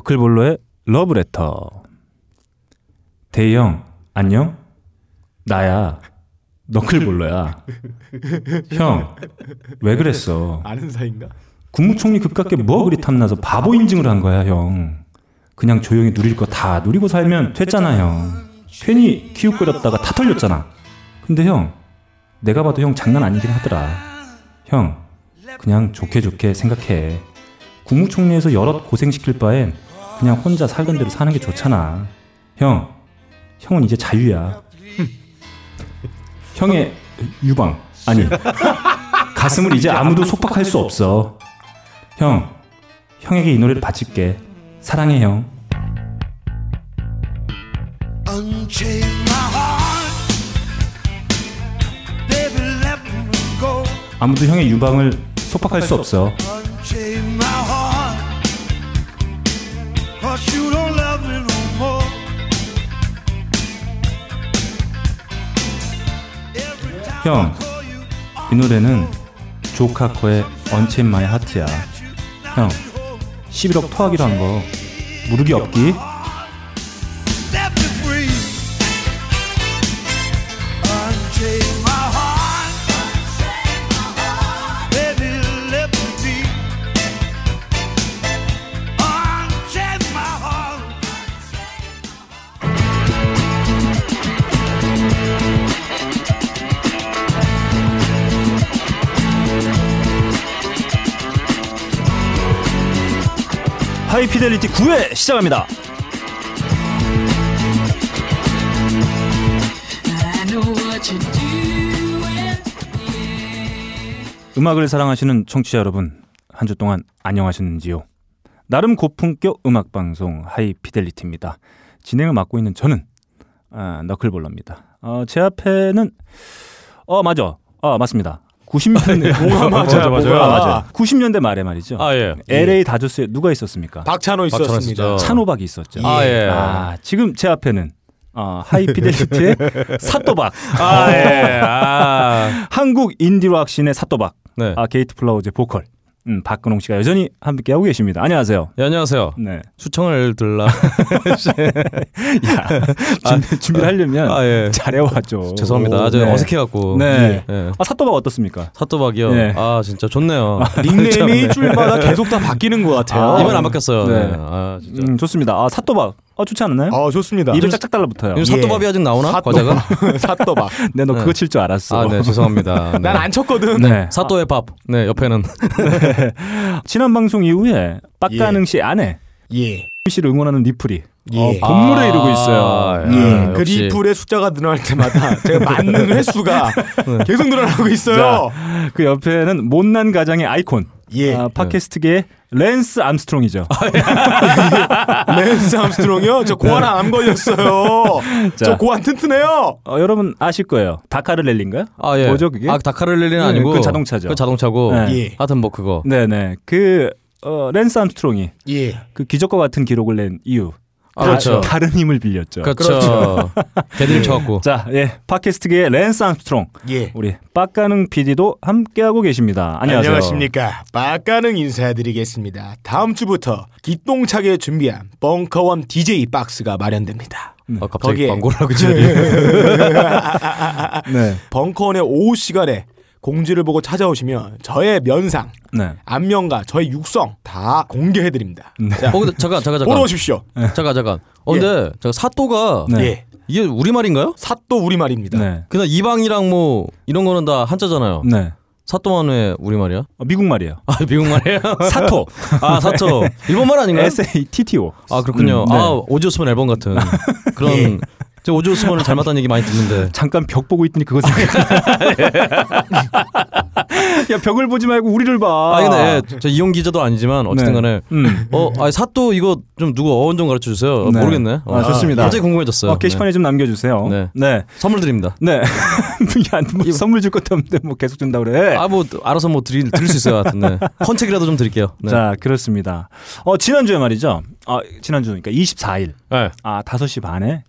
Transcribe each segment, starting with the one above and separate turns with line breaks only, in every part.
너클볼로의 러브레터. 대형 안녕. 나야. 너클볼로야. 형. 왜 그랬어?
아는 사이인가?
국무총리 급각에 뭐 그리 탐나서 바보 인증을 한 거야, 형. 그냥 조용히 누릴 거 다 누리고 살면 됐잖아, 형. 괜히 기웃거렸다가 다 털렸잖아. 근데 형, 내가 봐도 형 장난 아니긴 하더라. 형, 그냥 좋게 좋게 생각해. 국무총리에서 여럿 고생시킬 바엔 그냥 혼자 살던 대로 사는 게 좋잖아. 형, 형은 이제 자유야. 형의 유방, 아니, 가슴을 이제 아무도 속박할 수 없어. 형, 형에게 이 노래를 바칠게. 사랑해, 형.
Unchain my heart. Baby, let me go.
아무도 형의 유방을 속박할 수 없어.
Unchain my heart. Cause you don't love me no more. Every time
형,
I call you,
이 노래는 조카코의 언체인 마이 하트야. 형, 11억 토하기로 한 거. 무르기 없기.
set me free. Unchain my heart. Baby, let me be. Unchain my heart.
하이피델리티 9회 시작합니다.
I know what you're doing. Yeah.
음악을 사랑하시는 청취자 여러분, 한 주 동안 안녕하셨는지요? 나름 고품격 음악 방송 하이피델리티입니다. 진행을 맡고 있는 저는 아, 너클볼러입니다. 어, 제 앞에는 어 맞아, 어 맞습니다. 90년대
뭐가 아, 네. 맞아요, 뭐가.
맞아요. 90년대 말에 말이죠.
아 예.
LA 다저스에 누가 있었습니까?
박찬호
박찬호
있었습니다.
진짜.
찬호박이 있었죠.
아 예.
아, 지금 제 앞에는 어, 하이피델리티의 사또박,
아 예. 아.
한국 인디락 신의 사또박,
네.
아 게이트 플라워즈의 보컬 음, 박근홍 씨가 여전히 함께 하고 계십니다. 안녕하세요.
예, 안녕하세요.
네.
수청을 들라.
야, 준비, 준비를 하려면
아 예.
잘해와죠.
죄송합니다. 아주
네.
어색해갖고.
네.
예.
아, 사또박 어떻습니까?
사또박이요.
네.
아 진짜 좋네요. 참,
닉네임이
네.
일주일마다 계속 다 바뀌는 것 같아요.
아,
이번 안 바뀌었어요. 네.
네.
아 진짜.
음, 좋습니다. 아, 사또박. 아, 좋지 않나요?
아 좋습니다.
입에 짝짝 달라붙어요.
요즘 네. 사또밥이 아직 나오나? 과자가?
사또박.
네, 너
네.
그거 칠 줄 알았어.
아 네 죄송합니다. 네.
난 안 쳤거든.
네.
사또의 밥. 네 옆에는
지난 방송 이후에 빡가능 씨 아내
예.
씨를 응원하는 리플이
예.
어, 본물에
아,
이르고 있어요. 음.
예.
예, 그
역시.
리플의 숫자가 늘어날 때마다 제가 맞는 횟수가 계속 늘어나고 있어요.
그 옆에는 못난 가장의 아이콘
예,
아, 팟캐스트계의 랜스 암스트롱이죠.
랜스 암스트롱이요. 저 고환아 암 걸렸어요.
자.
저 고환 튼튼해요.
어, 여러분 아실 거예요. 다카르 랠리인가요?
아 예.
뭐죠 그게?
아 다카를릴리는
네,
아니고
그 자동차죠.
그 자동차고.
네.
예.
하여튼 뭐 그거.
네네. 그 어, 랜스 암스트롱이
예,
그 기적과 같은 기록을 낸 이유.
아,
다-
그렇죠.
다른 힘을 빌렸죠.
그렇죠. 개들 쳐갖고.
자, 예, 팟캐스트계의 랜스 암스트롱
예.
우리 빡가능 PD도 함께하고 계십니다. 안녕하세요.
안녕하십니까. 빡가능 인사드리겠습니다. 다음 주부터 기똥차게 준비한 벙커원 DJ 박스가 마련됩니다.
아, 갑자기
거기에-
광고를 하고 지금.
네,
벙커원의 오후 시간에 공지를 보고 찾아오시면 저의 면상,
네.
안면과 저의 육성 다 공개해드립니다. 자,
어, 근데 잠깐 잠깐 잠깐.
보러 오십시오.
잠깐 잠깐. 어, 근데 저 사또가
네.
예.
이게 우리 말인가요?
사또 우리말입니다.
네.
그냥 이방이랑 뭐 이런 거는 다 한자잖아요.
네.
사또만 왜 우리 말이야?
어, 미국 말이에요.
아 미국 말이에요.
사토.
아 사또 일본 말 아닌가요?
S A T T O.
아 그렇군요.
음, 네. 예.
아 오지오스만 앨범 같은 그런. 저 오지오스만을 닮았다는 얘기 많이 듣는데.
잠깐 벽 보고 있더니 그거 생각. 야 벽을 보지 말고 우리를 봐.
아 근데 예, 저 이용 기자도 아니지만 어쨌든간에.
음.
어, 아 사또 이거 좀 누구 어원 좀 가르쳐 주세요. 어,
네.
모르겠네. 어,
아, 좋습니다.
갑자기 궁금해졌어요.
어, 게시판에 좀 남겨주세요.
네.
네.
네. 선물 드립니다.
네. 야, 뭐 선물 줄 것도 없는데 뭐 계속 준다 그래.
아 뭐 알아서 뭐 드릴 드릴 수 있어요. 하여튼 네. 헌책이라도 좀 드릴게요. 네.
자, 그렇습니다. 어, 지난주에 말이죠. 어, 지난주니까 24일.
네.
아, 5시 반에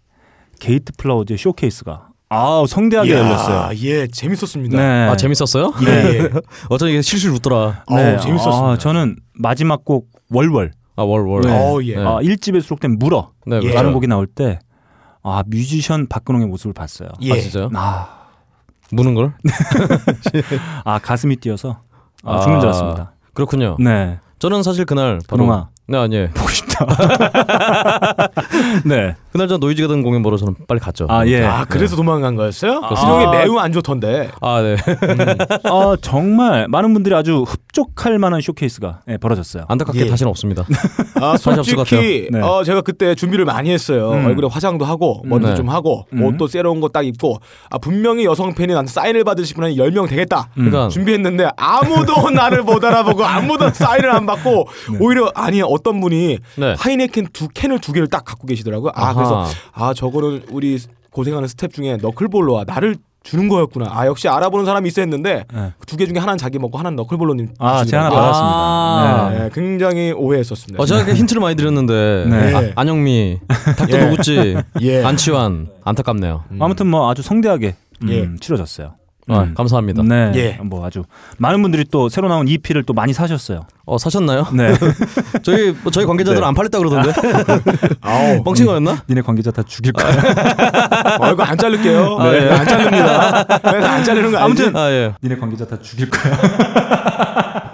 게이트 플라워즈의 쇼케이스가 아, 성대하게
이야,
열렸어요.
예, 재밌었습니다.
네.
아 재밌었어요?
예, 예.
어쩐지 이게 실실 웃더라.
네.
어우, 재밌었습니다.
아, 저는 마지막 곡 월월
아, 월, 월.
네.
네.
어, 예.
네.
아, 1집에 수록된 물어
네,
예.
라는
그렇죠.
곡이 나올 때 아, 뮤지션 박근홍의 모습을 봤어요.
예.
아, 진짜요?
아,
무는 걸?
네. 아, 가슴이 뛰어서 아, 죽는 줄 알았습니다.
그렇군요.
네.
저는 사실 그날 바로
그놈아.
네, 아니에요.
보고 싶다. 네.
그날 전 노이즈가 든 공연 보러 저는 빨리 갔죠.
아, 예.
아 그래서 도망간 거였어요?
그렇습니다.
수영이 매우 안 좋던데.
아, 네.
어, 정말 많은 분들이 아주 흡족할 만한 쇼케이스가 예, 벌어졌어요.
안타깝게
예.
다시는 없습니다.
아,
다시 없을 것
솔직히
같아요. 네.
어, 제가 그때 준비를 많이 했어요.
음.
얼굴에 화장도 하고 머리도
네.
좀 하고 옷도 새로운 거 딱 입고 아, 분명히 여성 팬이 나한테 사인을 받으실 분한 10명 되겠다.
음.
그러니까
준비했는데 아무도 나를 못 알아보고 아무도 사인을 안 받고
네.
오히려 아니 어떤 분이
네.
하이네켄 두 캔을 두 개를 딱 갖고 계시더라고요. 아
아하.
그래서 아 저거는 우리 고생하는 스텝 중에 너클볼로와 나를 주는 거였구나. 아 역시 알아보는 사람이 있어 했는데
네.
두 개 중에 하나는 자기 먹고 하나는 너클볼로님.
아, 제가 하나
주시더라고요.
받았습니다.
아.
네, 굉장히 오해했었습니다.
어, 제가 이렇게 힌트를 많이 드렸는데
네.
아, 안영미, 닥터
예.
노구찌,
예.
안치환 안타깝네요.
아무튼 뭐 아주 성대하게 음,
예.
치러졌어요.
아,
음.
감사합니다.
네.
예.
뭐 아주 많은 분들이 또 새로 나온 EP를 또 많이 사셨어요.
어 사셨나요?
네.
저희 뭐 저희 관계자들 은안 팔렸다 그러던데
아우,
뻥친 거였나?
니네 관계자 다 죽일 거야.
아, 이거 안 자를게요.
아, 예.
네, 안 자릅니다. 네, 안 자르는 거 아무튼
아 예.
니네 관계자 다 죽일 거야.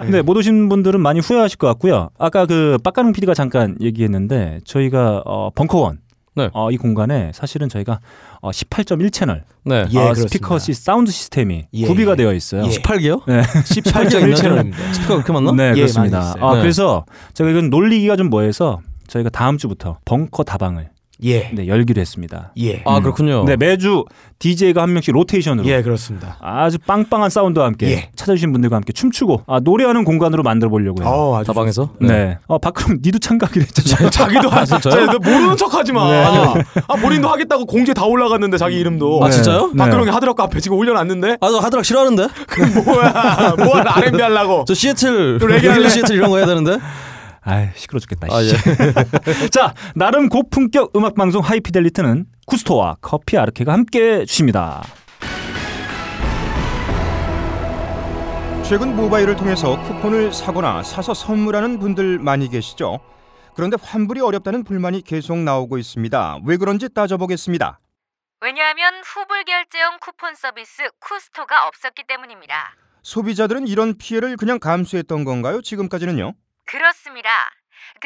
근데 못 오신 분들은 많이 후회하실 것 같고요. 아까 그 빡가능 PD가 잠깐 얘기했는데 저희가 어, 벙커원
네.
어, 이 공간에 사실은 저희가 어, 18.1 채널
네.
예,
어,
그렇습니다.
스피커 시 사운드 시스템이
예,
구비가
예.
되어 있어요.
예.
18개요?
네.
18개
채널입니다.
스피커 그렇게 맞나?
네,
예, 많이
그렇습니다.
있어요.
아,
네.
그래서 제가 이건 놀리기가 좀 뭐해서 저희가 다음 주부터 벙커 다방을
예,
네, 열기로 했습니다.
예,
아 네. 그렇군요.
네, 매주 DJ가 한 명씩 로테이션으로
예, 그렇습니다.
아주 빵빵한 사운드와 함께
예.
찾아주신 분들과 함께 춤추고 아, 노래하는 공간으로 만들어 보려고요.
어, 아주
네. 다방에서.
네. 어, 박그럼 니도 참가하기로 했잖아요.
자기도 하
진짜요? 네.
진짜요? 모르는 척하지 마. 아 본인도 하겠다고 공지에 다 올라갔는데 자기 이름도.
아, 진짜요?
네.
박근홍이 하드락 앞에 지금 올려놨는데
아저 하드락 싫어하는데?
뭐야 뭐야 R&B 하려고.
저 시애틀
또 레게 할래?
레귤러 시애틀 이런 거 해야 되는데?
아이, 시끄러 죽겠다.
아
씨.
예.
자, 나름 고품격 음악 방송 하이피델리트는 쿠스토와 커피 아르케가 함께 해 주십니다.
최근 모바일을 통해서 쿠폰을 사거나 사서 선물하는 분들 많이 계시죠? 그런데 환불이 어렵다는 불만이 계속 나오고 있습니다. 왜 그런지 따져보겠습니다.
왜냐하면 후불 결제형 쿠폰 서비스 쿠스토가 없었기 때문입니다.
소비자들은 이런 피해를 그냥 감수했던 건가요? 지금까지는요?
그렇습니다.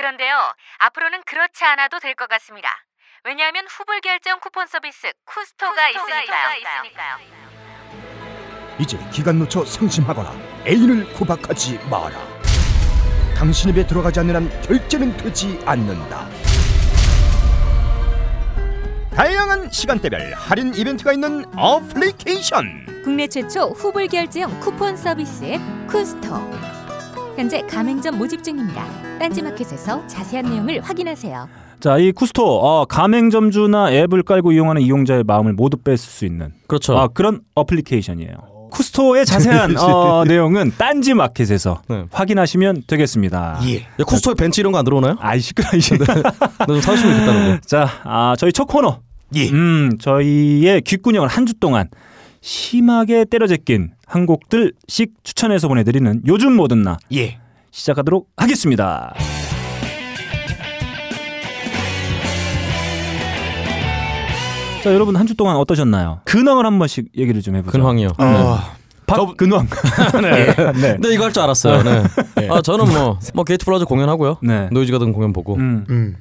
그런데요, 앞으로는 그렇지 않아도 될 것 같습니다. 왜냐하면 후불 결제형 쿠폰 서비스 쿠스토가, 있으니까요.
이제 기간 놓쳐 상심하거나 애인을 구박하지 마라. 당신 입에 들어가지 않는 한 결제는 되지 않는다. 다양한 시간대별 할인 이벤트가 있는 어플리케이션.
국내 최초 후불 결제형 쿠폰 서비스 앱 쿠스토. 현재 가맹점 모집 중입니다. 딴지마켓에서 자세한 내용을 확인하세요.
자, 이 쿠스토 어, 가맹점주나 앱을 깔고 이용하는 이용자의 마음을 모두 뺏을 수 있는
그렇죠.
아, 그런 어플리케이션이에요. 쿠스토의 자세한 어, 내용은 딴지 마켓에서
네.
확인하시면 되겠습니다.
예.
야, 쿠스토에 벤치 이런 거 안 들어오나요? 네,
아이 시끄러 이
나좀 사주시면 좋겠다는 거.
자, 아, 저희 첫 코너.
예.
음, 저희의 귓구녕을 한 주 동안 심하게 때려제낀 한 곡들씩 추천해서 보내드리는 요즘 뭐든 나
예.
시작하도록 하겠습니다. 자, 여러분 한 주 동안 어떠셨나요? 근황을 한 번씩 얘기를 좀 해보죠.
근황이요. 예.
어.
네.
근황. 네. 네.
근데 이거 할 줄 알았어요. 네.
예.
아 저는 뭐, 뭐 게이트 플라자 공연하고요.
네.
노이즈 예. 가든 공연 보고
음.
음.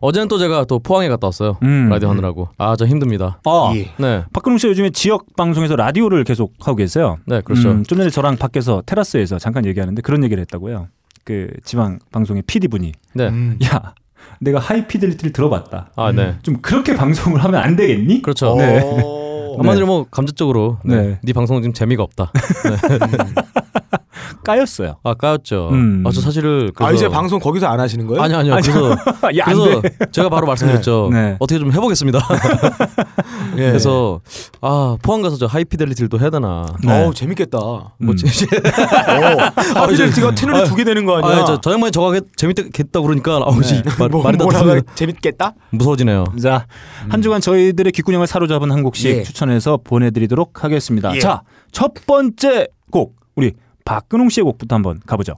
어제는 또 제가 또 포항에 갔다 왔어요.
음.
라디오 하느라고. 아 저 힘듭니다.
어.
예.
네.
박근홍 씨가 요즘에 지역 방송에서 라디오를 계속 하고 계세요.
네, 그렇죠.
음, 좀 전에 저랑 밖에서 테라스에서 잠깐 얘기하는데 그런 얘기를 했다고요. 그 지방 방송의 PD 분이
네.
음.
야 내가 하이피델리티를 들어봤다.
아, 네.
좀 그렇게 방송을 하면 안 되겠니?
그렇죠.
네.
어.
한마디로 뭐 감정적으로 네.
네.
네. 방송 지금 재미가 없다.
까였어요.
아 까였죠.
음.
아저 사실을 그래서...
아 이제 방송 거기서 안 하시는 거예요?
아니 아니요. 그래서
야안
그래서
돼.
제가 바로 말씀드렸죠.
네. 네.
어떻게 좀 해보겠습니다.
예.
그래서 아 포항 가서 저 하이피델리티를 또 해야 되나.
네.
어우 재밌겠다.
아,
어.
뭐
하피델리티가 채널이 두 개 되는 거 아니야?
아, 저, 저 양반이 저거 재밌겠다 고 그러니까 아우 씨 말,
뭐,
말이 다
뭐라고
들리네.
해? 재밌겠다?
무서워지네요.
자, 한 주간 저희들의 귓구녕을 사로잡은 한 곡씩
예.
추천해서 보내드리도록 하겠습니다.
예.
자, 첫 번째 곡 우리 박근홍 씨의 곡부터 한번 가보죠.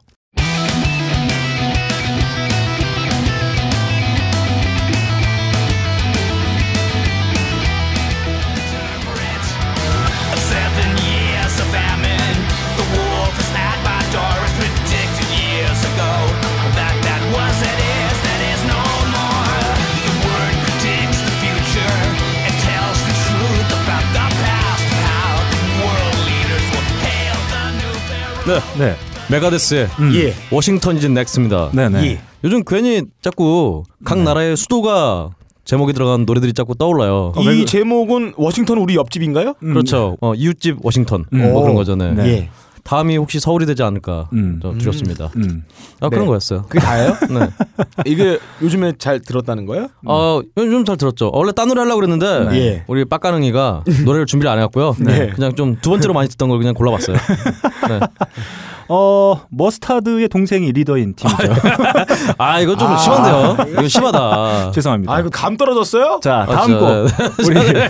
네.
메가데스의
음.
예.
워싱턴 이즈 넥스입니다.
네네.
예.
요즘 괜히 자꾸 각
네.
나라의 수도가 제목이 들어간 노래들이 자꾸 떠올라요.
이 제목은 워싱턴 우리 옆집인가요?
아, 음.
그렇죠. 어, 이웃집 워싱턴
음.
뭐 그런
오.
거잖아요.
네.
예.
다음이 혹시 서울이 되지 않을까
음.
저 두렵습니다.
음.
아
네.
그런 거였어요.
그게 다예요?
네.
이게 요즘에 잘 들었다는 거예요?
어, 요즘 잘 들었죠. 원래 딴 노래 하려고 그랬는데
네.
예.
우리 빡가능이가 노래를 준비를 안 해갖고요.
네.
그냥 좀 두 번째로 많이 듣던 걸 그냥 골라봤어요. 네.
어 머스타드의 동생이 리더인 팀이죠.
아 이거 좀 심한데요. 이거 심하다.
죄송합니다.
아, 이거 감 떨어졌어요?
자
아,
다음 곡
진짜.
우리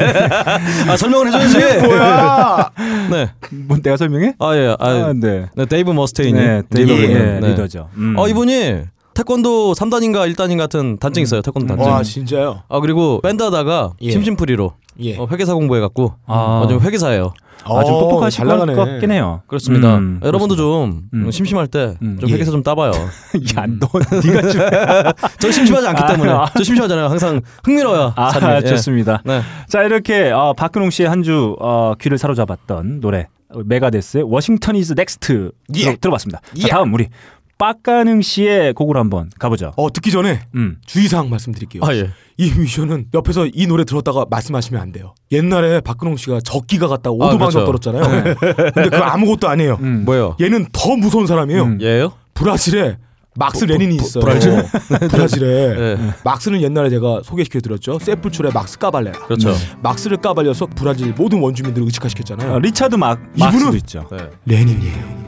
아 설명을
네.
해줘야지.
뭐야?
네.
뭐 내가 설명해?
아 예. 아,
아, 네.
네, 데이브 머스테인이
네, 데이브
리더군요.
예,
네.
리더죠. 음.
어 이분이 태권도 3단인가 1단인 같은 단증 있어요. 태권도 단증.
음. 와, 진짜요?
아 그리고 밴드하다가
예.
심심풀이로
예.
어, 회계사 공부해갖고
아.
어, 좀 회계사예요.
아주
어,
똑똑하실 것 같긴 해요.
그렇습니다. 아,
음,
여러분도 좀 어,
음.
심심할 때 좀
음.
회계사 좀 따봐요.
야, 너 네가 좀
저 심심하지 않기
아,
때문에
아.
저 심심하잖아요. 항상 흥미로워요.
아,
삶이. 예.
좋습니다.
네.
자, 이렇게 어, 박근홍 씨의 한 주 어, 귀를 사로잡았던 노래 어, 메가데스의 워싱턴 이즈 넥스트
예.
들어봤습니다.
예.
자, 다음 우리 빡가능 씨의 곡으로 한번 가보죠.
어, 듣기 전에
음.
주의사항 말씀드릴게요.
아 예.
이 뮤지션은 옆에서 이 노래 들었다가 말씀하시면 안 돼요. 옛날에 박근홍 씨가 적기가 갔다 가
아,
오도방정
그렇죠.
떨었잖아요. 근데 그거 아무것도 아니에요.
음.
뭐예요?
얘는 더 무서운 사람이에요.
음.
예요?
브라질에 막스 레닌이 있어요.
브라질?
네. 브라질에
예.
막스는 옛날에 제가 소개시켜드렸죠. 세풀출의 막스 까발레라. 음.
그렇죠.
막스를 까발려서 브라질 모든 원주민들을 의식화시켰잖아요.
어, 리차드 막 막스도
이분은-
있죠.
네.
레닌이에요.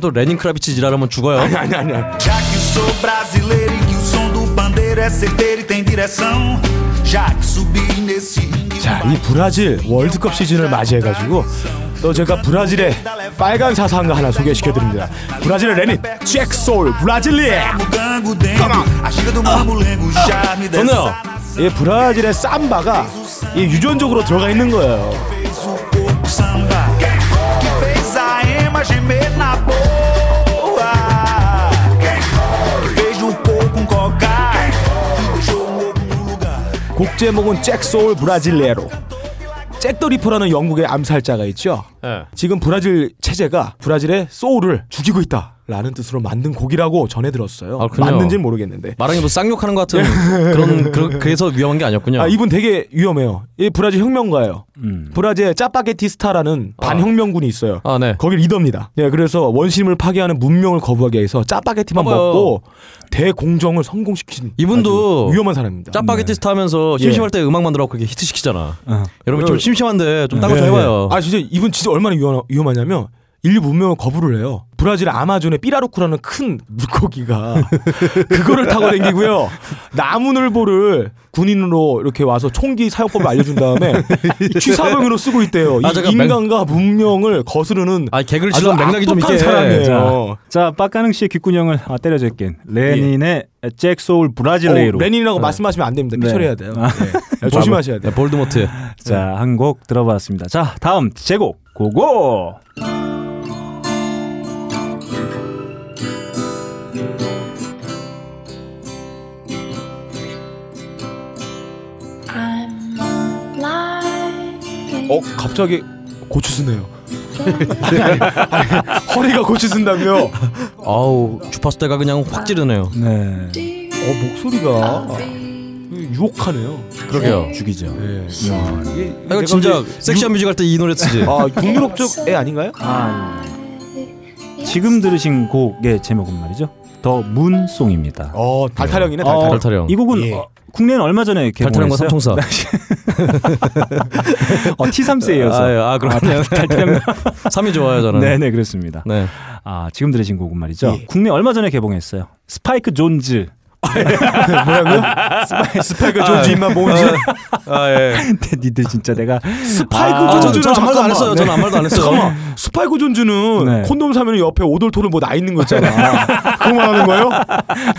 또 레닌 크라비치 지랄하면 죽어요.
아니 예. 아니 아니.
Já que sou brasileiro e que o som do pandeiro é certeiro e tem direção. Já que subi nesse ringue.
자, 이 브라질 월드컵 시즌을 맞이해가지고 또 제가 브라질의 빨간 사상가 하나 소개시켜드립니다. 브라질의 레닌, 잭소울, 브라질리에.
Mugango dentro, a gira do mamulengo, o charme
좋네요.
dessa nação
이 브라질의 삼바가 이 유전적으로 들어가 있는 거예요.
fez o corpo um samba. Que fez a ema gemer na boa. Que fez o coco um cocar. Que deixou o ovo um no lugar.
곡 제목은 잭소울 브라질레로. 잭더리퍼라는 영국의 암살자가 있죠.
예.
지금 브라질 체제가 브라질의 소울을 죽이고 있다라는 뜻으로 만든 곡이라고 전해 들었어요.
아, 그래요?
맞는지는 모르겠는데.
마랑이 뭐 쌍욕하는 것 같은 그런 그, 그래서 위험한 게 아니었군요.
아, 이분 되게 위험해요. 이 브라질 혁명가예요.
음.
브라질의 짜파게티스타라는 반혁명군이 있어요.
아, 네.
거기 리더입니다. 네, 그래서 원심을 파괴하는 문명을 거부하기 위해서 짜파게티만
봐봐요.
먹고 대공정을 성공시킨
이분도
아주 위험한 사람입니다.
네. 짜파게티스타 하면서 심심할 때 음악만 들어갖고 그게 히트시키잖아.
어.
여러분 좀 심심한데 좀 딴 거
네,
좀 어, 해봐요.
네. 아 진짜 이분 진짜 얼마나 위험, 위험하냐면 인류 문명을 거부를 해요. 브라질 아마존의 삐라루쿠라는 큰 물고기가 그거를 타고 다니고요. 나무늘보를 군인으로 이렇게 와서 총기 사용법을 알려준 다음에 취사병으로 쓰고 있대요. 이
아, 잠깐, 맹-
인간과 문명을 거스르는
아, 개그를
아주
치던 맥락이 좀
악독한
있게. 어.
사람이에요.
자, 빡가능 씨의 귓구녕을 아, 때려잡긴 레닌의 잭소울 브라질레이로.
어, 레닌이라고 말씀하시면 안 됩니다. 피처리해야 돼요.
아,
네. 조심하셔야
네,
돼요.
볼드모트.
네.
자, 한 곡 들어봤습니다. 자, 다음 제곡 고고.
어 갑자기 고추 쓰네요. 아니, 아니, 아니, 허리가 고추 쓴다며? 어
아우 주파수 대가 그냥 확 찌르네요.
네.
어, 목소리가 아, 유혹하네요.
그러게요.
죽이죠.
네.
아, 이거 진짜 섹시한 뮤직 할 때 이 노래 쓰지.
예. 아 북유럽 쪽 애 아닌가요? 네.
지금 들으신 곡의 제목은 말이죠. 더 문송입니다.
어 달타령이네
어,
달타령.
아, 달타령.
이 곡은
예.
어, 국내는 얼마 전에
달타령과
개봉했어요.
삼총사.
어, T3세이어서.
아, 예. 아 그렇네요.
달타령.
삼이 좋아요 저는.
네, 네, 그렇습니다.
네.
아, 지금 들으신 곡은 말이죠.
예.
국내 얼마 전에 개봉했어요. 스파이크 존즈.
스파이크 존즈 입만 모은지
아 예.
근데 니들 진짜 내가
스파이크
아, 저는
존즈는
저는 아무 말도 안 했어요. 저는 아무 말도 안 했어요.
잠깐만 스파이크 존즈는
네.
콘돔 사면 옆에 오돌토로 뭐 나 있는 거 있잖아. 그거만 하는 거예요?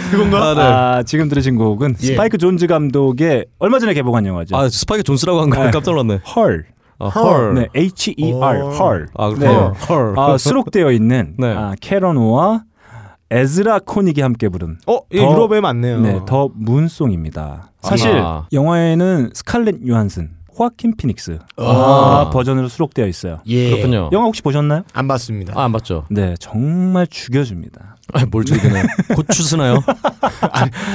그건가?
아, 네.
아, 지금 들으신 곡은
예.
스파이크 존즈 감독의 얼마 전에 개봉한 영화죠.
아 스파이크 존스라고 한 거에 깜짝 놀랐네.
헐.
아, 헐.
네, H E R
어.
헐.
아
네.
그래요. 헐.
아, 수록되어 있는
네.
아, 캐런오와 에즈라 코닉이 함께 부른
어, 예,
더-
유럽에 맞네요.
네, 더 문송입니다. 사실
아하.
영화에는 스칼렛 요한슨 호아킨 피닉스
아.
버전으로 수록되어 있어요.
예.
그렇군요.
영화 혹시 보셨나요?
안 봤습니다.
아, 안 봤죠.
네, 정말 죽여줍니다.
아, 뭘 주기되네. 고추 쓰나요?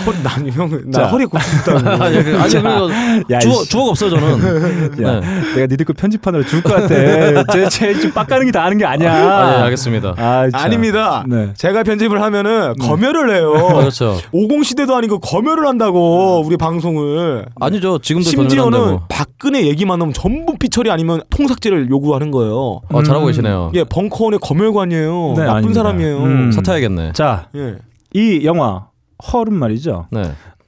허리 난 형은 나
자.
허리 고프다고.
아니, 그- 아니, 그
야,
주워,
이씨.
주워가 없어요, 저는. 네.
야, 내가 니들 거 편집하느라 죽을 것 같아. 쟤쟤좀 빡가는 게 다 아는 게 아니야.
아, 네, 알겠습니다.
아, 참.
아닙니다.
네.
제가 편집을 하면은 검열을
아,
해요.
그렇죠.
50 시대도 아니고 검열을 한다고 우리 방송을.
아니죠. 지금도
심지어는
전면한다고.
박근혜 얘기만 나오면 전부 피처리 아니면 통삭제를 요구하는 거예요.
아, 잘하고
어.
계시네요.
예, 벙커원의 검열관이에요.
네,
나쁜
아닙니다.
사람이에요.
음.
사퇴해야겠네.
자,
예.
이 영화 헐은 말이죠.
네.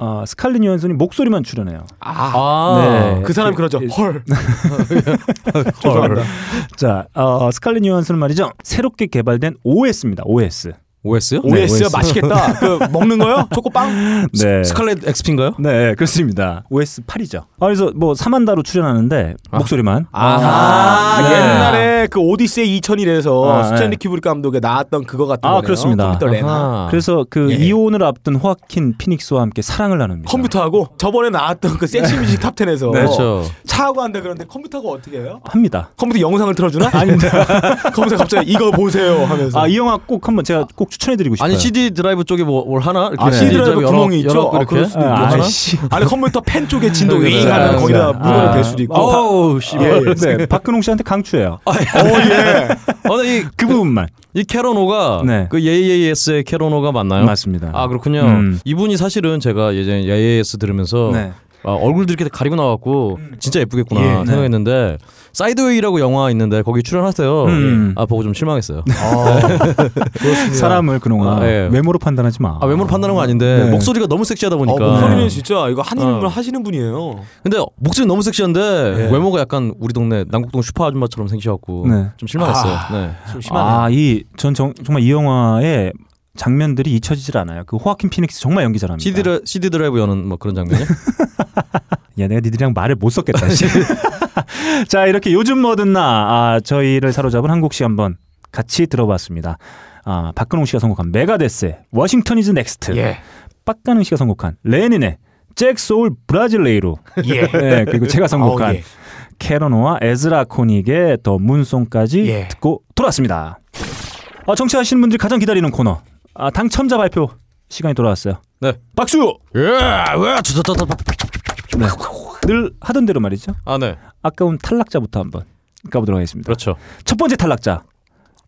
아, 스칼린 요한슨이 목소리만 출연해요.
아,
아,
네.
그 사람이 그러죠.
예.
헐.
헐. 자, 어, 스칼린 요한슨 말이죠. 새롭게 개발된 OS입니다. OS.
OS요?
OS요?
OS.
맛있겠다. 그 먹는 거요? 초코빵?
네.
스칼렛 XP인가요?
네, 그렇습니다. OS 8이죠. 아, 그래서 뭐 사만다로 출연하는데 목소리만.
아,
네.
옛날에 그 오디세이 2001에서
아,
스탠리 큐브릭 감독에 나왔던 그거 같은
아,
거네요.
그렇습니다.
컴퓨터 레나.
아하.
그래서 그
예.
이혼을 앞둔 호아킨 피닉스와 함께 사랑을 나눕니다.
컴퓨터하고 저번에 나왔던 그 섹시 뮤직 탑 10에서
네,
그렇죠.
차하고 한다 그러는데 컴퓨터하고 어떻게 해요?
합니다.
컴퓨터 영상을 틀어주나? 아닌데. 컴퓨터 갑자기 이거 보세요 하면서.
아, 이 영화 꼭 한번 제가 꼭 추천해드리고 싶어요.
아니 CD 드라이브 쪽에 뭐 뭘 하나? 이렇게
아, CD 드라이브
여러-
구멍이
여러
있죠?
개
아,
이렇게
그럴 수도
뭐
아,
하나?
아이씨.
아니 컴퓨터 펜 쪽에 진동
그래,
윙
그래,
하면
그래.
거기다
아.
물건이 될 수도 있고.
어우 씨.
예, 예.
네, 박근홍 씨한테 강추해요.
아, 이,
그 부분만.
이 캐로노가
네.
그 예예예스의 캐로노가 맞나요?
맞습니다.
아 그렇군요.
음.
이분이 사실은 제가 예전에 예예예스 들으면서
네.
아, 얼굴도 이렇게 가리고 나왔고 진짜 예쁘겠구나
예, 네.
생각했는데 사이드웨이라고 영화 있는데 거기 출연하세요.
음.
아 보고 좀 실망했어요.
사람을 그놈아
예. 아, 예.
외모로 판단하지 마.
아 외모로 판단한 건 아닌데
네.
목소리가 너무 섹시하다
어,
보니까.
목소리는 진짜 이거 한인분
어.
하시는 분이에요.
근데 목소리 너무 섹시한데
예.
외모가 약간 우리 동네 남국동 슈퍼 아줌마처럼 생기셔갖고
네.
좀 실망했어요.
아.
네.
좀 심하네요.
아, 이 전 정말 이 영화의 장면들이 잊혀지질 않아요. 그 호아킨 피닉스 정말 연기 잘합니다.
CD 드라, CD 드라이브 여는 뭐 그런 장면이요?
야, 내가 니들이랑 말을 못 섞겠다. 씨. 자, 이렇게 요즘 뭐든 나 아, 저희를 사로잡은 한국시 한번 같이 들어봤습니다. 아, 박근홍 씨가 선곡한 메가데스의 워싱턴 이즈 넥스트.
예.
빡가능 씨가 선곡한 레닌의 잭 소울 브라질레이로.
예.
네, 그리고 제가 선곡한
아우, 예.
캐러노와 에즈라 코닉의 더 문송까지
예.
듣고 돌아왔습니다. 아, 청취하시는 분들이 가장 기다리는 코너. 아, 당첨자 발표 시간이 돌아왔어요.
네.
박수!
예, 왜? 저저저저
네. 늘 하던 대로 말이죠.
아, 네.
아까운 탈락자부터 한번 가보도록 하겠습니다.
그렇죠.
첫 번째 탈락자.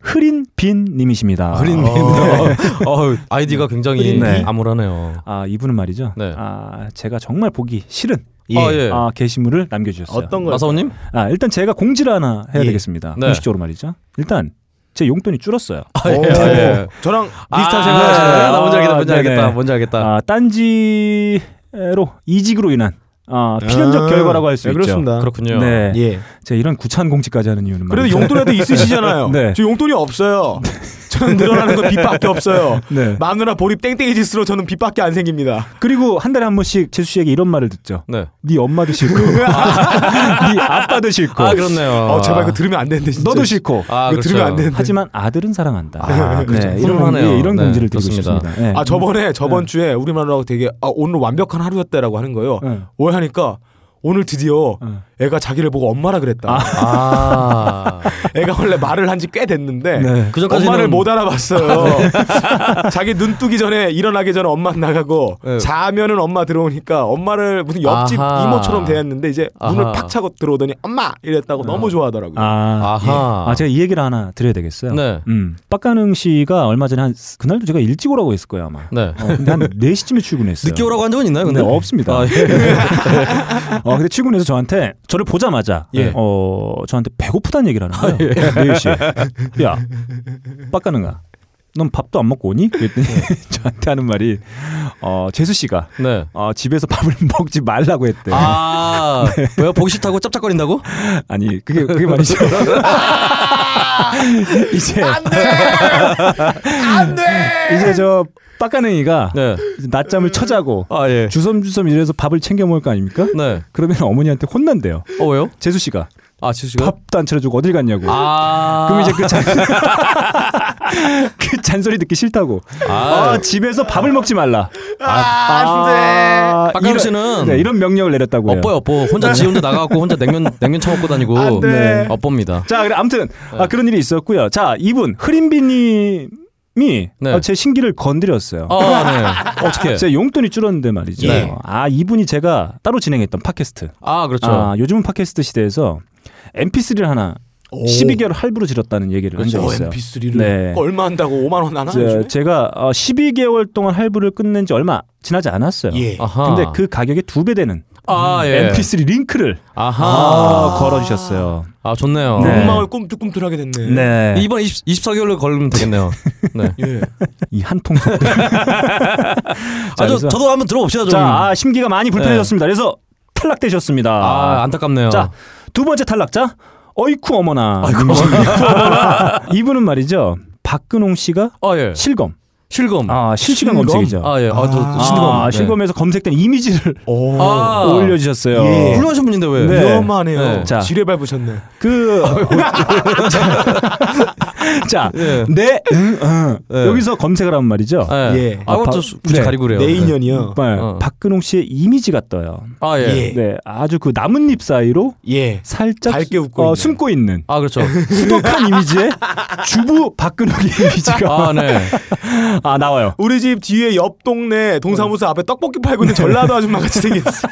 흐린 빈
아,
님이십니다.
그린빈. 어, 아이디가 굉장히
네.
암울하네요.
아, 이분은 말이죠.
네.
아, 제가 정말 보기 싫은
예.
아, 예.
아, 게시물을 남겨 주셨어요.
어떤 걸?
마사오님?
아, 일단 제가 공지를 하나 해야
예.
되겠습니다.
네.
공식적으로 말이죠. 일단 제 용돈이 줄었어요.
아, 예.
아, 예.
저랑 비슷한
아,
생각이에요.
나 뭔지 알겠다. 뭔지
네네.
알겠다. 뭔지 알겠다.
아, 딴지로 이직으로 인한 아, 필연적
아,
결과라고 할 수
네,
있죠.
그렇습니다.
그렇군요.
네.
예.
제가 이런 구차한 공지까지 하는 이유는
그래도
말이죠.
용돈에도 있으시잖아요.
네.
저 용돈이 없어요. 저는 늘어나는 건 빚밖에 없어요.
네.
마누라 보립 땡땡이 짓으로 저는 빚밖에 안 생깁니다.
그리고 한 달에 한 번씩 재수 씨에게 이런 말을 듣죠.
네.
네 엄마도 싫고, 네 아빠도 싫고,
아, 그렇네요.
어, 제발 그거 들으면 안 되는데 진짜.
너도 싫고.
이거
아, 그렇죠.
들으면 안 되는데.
네. 하지만 아들은 사랑한다.
아, 그렇죠.
이런
훈훈하네요.
공지, 이런
네,
공지를 드리고
좋습니다.
싶습니다. 네.
아 저번에 저번 주에 우리 마누라가 되게 아 오늘 완벽한 하루였다라고 하는 거예요.
네.
왜 하니까 오늘 드디어
네.
애가 자기를 보고 엄마라 그랬다.
아.
애가 원래 말을 한 지 꽤 됐는데
네.
그전까지는-
엄마를 못 알아봤어요. 자기 눈 뜨기 전에 일어나기 전에 엄마 나가고
네.
자면은 엄마 들어오니까 엄마를 무슨 옆집
아하.
이모처럼 대했는데 이제
아하.
문을 팍 차고 들어오더니 엄마 이랬다고 너무 좋아하더라고요.
아,
아하.
아, 제가 이 얘기를 하나 드려야 되겠어요.
네.
음, 빡가능 씨가 얼마 전에 한 그날도 제가 일찍 오라고 했을 거예요 아마.
네.
어, 근데 한 4시쯤에 출근했어요.
늦게 오라고 한 적은 있나요? 근데
네, 없습니다.
아, 예.
어, 근데 출근해서 저한테 저를 보자마자
예.
어, 저한테 배고프다는 얘기를 하는 거예요.
아,
네 4시. 야, 빡가능아. 넌 밥도 안 먹고 오니? 그랬더니
예.
저한테 하는 말이 어, 재수 씨가
네.
어, 집에서 밥을 먹지 말라고 했대. 아.
아, 왜요? 보기 싫다고 짭짭거린다고?
니 그게 그게 말이죠. 이제 이제 저 빡가능이가
네.
이제 낮잠을 쳐자고
아, 예.
주섬주섬 이래서 밥을 챙겨 먹을 거 아닙니까?
네.
그러면 어머니한테 혼난대요.
어, 왜요?
재수 씨가
아, 지수 씨가?
밥도 안 차려주고 어딜 갔냐고.
아.
그럼 이제 그, 잔... 그 잔소리 듣기 싫다고. 어,
아,
아, 집에서 밥을 먹지 말라.
아,
아,
박강우 씨는
네, 이런 명령을 내렸다고 해요. 네. 아,
업보요 업보 혼자 지 혼자 나가고 혼자 냉면 냉면 차 먹고 다니고
안 돼.
네. 업보입니다.
자, 그래 아무튼
네.
아, 그런 일이 있었고요. 자, 이분 흐린비 님이
네.
어, 제 신기를 건드렸어요.
아 네. 어떻게?
제 용돈이 줄었는데 말이죠.
네.
아, 이분이 제가 따로 진행했던 팟캐스트.
아 그렇죠.
아, 요즘은 팟캐스트 시대에서 MP3를 하나 12개월 할부로 지렀다는 얘기를
그렇죠.
한 적이 있어요.
MP3를
네.
얼마 한다고 5만 원 하나? 요즘에?
제, 가 12개월 동안 할부를 끝낸 지 얼마 지나지 않았어요.
예.
아하.
근데 그 가격의 두 배 되는
아 예.
MP3 링크를
아하.
아, 걸어주셨어요.
아 좋네요.
네.
욕망을 꿈틀꿈틀하게 됐네.
네.
예. 이번 20, 24개월로 걸리면 되겠네요. 네.
예.
이 한 통속.
아, 저, 저도 한번 들어봅시다 좀.
자, 아, 심기가 많이 불편해졌습니다. 그래서 탈락되셨습니다.
예. 아 안타깝네요.
자, 두 번째 탈락자. 어이쿠 어머나.
아,
이분은 말이죠. 박근홍 씨가
아 예.
실검.
실검. 아,
아, 실시간
실검?
검색이죠.
예. 아, 저
아,
실검.
아,
네.
실검에서 검색된 이미지를
오.
아.
올려주셨어요.
예.
훌륭하신 분인데 왜?
네.
네. 위험하네요.
네.
자.
지뢰 밟으셨네.
그 자,
예.
네 응, 응.
예.
여기서 검색을 하면 말이죠.
예.
예.
아,
아,
저 굳이
네.
가리고 그래요.
내
네.
인연이요.
정말
어.
박근홍 씨의 이미지가 떠요.
아 예.
예.
네, 아주 그 나뭇잎 사이로
예.
살짝 어,
밝게 웃고 있는.
숨고 있는
아 그렇죠.
후덕한 이미지에 주부 박근홍의 이미지가
아 네.
아 나와요.
우리 집 뒤에 옆 동네 동사무소 앞에 떡볶이 팔고 있는 전라도 아줌마 같이 생겼어.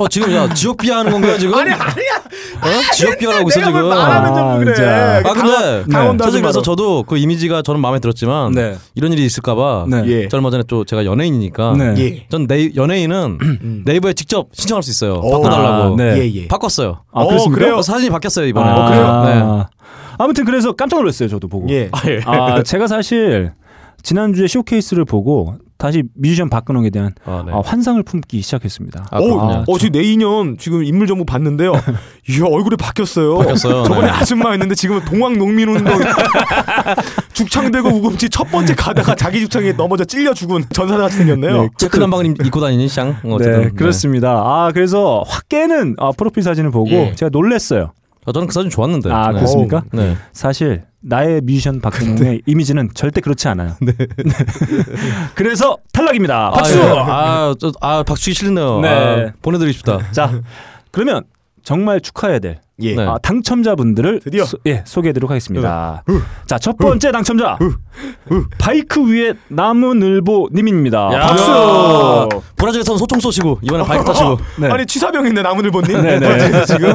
어 지금 야 지역 비하하는 건가요 지금? 아니 아니야. 어? 지역 비하라고 있어
내가 뭘
지금.
말하는
아,
점 그래.
진짜.
아 근데
강원
네. 사실
아줌마로.
그래서 저도 그 이미지가 저는 마음에 들었지만
네.
이런 일이 있을까봐
네.
예.
저 얼마 전에 또 제가 연예인이니까
네.
예.
전 네, 연예인은 네이버에 직접 신청할 수 있어요
오.
바꿔달라고
아, 네.
예, 예.
바꿨어요
아,
어,
그렇습니까?
그래요?
그래서 사진이 바뀌었어요 이번에
아,
네.
아무튼 그래서 깜짝 놀랐어요 저도 보고.
예.
아, 예.
아 제가 사실 지난주에 쇼케이스를 보고 다시 뮤지션 박근홍에 대한
아, 네.
아, 환상을 품기 시작했습니다.
아,
오,
그렇군요.
어, 지금 내 인연 지금 인물 정보 봤는데요. 이야 얼굴이 바뀌었어요.
바뀌었어요,
저번에
네.
아줌마였는데 지금은 동학농민운동 죽창되고 우금치 첫 번째 가다가 자기 죽창에 넘어져 찔려 죽은 전사자 같이 생겼네요.
네.
체크 난방을 입고 다니니 쌍 어, 어쨌든
네, 그렇습니다. 아, 그래서 확 깨는 아, 프로필 사진을 보고
예.
제가 놀랬어요.
아, 저는 그 사진 좋았는데
아,
네.
그렇습니까?
네.
사실 나의 뮤지션 박근홍의 이미지는 절대 그렇지 않아요. 네. 그래서 탈락입니다. 박수.
아, 예. 아, 저, 아 박수기 싫네요
네.
아, 보내드리고 싶다
자, 그러면 정말 축하해야 될
예.
네.
아, 당첨자분들을
드디어. 네.
소, 예, 소개해드리도록 하겠습니다. 자, 첫 번째 당첨자 바이크 위에 나무늘보님입니다.
야.
박수.
아, 브라질에서는 소총 쏘시고 이번에 바이크 타시고
네.
아니 취사병인데 나무늘보님
네, 네.
그래서 지금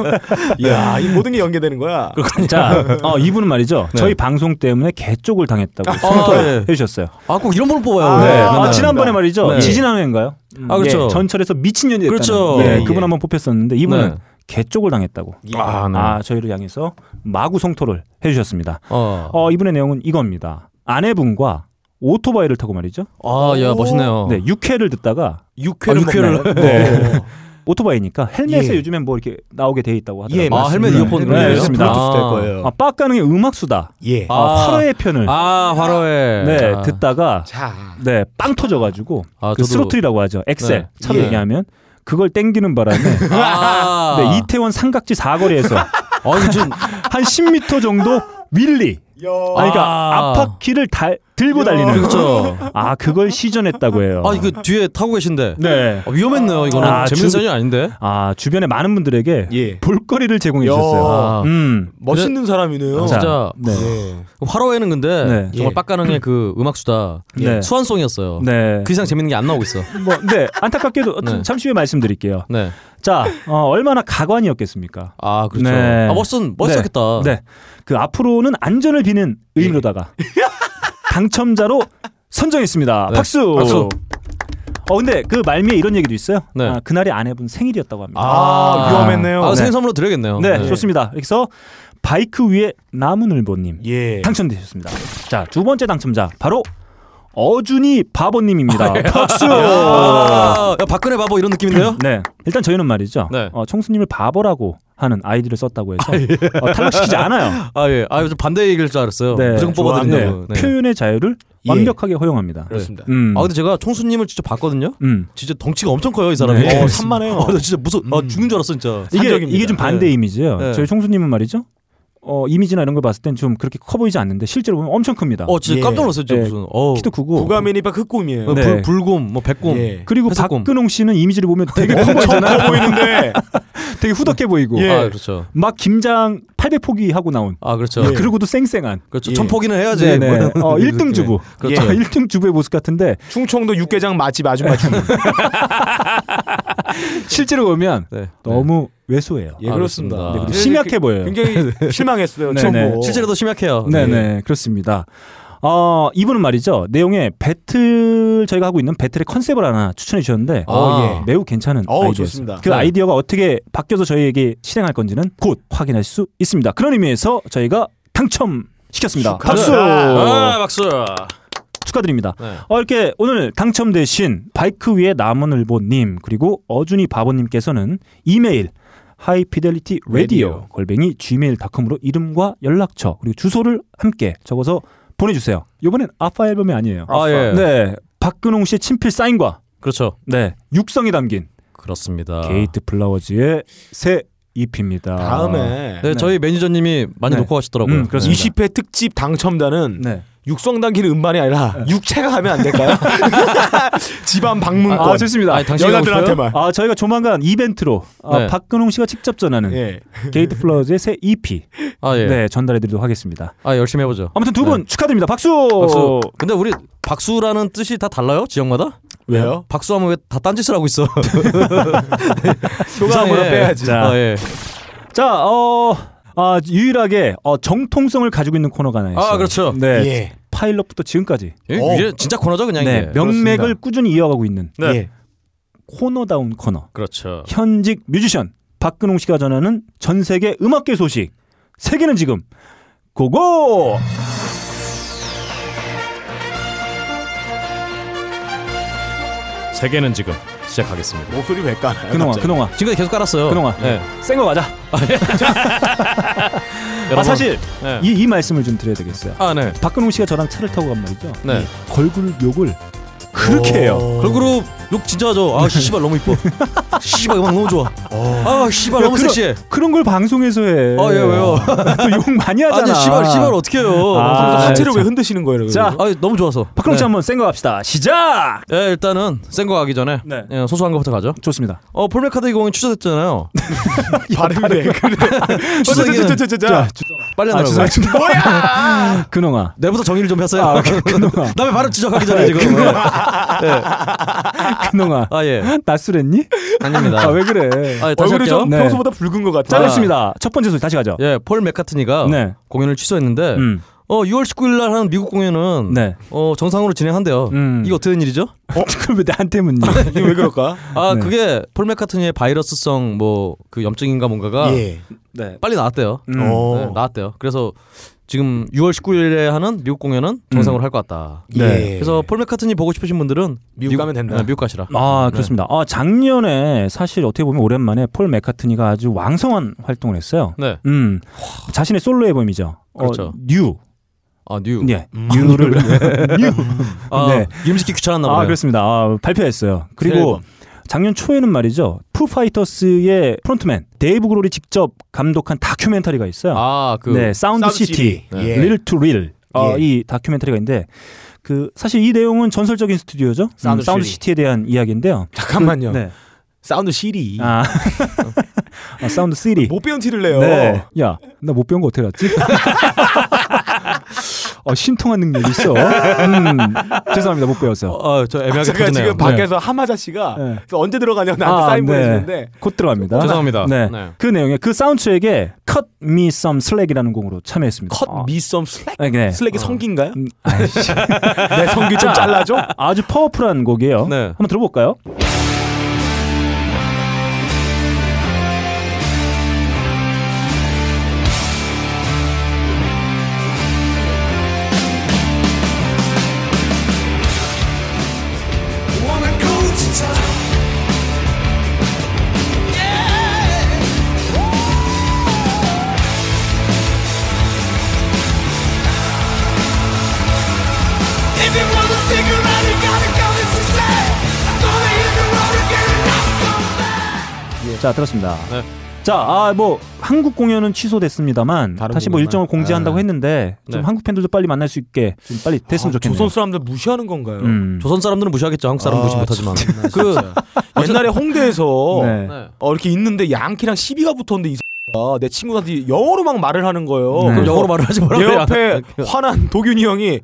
이야 이 모든 게 연계되는 거야.
그
자, 어, 이분은 말이죠.
네.
저희 방송 때문에 개쪽을 당했다고
아, 예.
해주셨어요.
아 꼭 이런 번호 뽑아요
아,
네.
네.
맨날.
아, 지난번에 말이죠.
네.
지지난해인가요?
아, 그렇죠.
예, 전철에서 미친년이 됐다는.
그렇죠.
예,
예, 예.
그분 한번 뽑혔었는데 이분은
네.
개쪽을 당했다고.
아, 네.
아, 저희를 향해서 마구 성토를 해주셨습니다.
어.
어, 이분의 내용은 이겁니다. 아내분과 오토바이를 타고 말이죠.
아, 야, 멋있네요.
네, 육회를 듣다가
아,
육회를
어.
먹나요?
네. 오토바이니까 헬멧에
예.
요즘엔 뭐 이렇게 나오게 돼 있다고 하더라고요.
예,
아,
맞습니다.
헬멧 이어폰
네,
그런 거예요?
그렇습니다.
아.
블루투스 될 거예요.
아, 빡가능의 음악 수다.
예.
아,
아.
8회 편을
아, 화로에.
네,
아.
듣다가
자.
네, 빵 터져 가지고
아,
그
저도-
스로틀이라고 하죠. 엑셀.
네.
참
예.
얘기하면 그걸 땡기는 바람에
아.
네, 이태원 삼각지 사거리에서
아, 이거 지금
한 10m 정도 윌리. 아, 그러니까
아.
앞바퀴를 달, 들고 달리는
그렇죠.
아, 그걸 시전했다고 해요.
아, 이거 뒤에 타고 계신데.
네.
아, 위험했네요. 이거는
아, 주-
재밌는 사연이 아닌데.
아 주변에 많은 분들에게
예.
볼거리를 제공해
야.
주셨어요. 음.
멋있는 사람이네요.
자,
진짜.
네.
예.
화로에는 근데
네.
정말
예.
빡가능의 그 음악 수다
네.
수완송이었어요.
네.
그 이상 재밌는 게 안 나오고 있어.
뭐, 네. 안타깝게도
네.
잠시 후에 말씀드릴게요.
네.
자, 어, 얼마나 가관이었겠습니까?
아, 그렇죠.
네.
아, 멋선 멋있었겠다.
네. 그 앞으로는 안전을 비는 의미로다가 당첨자로 선정했습니다.
네.
박수.
박수.
어 근데 그 말미에 이런 얘기도 있어요.
네.
아, 그날이 아내분 생일이었다고 합니다.
아, 위험했네요.
아,
네.
생일 선물로 드려야겠네요.
네, 좋습니다. 그래서 바이크 위에 나무늘보님
예.
당첨되셨습니다. 자, 두 번째 당첨자 바로 어준이 바보님입니다. 박수.
아, 야, 박근혜 바보 이런 느낌인데요?
네, 일단 저희는 말이죠.
네.
어, 청수님을 바보라고 하는 아이디를 썼다고 해서 어, 탈락시키지 않아요.
아, 예. 아, 좀 반대 얘기일 줄 알았어요.
네. 음.
무조건 뽑아드린다고. 네.
표현의 자유를
예.
완벽하게 허용합니다.
그렇습니다.
음,
아, 근데 제가 총수님을 직접 봤거든요.
음.
진짜 덩치가 엄청 커요 이 사람이.
네. 음.
어,
산만해요.
어, 나 진짜 무슨 아, 죽는 줄 알았어 진짜.
이게
산적입니다.
이게 좀 반대
네.
이미지예요.
네.
저희 청수님은 말이죠. 어, 이미지나 이런 걸 봤을 땐 좀 그렇게 커 보이지 않는데 실제로 보면 엄청 큽니다.
어 진짜
예.
깜짝 놀랐어요 진짜
예.
무슨 어
키도 크고
구가미니박 흑곰이에요.
어,
네.
불, 불곰 뭐 백곰
예.
그리고
회색곰.
박근홍 씨는 이미지를 보면 되게 커 보이잖아요.
커 보이는데
되게 후덕해 보이고
예.
아 그렇죠
막 김장 800포기 하고 나온
아 그렇죠
예.
그러고도 쌩쌩한
그렇죠
예.
천포기는 해야지 뭐
네네. 어, 1등 주부.
그렇죠.
예. 1등 주부의 모습 같은데
충청도 육개장 맛집 아줌마 주문.
실제로 보면
네.
너무 왜소해요.
예
아,
그렇습니다.
그렇습니다.
네, 그리고
아.
심약해 보여요.
굉장히 실망했어요.
네,
처음
네.
보고.
실제로 더 심약해요
네네 그렇습니다. 어, 이분은 말이죠 내용에 배틀 저희가 하고 있는 배틀의 컨셉을 하나 추천해 주셨는데
아,
매우 괜찮은
어우,
아이디어였습니다.
좋습니다.
그
네.
아이디어가 어떻게 바뀌어서 저희에게 실행할 건지는 곧 확인할 수 있습니다. 그런 의미에서 저희가 당첨시켰습니다. 박수
아 박수
축하드립니다.
네.
어, 이렇게 오늘 당첨되신 바이크 위에 남원을보님 그리고 어준이 바보님께서는 이메일 하이피델리티 라디오
라디오.
골뱅이 gmail.com으로 이름과 연락처 그리고 주소를 함께 적어서 보내주세요. 이번엔 아빠 앨범이 아니에요.
아, 예.
네, 박근홍 씨의 친필 사인과
그렇죠
네 육성이 담긴
그렇습니다
게이트 플라워즈의 새 잎입니다.
다음에
네, 저희 매니저님이 많이
네.
놓고 가시더라고요
음, 아, 그렇습니다.
20회 특집 당첨자는
네.
육성 당기는 음반이 아니라 육체가 하면 안 될까요? 집안 방문권.
아, 좋습니다.
아니, 당신이
여자들한테만.
아 저희가 조만간 이벤트로 아,
네.
박근홍 씨가 직접 전하는
예.
게이트 플라워즈의 새 EP
아예
네 어. 전달해드리도록 하겠습니다.
아 열심히 해보죠
아무튼 두 분 축하드립니다. 박수.
네. 박수 근데 우리 박수라는 뜻이 다 달라요 지역마다
왜요?
박수하면 왜 다 딴짓을 하고 있어
효과 한번
이상해.
빼야지.
자.
아, 예.
자, 어, 아, 유일하게 어, 정통성을 가지고 있는 코너가 하나 있어요.
아, 그렇죠.
네,
예.
파일럿부터 지금까지
예,
어.
이게 진짜 코너죠 그냥
네,
이게
명맥을
그렇습니다.
꾸준히 이어가고 있는
네.
예.
코너다운 코너.
그렇죠
현직 뮤지션 박근홍 씨가 전하는 전 세계 음악계 소식. 세계는 지금 고고.
세계는 지금 시작하겠습니다
목소리 왜 까나요?
근홍아,
갑자기? 예.
근홍아,
지금까지 계속 깔았어요
근홍아.
예.
센거 가자.
여러분.
아, 사실
네.
이, 이 말씀을 좀 드려야 되겠어요.
아, 네.
박근홍 씨가 저랑 차를 타고 간 말이죠.
네.
걸그룹 욕을 그렇게 해요.
오.
걸그룹 욕 진짜 하죠.
네.
아, 씨발 너무 이뻐. 씨발 음악 너무 좋아. 아, 씨발
어. 야, 그럼-
너무 섹시해.
그런 걸 방송에서 해.
어,
아, 예, 왜요?
또욕 많이 하잖아.
아니, 씨발 씨발 어떻게 해요?
아,
그래서 하체를
참.
왜 흔드시는 거예요?
자,
그러면?
아, 너무 좋아서.
박근홍 씨
네.
한번 센거 갑시다. 시작.
예, 일단은 센거 가기 전에
네.
예, 소소한 것부터 가죠.
좋습니다.
어, 폴메카드 20이 취소됐잖아요.
네,
발음이 왜 그래?
추석에는-
저저저저저저.
빨리 하라고.
네. 아, 죄송합니다. 근홍아.
내부터 정리를 좀 했어요.
그놈아.
남의 발음 지적하기 전에 지금.
근홍아.
아, 예.
낯설했니?
아닙니다.
아, 왜 그래?
네, 아, 예, 다시
얼굴이
할게요.
좀
네.
평소보다 붉은 것 같아.
자, 좋습니다. 첫 번째 소식 다시 가죠.
예, 폴 메카트니가
네.
공연을 취소했는데
음.
어, 6월 19일 날 하는 미국 공연은
네.
어, 정상으로 진행한대요.
음.
이거 어떻게 된 일이죠?
그럼 왜 나한테 묻니?
이게 왜 그럴까?
아
네.
그게 폴 메카트니의 바이러스성 뭐 그 염증인가 뭔가가
예.
네.
빨리 나왔대요.
음.
어.
네, 나왔대요. 그래서 지금 6월 19일에 하는 미국 공연은
음.
정상으로 할 것 같다.
예.
네.
그래서 폴 메카트니 보고 싶으신 분들은
미국 가면 된다.
네, 미국 가시라.
아 그렇습니다. 아 작년에 사실 어떻게 보면 오랜만에 폴 맥카트니가 아주 왕성한 활동을 했어요.
네.
음 자신의 솔로 앨범이죠.
그렇죠.
어, 뉴.
아 뉴.
네.
예. 뉴를 뉴.
아
네.
이름 짓기 귀찮았나
아
보네요.
그렇습니다. 아, 발표했어요.
새
그리고
앨범.
작년 초에는 말이죠. 푸파이터스의 프론트맨 데이브 그롤이 직접 감독한 다큐멘터리가 있어요.
아그
네, 사운드,
사운드
시티,
시티.
릴
예.
투 릴. 어,
예.
이 다큐멘터리가 있는데 그 사실 이 내용은 전설적인 스튜디오죠.
사운드
음, 사운드
시티.
시티에 대한 이야기인데요.
어,
잠깐만요.
네.
사운드 시리.
아, 아, 사운드 시리.
못 배운 티를 내요.
네. 야, 나 못 배운 거 어떻게 알았지? 어, 신통한 능력이 있어. 음, 죄송합니다. 못 배웠어요.
아저 애매하게
제가
터지네요.
지금 밖에서 하마자 씨가
네. 아,
그래서 언제 들어가냐고 나한테 사인 보내주는데
곧 들어갑니다.
죄송합니다.
네.
네.
그 내용에 그 사운드트랙에 Cut Me Some Slack이라는 곡으로 참여했습니다.
컷
아,
미썸 슬랙
네, 네.
슬랙이 성기인가요?
음, 아이씨.
내 성기 좀 잘라줘.
아주 파워풀한 곡이에요.
네.
한번 들어볼까요? 자, 들었습니다.
예.
네.
자, 아, 뭐 한국 공연은 취소됐습니다만
다른
다시 뭐
공연만.
일정을 공지한다고
아.
했는데 좀
네.
한국 팬들도 빨리 만날 수 있게 좀 빨리 됐으면 좋겠네요.
아, 조선 사람들 무시하는 건가요?
음.
조선 사람들은 무시하겠죠. 한국 사람은
아,
무시 못하지만.
참나,
그
진짜. 옛날에 홍대에서
네.
네.
어, 이렇게 있는데 양키랑 시비가 붙었는데 이 X가 내 친구한테 영어로 막 말을 하는 거예요.
네.
그럼
그래서
영어로 말을 하지 말라고
내
해요. 아,
옆에 화난 도균이 형이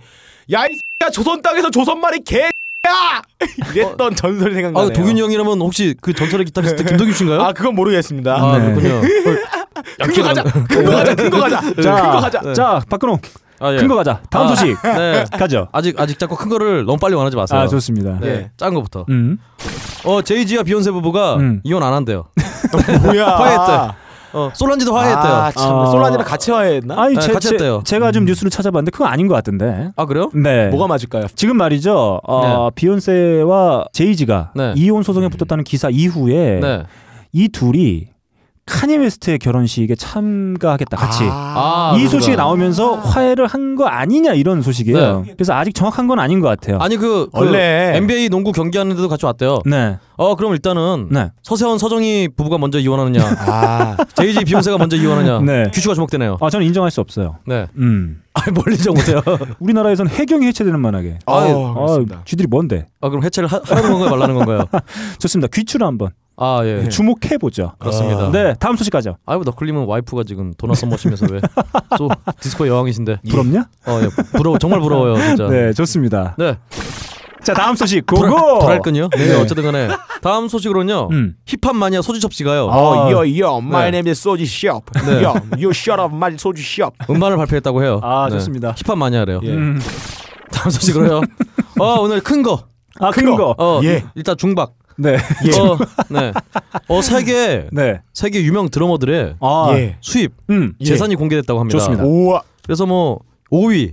야 이 X야 조선 땅에서 조선 말이 개야 이랬던 전설이
아,
생각나네요.
도균이 형이라면 혹시 그 전설의 기타리스트 김동규씨인가요?
아 그건 모르겠습니다.
아,
네.
그렇군요.
큰거 가자, 큰거 가자, 큰거 가자, 큰거 가자.
네.
자, 박근홍
아, 예.
큰 거 가자. 다음
아.
소식
네.
가죠.
아직 아직 자꾸 큰 거를 너무 빨리 원하지 마세요.
아, 좋습니다.
네.
예.
작은 거부터.
음.
어, 제이지와 비욘세 부부가
음.
이혼 안 한대요.
뭐야?
화해했대. 어, 솔란지도 화해했대요.
아,
아,
참.
어.
솔란이랑 같이 화해했나?
아니,
네,
제,
같이 했대요.
제, 가좀 뉴스를 찾아봤는데 그건 아닌 것 같던데.
그래요?
네.
뭐가 맞을까요?
지금 말이죠. 어, 비욘세와 제이지가
네.
이혼 소송에 붙었다는 기사 이후에
네.
이 둘이 카니 웨스트의 결혼식에 참가하겠다 같이.
아,
이
그렇구나.
소식이 나오면서 화해를 한 거 아니냐 이런 소식이에요. 그래서 아직 정확한 건 아닌 것 같아요.
네. 아니 그, 그
원래-
NBA 농구 경기하는데도 같이 왔대요.
네,
어, 그럼 일단은
네,
서세원 서정희 부부가 먼저 이혼하느냐,
아,
제이지 비욘세가 먼저 이혼하냐,
네.
규슈가 주목되네요.
아 저는 인정할 수 없어요.
네.
음,
아, 멀리 좀 오세요.
우리나라에선 해경이 해체되는 만하게.
아, 그렇습니다.
아, 쥐들이 뭔데?
아, 그럼 해체를 하, 하라는 건가요, 말라는 건가요?
좋습니다. 귀추를 한번
아,
네.
예.
네.
주목해 보죠.
그렇습니다.
네, 다음 소식 가죠.
아이고 너클림은 와이프가 지금 도나 써머시면서 왜? 또 디스코 여왕이신데.
부럽냐?
어, 예. 부러워. 정말 부러워요, 진짜.
네, 좋습니다.
네.
자, 다음 소식
불알-
고고.
불알끈요. 네, 어쨌든 간에 다음 소식으로는요.
음.
힙합 마니아 소지섭 씨가요.
어, yo yo, my
네.
name is Soji Shop.
네.
Yo, you shut up, my Soji Shop.
음반을 발표했다고 해요.
아,
네.
좋습니다.
힙합 마니아래요.
예.
음.
다음 소식으로요. 어, 오늘 큰 거.
아, 큰 거.
어,
예.
일단 중박.
네,
어, 네. 어, 세계
네.
세계 유명 드러머들의
아,
예.
수입
음,
예.
재산이 공개됐다고 합니다.
좋습니다.
우와.
그래서 뭐 5위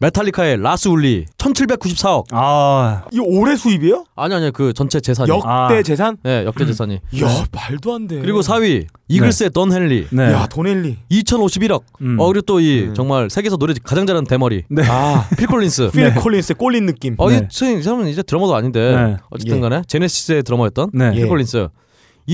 메탈리카의 라스 울리 1,794억.
아,
이 올해 수입이에요?
아니 아니 그 전체 재산이.
역대
아.
재산?
네, 역대 재산이.
이야, 말도 안 돼.
그리고 4위 이글스의 던 헨리
네.
야, 도넬리.
2,051억.
음.
어 그리고 또 이 정말 세계에서 노래 가장 잘하는 대머리
네.
아,
필콜린스. 네.
필 콜린스의 꼴린 느낌.
어,
네.
이 친- 이 사람은 이제 드러머도 아닌데
네.
어쨌든
예.
간에 제네시스의 드러머였던
네.
예.
필콜린스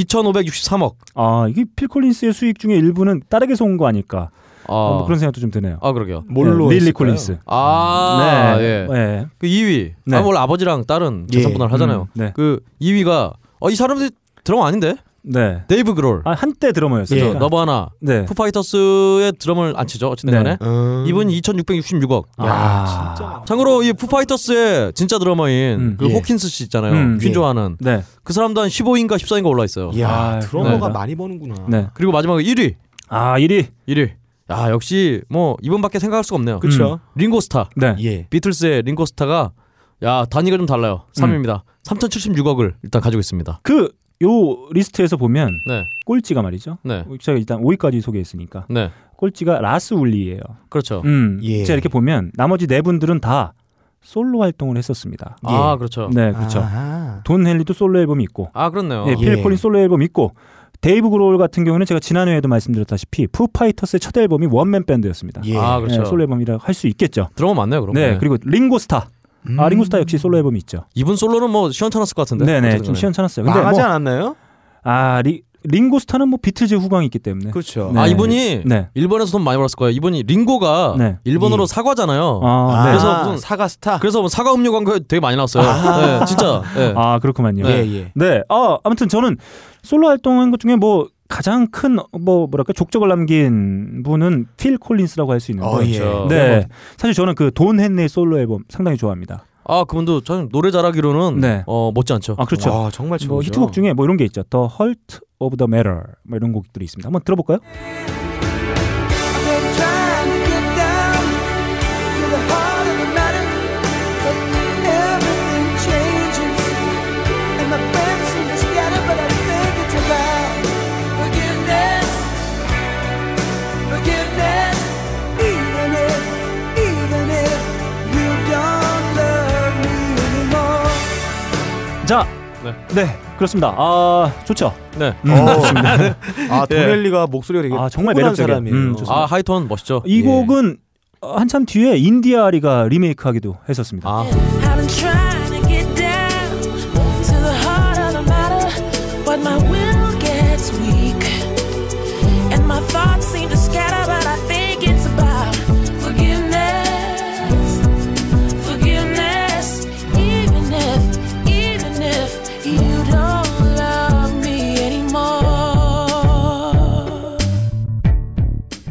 2,563억.
아, 이게 필콜린스의 수익 중에 일부는 딸에게서 온 거 아닐까?
아,
뭐 그런 생각도 좀 드네요.
아 그러게요.
뭘로
네, 릴리
했을까요?
콜린스.
아,
네.
예.
네.
그 2위.
네.
아, 원래 아버지랑 딸은
예.
재산 분할 하잖아요.
음, 네.
그 2위가 어, 이 사람들이 드러머 아닌데?
네.
데이브 그롤.
아, 한때 드러머였어요.
예.
제가.
너바나.
네.
푸파이터스의 드럼을 안 치죠. 어쨌든
네.
간에.
음.
이분 2,666억.
아, 진짜.
참고로 이 푸파이터스의 진짜 드러머인
음.
그
예.
호킨스 씨 있잖아요.
음.
퀸
예.
좋아하는
네.
그 사람도 한 15인가 14인가 올라 있어요.
이야,
아,
드러머가
네.
많이 버는구나.
네.
그리고 마지막 1위.
아, 1위.
1위. 야 역시 뭐 이분밖에 생각할 수가 없네요. 음.
그쵸?
링고스타.
네.
예.
비틀스의 링고스타가 야 단위가 좀 달라요. 3위입니다.
음.
3,076억을 일단 가지고 있습니다.
그 요 리스트에서 보면
네,
꼴찌가 말이죠.
네,
제가 일단 5위까지 소개했으니까
네.
꼴찌가 라스 울리예요.
그렇죠.
음.
예.
제가 이렇게 보면 나머지 네 분들은 다 솔로 활동을 했었습니다.
아 그렇죠.
네, 그렇죠.
아하.
돈 헨리도 솔로 앨범이 있고
아 그렇네요.
예, 필
예.
콜린 솔로 앨범 있고 데이브 그롤 같은 경우는 제가 지난회에도 말씀드렸다시피 푸파이터스의 첫 앨범이 원맨 밴드였습니다.
예.
아 그렇죠.
예, 솔로 앨범이라 할 수 있겠죠.
드러머 맞네요. 그럼.
네, 그리고 링고스타.
음.
아, 링고스타 역시 솔로 앨범이 있죠.
이분 솔로는 뭐 시원찮았을 것 같은데.
네, 네,
어쨌든
좀
간에.
시원찮았어요. 근데
망하지
뭐,
않았나요?
아, 리, 링고스타는 뭐 비틀즈 후광이 있기 때문에.
그렇죠.
네.
아 이분이
네.
일본에서 돈 많이 벌었을 거예요. 이분이 링고가
네.
일본어로
예.
사과잖아요.
아,
아,
네.
그래서 무슨-
사과 스타.
그래서 뭐 사과 음료 광고 되게 많이 나왔어요. 네, 진짜. 네.
아, 그렇구만요.
네.
예, 예.
네. 아, 아무튼 저는 솔로 활동한 것 중에 뭐 가장 큰 뭐 뭐랄까 족적을 남긴 분은 필 콜린스라고 할 수 있는데.
어, 예.
그렇죠.
네. 사실 저는 그 돈 헨리의 솔로 앨범 상당히 좋아합니다.
아 그분도 참 노래 잘하기로는
네.
어 못지않죠.
아, 그렇죠.
와, 정말 최고죠.
뭐 히트곡 중에 뭐 이런 게 있죠. The Heart of the Matter 뭐 이런 곡들이 있습니다. 한번 들어볼까요? 자,
네.
그렇습니다. 아 좋죠.
네.
음,
어.
좋습니다.
아, 도넬리가 목소리가 되게
네. 아, 정말
포근한
매력적이에요.
사람이에요.
음, 좋습니다.
아 하이톤 멋있죠.
이
예.
곡은 어, 한참 뒤에 인디아리가 리메이크하기도 했었습니다.
아
I've been trying to get down to the heart of the matter, but my will gets weak. my thoughts seem to scatter, but I think it's about forgiveness. Forgiveness, even if, even if you don't love me anymore.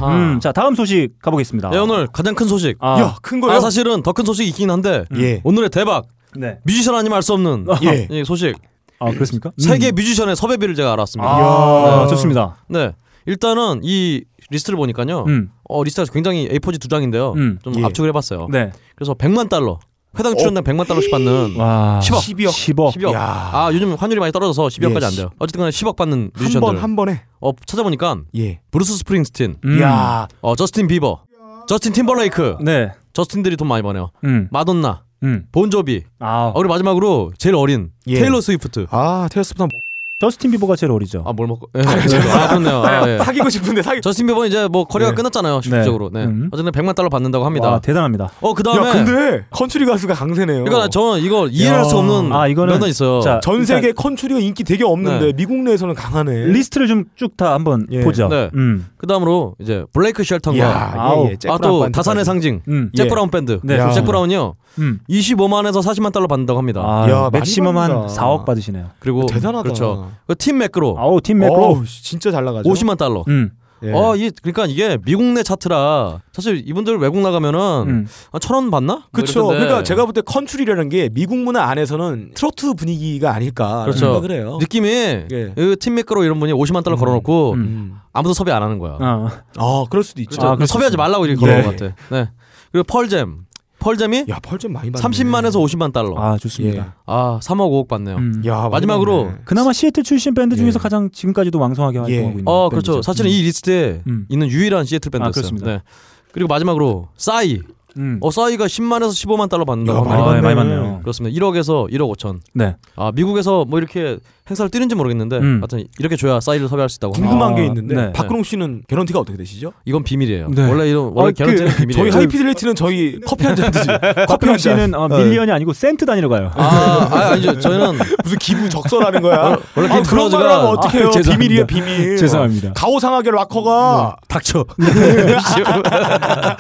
음, 자 다음 소식 가보겠습니다.
예, 오늘 가장 큰 소식.
아, 음.
야, 큰 거예요?
아 사실은 더 큰 소식이 있긴 한데
예.
오늘의 대박
네.
뮤지션 아니면 알 수 없는
예.
이 소식.
아 그렇습니까?
세계 뮤지션의 섭외비를 제가 알았습니다. 예.
아, 좋습니다.
네. 일단은 이 리스트를 보니까요.
음,
어, 리스트가 굉장히 A4지 두 장인데요.
음.
좀
예.
압축을 해봤어요.
네. 어?
그래서 100만 달러. 회당 출연당 100만 달러씩 받는
와,
10억.
10억.
10억.
야.
아 요즘 환율이 많이 떨어져서 12억까지
예,
안 돼요. 어쨌든 간에 10억 받는
한 번
뮤지션들.
한 번에.
어, 찾아보니까
예.
브루스 스프링스틴,
음.
야.
어, 저스틴 비버, 저스틴 팀버레이크,
네.
저스틴들이 돈 많이 버네요.
음,
마돈나,
음.
본조비,
아,
어, 그리고 마지막으로 제일 어린
예.
테일러 스위프트.
아, 테스프탄
저스틴 비버가 제일 어리죠.
아 뭘 먹고? 예, 아 그렇네요. 아, 예.
사귀고 싶은데 사귀
저스틴 비버는 이제 뭐 커리어가
네.
끝났잖아요. 실질적으로. 네.
음.
어쨌든 100만 달러 받는다고 합니다.
와, 대단합니다.
어 그다음에
야, 근데 컨츄리 가수가 강세네요.
그러니까 저는 이거 이해할
야.
수 없는
아, 이거는
면허 있어요.
자,
전 세계 컨츄리가 인기 되게 없는데
네.
미국 내에서는 강하네.
리스트를 좀 쭉 다 한번
예.
보죠.
네.
음,
그다음으로 이제 블레이크 쉘턴과
야,
아우.
예, 예. 잭 브라운
아또
밴드까지.
다산의 상징
음,
잭
예.
브라운 밴드. 그
네.
야.
잭 브라운이요.
음.
25만에서 40만 달러 받는다고 합니다.
아,
야, 많이
맥시멈 한
받는다.
4억 받으시네요.
그리고
뭐 대단하다.
그렇죠. 그팀 매크로
아우, 팀 맥로.
어우, 진짜 잘 나가죠.
50만 달러.
음,
예.
어, 이 그러니까 이게 미국 내 차트라 사실 이분들 외국 나가면은
음.
아, 천원 받나? 뭐
그렇죠.
이랬는데
그러니까 제가 볼 때 컨츄리라는 게 미국 문화 안에서는 트로트 분위기가 아닐까
그렇죠.
생각을 해요.
느낌이 그 팀 매크로 이런 분이 50만 달러 걸어놓고
음.
음.
아무도 섭외 안 하는 거야.
아,
아, 그럴 수도 있죠.
그렇죠.
아, 그럴 수
섭외하지
있죠.
말라고 이렇게
예.
걸어온 것 같아. 네. 그리고 펄잼. 펄잼이
야, 펄좀 많이 받네.
30만에서 50만 달러. 아,
아, 좋습니다.
아 3억 5억 받네요.
음.
야,
마지막으로
많이 받네.
그나마 시애틀 출신 밴드 중에서
예.
가장 지금까지도 왕성하게 활동하고 있는
어
밴드죠.
그렇죠. 사실은 이 리스트에
음.
있는 유일한 시애틀
아,
밴드였어요.
그렇습니다.
네. 그리고 마지막으로 싸이.
음.
어 싸이가 10만에서 15만 달러
야,
어, 받는다고
많이
합니다.
아,
받네.
예, 많이 받네요.
그렇습니다. 1억에서 1억 5천.
네.
아 미국에서 뭐 이렇게 행사를 뛰는지 모르겠는데
음.
하여튼 이렇게 줘야 싸이를 섭외할 수 있다고 합니다.
궁금한
아,
게 있는데
네.
박근홍 씨는 개런티가 어떻게 되시죠?
이건 비밀이에요.
네.
원래 이런 원래
아,
개런티는
그-
저희
비밀이에요.
하이피델리티는 저희 커피 한 잔 드지. 커피
박근홍
한 잔.
씨는 어, 밀리언이 아니고 센트 단위로 가요.
아, 아 아니죠. 저희는
무슨 기부 적설하는 거야?
원래
아, 그런
블러즈가-
말 하면 어떡해요?
아, 죄송합니다.
비밀이에요, 비밀.
죄송합니다.
가오상하게 락커가
닥쳐.
네,
아,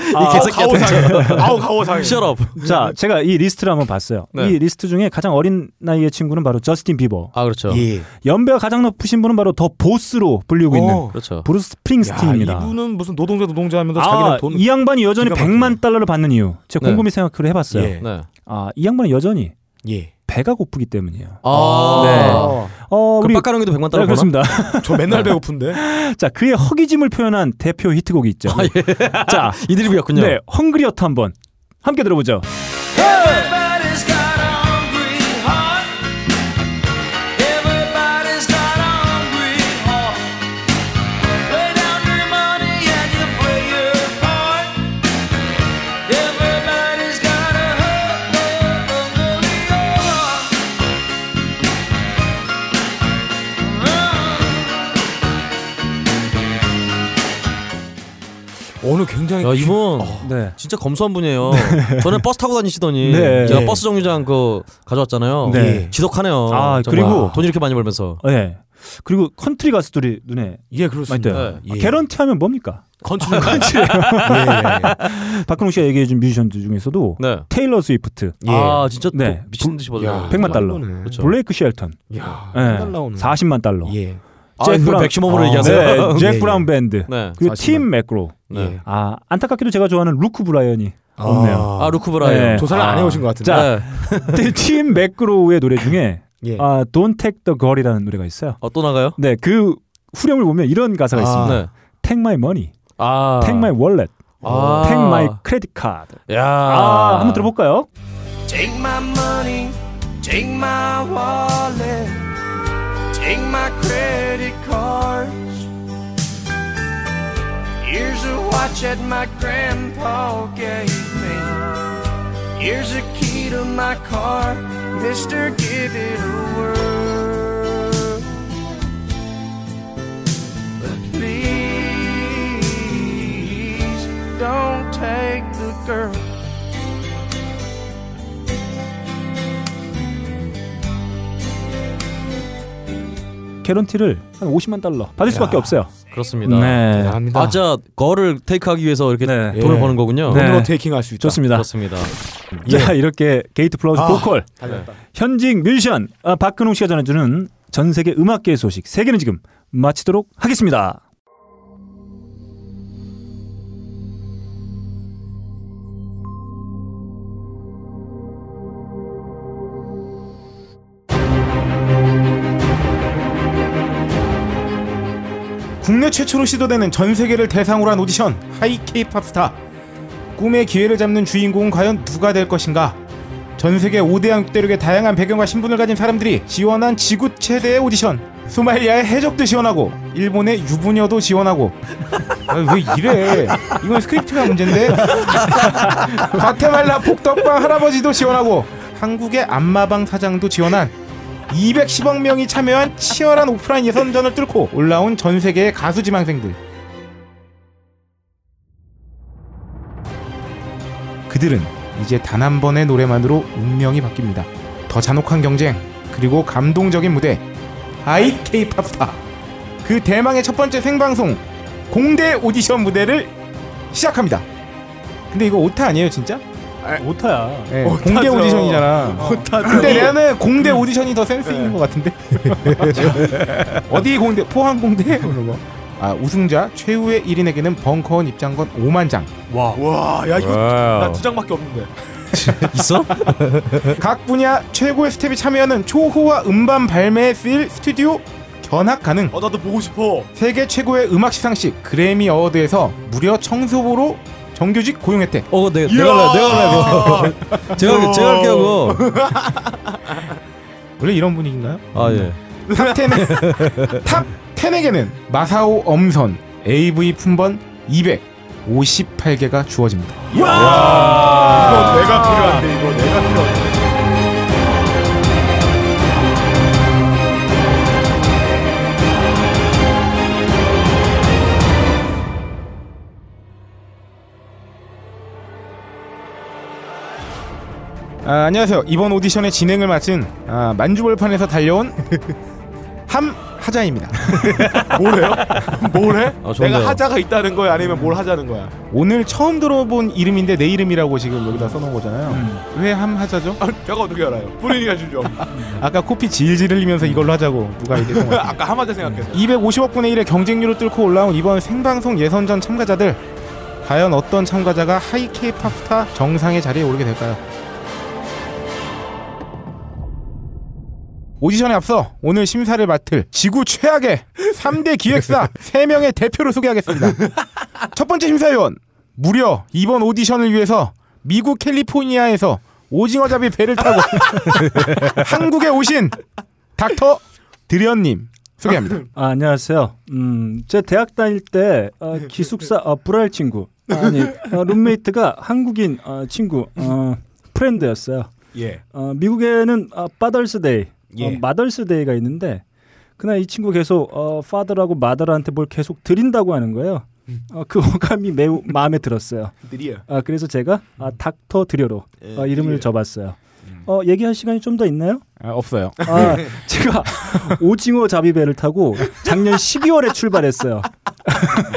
이 가오상. 아우 가오상.
셔럽.
자, 제가 이 리스트를 한번 봤어요.
네.
이 리스트 중에 가장 어린 나이의 친구는 바로 저스틴 비버.
아 그렇죠.
예.
연배가 가장 높으신 분은 바로 더 보스로 불리고 있는
어.
그렇죠.
브루스
야,
스프링스틴입니다.
이분은 무슨 노동자 노동자 하면서
아,
자기는 돈.
이 양반이 여전히
기가 막히네.
100만 달러를 받는 이유. 제가
네.
곰곰이 생각을 해봤어요.
예.
네.
아, 이 양반은 여전히
예.
배가 고프기 때문이에요.
아.
네. 어,
그럼
우리
빡가릉이도 100만
네,
달러 버나?
그렇습니다.
저 맨날 배고픈데.
자, 그의 허기짐을 표현한 대표 히트곡이 있죠.
아, 예,
자,
이드립이었군요.
네, 헝그리어트 한번 함께 들어보죠.
Everybody's got a hungry heart. Everybody's got a hungry heart. Lay down your money and you play your part. Everybody's got a hungry heart.
오늘 굉장히
야, 이분
네.
진짜 검소한 분이에요. 전에 버스 타고 다니시더니
네.
제가
네.
버스 정류장 그 가져왔잖아요. 예.
네.
지독하네요.
아,
정말.
그리고-
돈 이렇게 많이 벌면서.
네. 그리고 컨트리 가수들이 눈에
예
많이
그렇습니다.
띄어요.
네.
아,
예.
개런티 하면 뭡니까?
건축 건축. 예.
박근홍 씨가 얘기해준 뮤지션들 중에서도
네.
테일러 스위프트,
예.
아 진짜
네.
또 미친 듯이 벌어요.
야,
100만 달러,
그러네.
그렇죠.
블레이크 쉘턴,
야.
네.
아, 달 나오는.
40만 달러,
예.
아, 이거 백시멈으로 얘기하세요.
네, 잭
예,
브라운 밴드,
네.
그리고
40만.
팀 맥로.
네.
예.
아 안타깝게도 제가 좋아하는 루크 브라이언이 없네요.
아 네. 루크브라이요.
네.
조사를 안 해오신 것 같은데.
자. 근데 팀 맥로의 노래 중에
예.
아, Don't Take the Girl이라는 노래가 있어요.
아, 또 나가요?
네, 그 후렴을 보면 이런 가사가
아.
있습니다.
네.
Take my money,
아.
take my wallet,
아.
take my credit card.
야.
아, 한번 들어볼까요?
Take my money, take my wallet, take my credit cards. Here's a watch that my grandpa gave me. Here's a key to my car, Mister. Give it a whirl. But please don't take the girl.
개런티를 한 50만 달러 받을 수밖에 없어요.
그렇습니다.
네.
대단합니다.
아, 진짜 거를 테이크하기 위해서 이렇게
네.
돈을
예.
버는 거군요.
네.
돈으로 테이킹 할 수 있다.
좋습니다.
그렇습니다.
자 이렇게 게이트 플러스
예. 아.
보컬
달렸다.
현직 뮤지션 아, 박근홍 씨가 전해주는 전 세계 음악계의 소식 세계는 지금 마치도록 하겠습니다.
국내 최초로 시도되는 전 세계를 대상으로 한 오디션 하이 케이팝 스타 꿈의 기회를 잡는 주인공은 과연 누가 될 것인가 전 세계 5대양 대륙의 다양한 배경과 신분을 가진 사람들이 지원한 지구 최대의 오디션 소말리아의 해적도 지원하고 일본의 유부녀도 지원하고 아, 왜 이래 이건 스크립트가 문제인데 과테말라 폭덕방 할아버지도 지원하고 한국의 안마방 사장도 지원한 210억 명이 참여한 치열한 오프라인 예선전을 뚫고 올라온 전 세계의 가수 지망생들. 그들은 이제 단 한 번의 노래만으로 운명이 바뀝니다. 더 잔혹한 경쟁, 그리고 감동적인 무대. 아이 케이팝 스타. 그 대망의 첫 번째 생방송 공대 오디션 무대를 시작합니다. 근데 이거 오타 아니에요, 진짜?
오타야.
예, 공대 오디션이잖아. 근데 나는 공대 오디션이 더 센스 있는 것 같은데. 어디 공대? 포항 공대? 그런 거. 아 우승자 최후의 1인에게는 벙커원 입장권 5만 장.
와, 야 이거 나
와우.
두 장밖에 없는데.
있어?
각 분야 최고의 스텝이 참여하는 초호화 음반 발매에 쓰일 스튜디오 견학 가능.
어, 나도 보고 싶어.
세계 최고의 음악 시상식 그래미 어워드에서 무려 청소부로 정규직 고용 혜택.
어, 내가 내가 할래, 내가 할래.
아.
그거. 제가 할게, 제가 할게 하고.
원래 이런 분위기인가요?
아 예.
탑 10에 탑 10에게는 마사오 엄선 AV 품번 258개가 주어집니다.
이거 내가 필요한데 이거 내가 필요한데.
아, 안녕하세요. 이번 오디션의 진행을 맡은 아, 만주벌판에서 달려온 함하자입니다.
뭐래요? 뭐래?
아, 좋네요.
내가 하자가 있다는 거야, 아니면 뭘 하자는 거야?
오늘 처음 들어본 이름인데 내 이름이라고 지금 여기다 써놓은 거잖아요.
음.
왜 함하자죠?
아, 제가 어떻게 알아요? 본인이가 주죠.
아까 코피 질질 흘리면서 이걸로 하자고 누가 얘기했던 것 같아요.
아까 하마자 생각해서.
250억분의 1의 경쟁률을 뚫고 올라온 이번 생방송 예선전 참가자들 과연 어떤 참가자가 하이 케이팝 스타 정상의 자리에 오르게 될까요? 오디션에 앞서 오늘 심사를 맡을 지구 최악의 3대 기획사 3명의 대표를 소개하겠습니다. 첫 번째 심사위원 무려 이번 오디션을 위해서 미국 캘리포니아에서 오징어잡이 배를 타고 한국에 오신 닥터 드련님 소개합니다.
아, 안녕하세요. 음, 제 대학 다닐 때 어, 기숙사 어, 불알 친구 아니 어, 룸메이트가 한국인 어, 친구 어, 프렌드였어요.
예.
어, 미국에는 아, 파덜스데이,
예.
어, 마덜스데이가 있는데 그날 이 친구 계속 어, 파더라고 마더한테 뭘 계속 드린다고 하는 거예요.
음.
어, 그 어감이 매우 마음에 들었어요.
드디어.
아, 그래서 제가 아, 닥터 드려로
예,
어, 이름을
예.
접었어요. 어, 얘기할 시간이 좀 더 있나요?
아, 없어요.
아, 제가 오징어 잡이배를 타고 작년 12월에 출발했어요.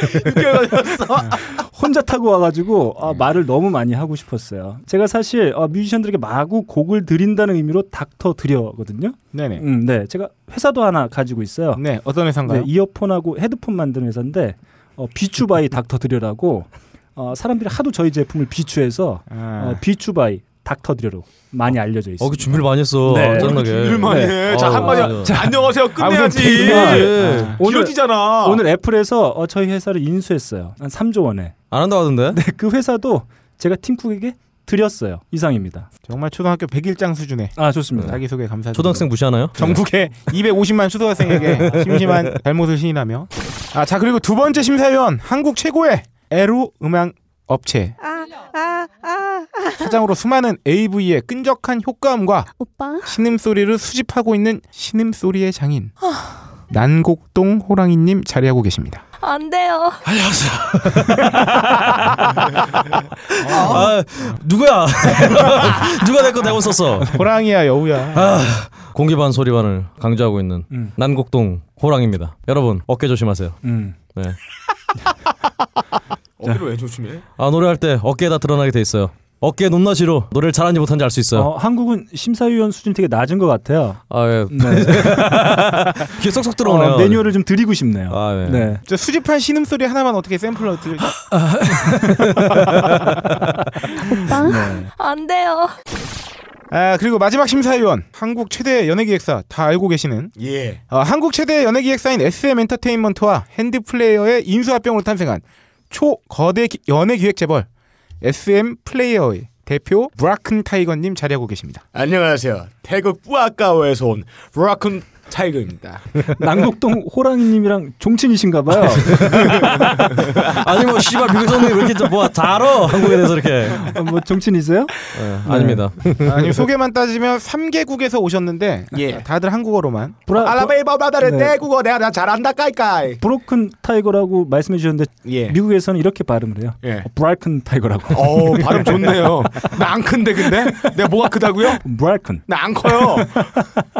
혼자 타고 와가지고 아, 말을 너무 많이 하고 싶었어요. 제가 사실 어, 뮤지션들에게 마구 곡을 드린다는 의미로 닥터 드려거든요.
네네.
음, 네, 제가 회사도 하나 가지고 있어요.
네, 어떤 회사인가요?
네, 이어폰하고 헤드폰 만드는 회사인데 어, 비추바이 닥터 드려라고 어, 사람들이 하도 저희 제품을 비추해서
아,
어, 비추바이 닥터 드려로 많이 알려져 있어요.
어, 그 준비를 많이 했어.
네.
네. 짜증나게.
그 준비를 많이 해.
네.
자,
어,
한마디.
맞아.
자, 안녕하세요. 끝내야지.
아, 무슨
예.
오늘-
길어지잖아.
오늘 애플에서 어, 저희 회사를 인수했어요. 한 3조 원에.
안 한다고 하던데.
네, 그 회사도 제가 팀쿡에게 드렸어요. 이상입니다.
정말 초등학교 100일장 수준의
아 좋습니다.
자기소개 감사드립니다.
초등학생 무시하나요?
전국의 250만 초등학생에게 심심한 잘못을 신인하며 아, 자 그리고 두 번째 심사위원 한국 최고의 에로 음향 업체
아,
사장으로 수많은 AV의 끈적한 효과음과
오빠
신음소리를 수집하고 있는 신음소리의 장인
아.
난곡동 호랑이님 자리하고 계십니다.
안 돼요.
아, 누구야? 누가 내거 대본 썼어?
호랑이야 여우야.
공기 반 소리 반을 강조하고 있는
음.
난곡동 호랑입니다. 여러분 어깨 조심하세요.
음.
네.
어깨를 왜 조심해?
아 노래할 때 어깨에다 드러나게 돼 있어요. 어깨 높낮이로 노래를 잘하는지 못하는지 알 수 있어요.
어, 한국은 심사위원 수준이 되게 낮은 것 같아요.
아 예.
네.
귀에 쏙쏙 들어오네요.
어, 매뉴얼을 좀 드리고 싶네요.
아 네.
네.
저 수집한 신음소리 하나만 어떻게 샘플로 들
안 돼요.
아, 그리고 마지막 심사위원. 한국 최대 연예기획사 다 알고 계시는
예.
어, 한국 최대 연예기획사인 SM 엔터테인먼트와 핸드플레이어의 인수합병으로 탄생한 초거대 기- 연예기획재벌 SM 플레이어의 대표 브라큰 타이거님 자리하고 계십니다.
안녕하세요. 태국 뿌아까오에서 온 브라큰 타이거입니다.
남곡동 호랑이님이랑 종친이신가봐요.
아니 뭐 씨발 미국 선배 왜 이렇게 좀뭐 잘어 한국에 대해서 이렇게.
네.
뭐 종친이세요?
네, 아닙니다.
아, 지금 소개만 따지면 3개국에서 오셨는데 다들 한국어로만
아, 뭐,
브라-
알라베이바바다를
네.
국어 내가 나 잘한다 까이까이.
브로큰 타이거라고 말씀해 주셨는데
예.
미국에서는 이렇게 발음을 해요. 어,
예.
브라큰 타이거라고.
어 발음 좋네요. 나 안 큰데 근데 내가 뭐가 크다고요?
브라큰.
나 안 커요.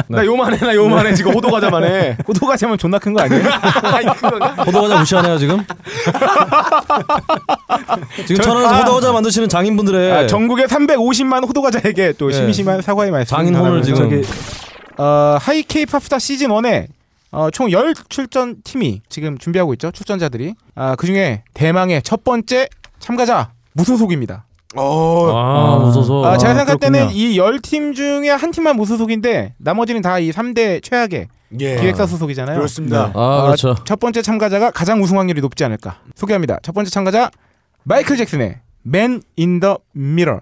나 요만해 나 요만해 지금 호두과자만해.
네. 호두과자면 존나 큰 거 아니에요?
호두과자 무시하네요 지금. 지금 천안
아.
호두과자 만드시는 장인분들의
아, 전국의 350만 호두과자에게 또
예.
심심한 사과의 말씀
장인혼을
전하면서
지금
저기
어, 하이 K 팝스타 시즌 1에 어, 총 10출전 팀이 지금 준비하고 있죠. 출전자들이. 아, 그중에 대망의 첫 번째 참가자 무소속입니다.
어
아 무서워.
아, 제가 생각할 때는
그렇군요.
이 10팀 중에 한 팀만 무소속인데 나머지는 다 이 3대 최악의
예.
기획사 소속이잖아요. 어,
그렇습니다.
아 그렇죠.
첫 번째 참가자가 가장 우승 확률이 높지 않을까. 소개합니다. 첫 번째 참가자 마이클 잭슨의 Man in the Mirror.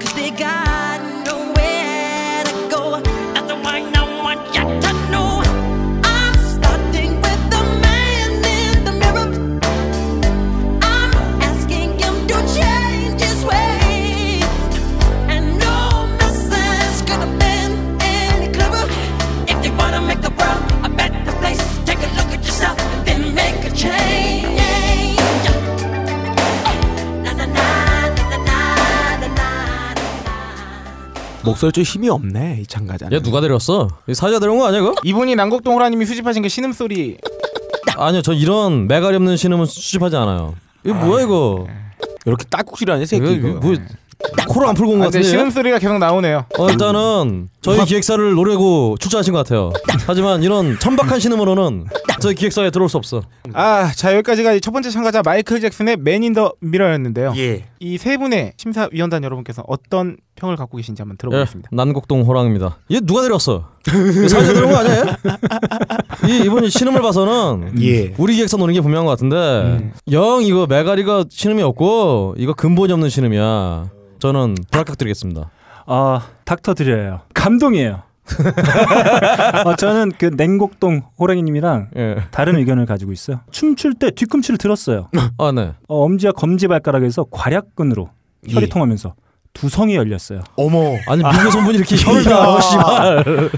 Cause they got nowhere to go. That's the why no one got to know. I'm starting with the man in the mirror. I'm asking him to change his ways. And no message could have been any clearer. If you wanna make the world a better place, take a look at yourself, then make a change. Na, na, na, na, na, na, na, na.
목소리 좀 힘이 없네 이 참가자.
얘 누가 데려왔어? 이 사자 데려온 거 아니야 이거?
이분이 난곡동 호라님이 수집하신 그 신음소리
아니요 저 이런 매가리 없는 신음은 수집하지 않아요. 이거 뭐야 이거?
네.
이렇게 딸꾹질하네
이거,
새끼.
이거
이거.
뭐 코를 안 풀고 온
아,
것
근데
같은데?
신음소리가 계속 나오네요.
어, 일단은 저희 기획사를 노리고 출전하신 것 같아요. 하지만 이런 천박한 신음으로는 저희 기획사에 들어올 수 없어.
아, 자 여기까지가 이첫 번째 참가자 마이클 잭슨의 맨 인 더 미러였는데요.
예.
이 세 분의 심사위원단 여러분께서 어떤 평을 갖고 계신지 한번
예,
들어보겠습니다.
난곡동 호랑입니다. 얘 누가 데려왔어? 이거 사자 데려온 거 아니야? 얘? 이 이분이 신음을 봐서는
예.
우리 기획사 노는 게 분명한 것 같은데
음.
영 이거 메가리가 신음이 없고 이거 근본이 없는 신음이야. 저는 불합격 드리겠습니다.
아 닥터 드려요. 감동이에요. 어, 저는 그 냉곡동 호랑이님이랑
예.
다른 의견을 가지고 있어요. 춤출 때 뒤꿈치를 들었어요.
아 네.
어, 엄지와 검지 발가락에서 괄약근으로 혈이
예.
통하면서 두성이 열렸어요.
어머.
아니 미국 성분이 이렇게 혀를 다 씨발.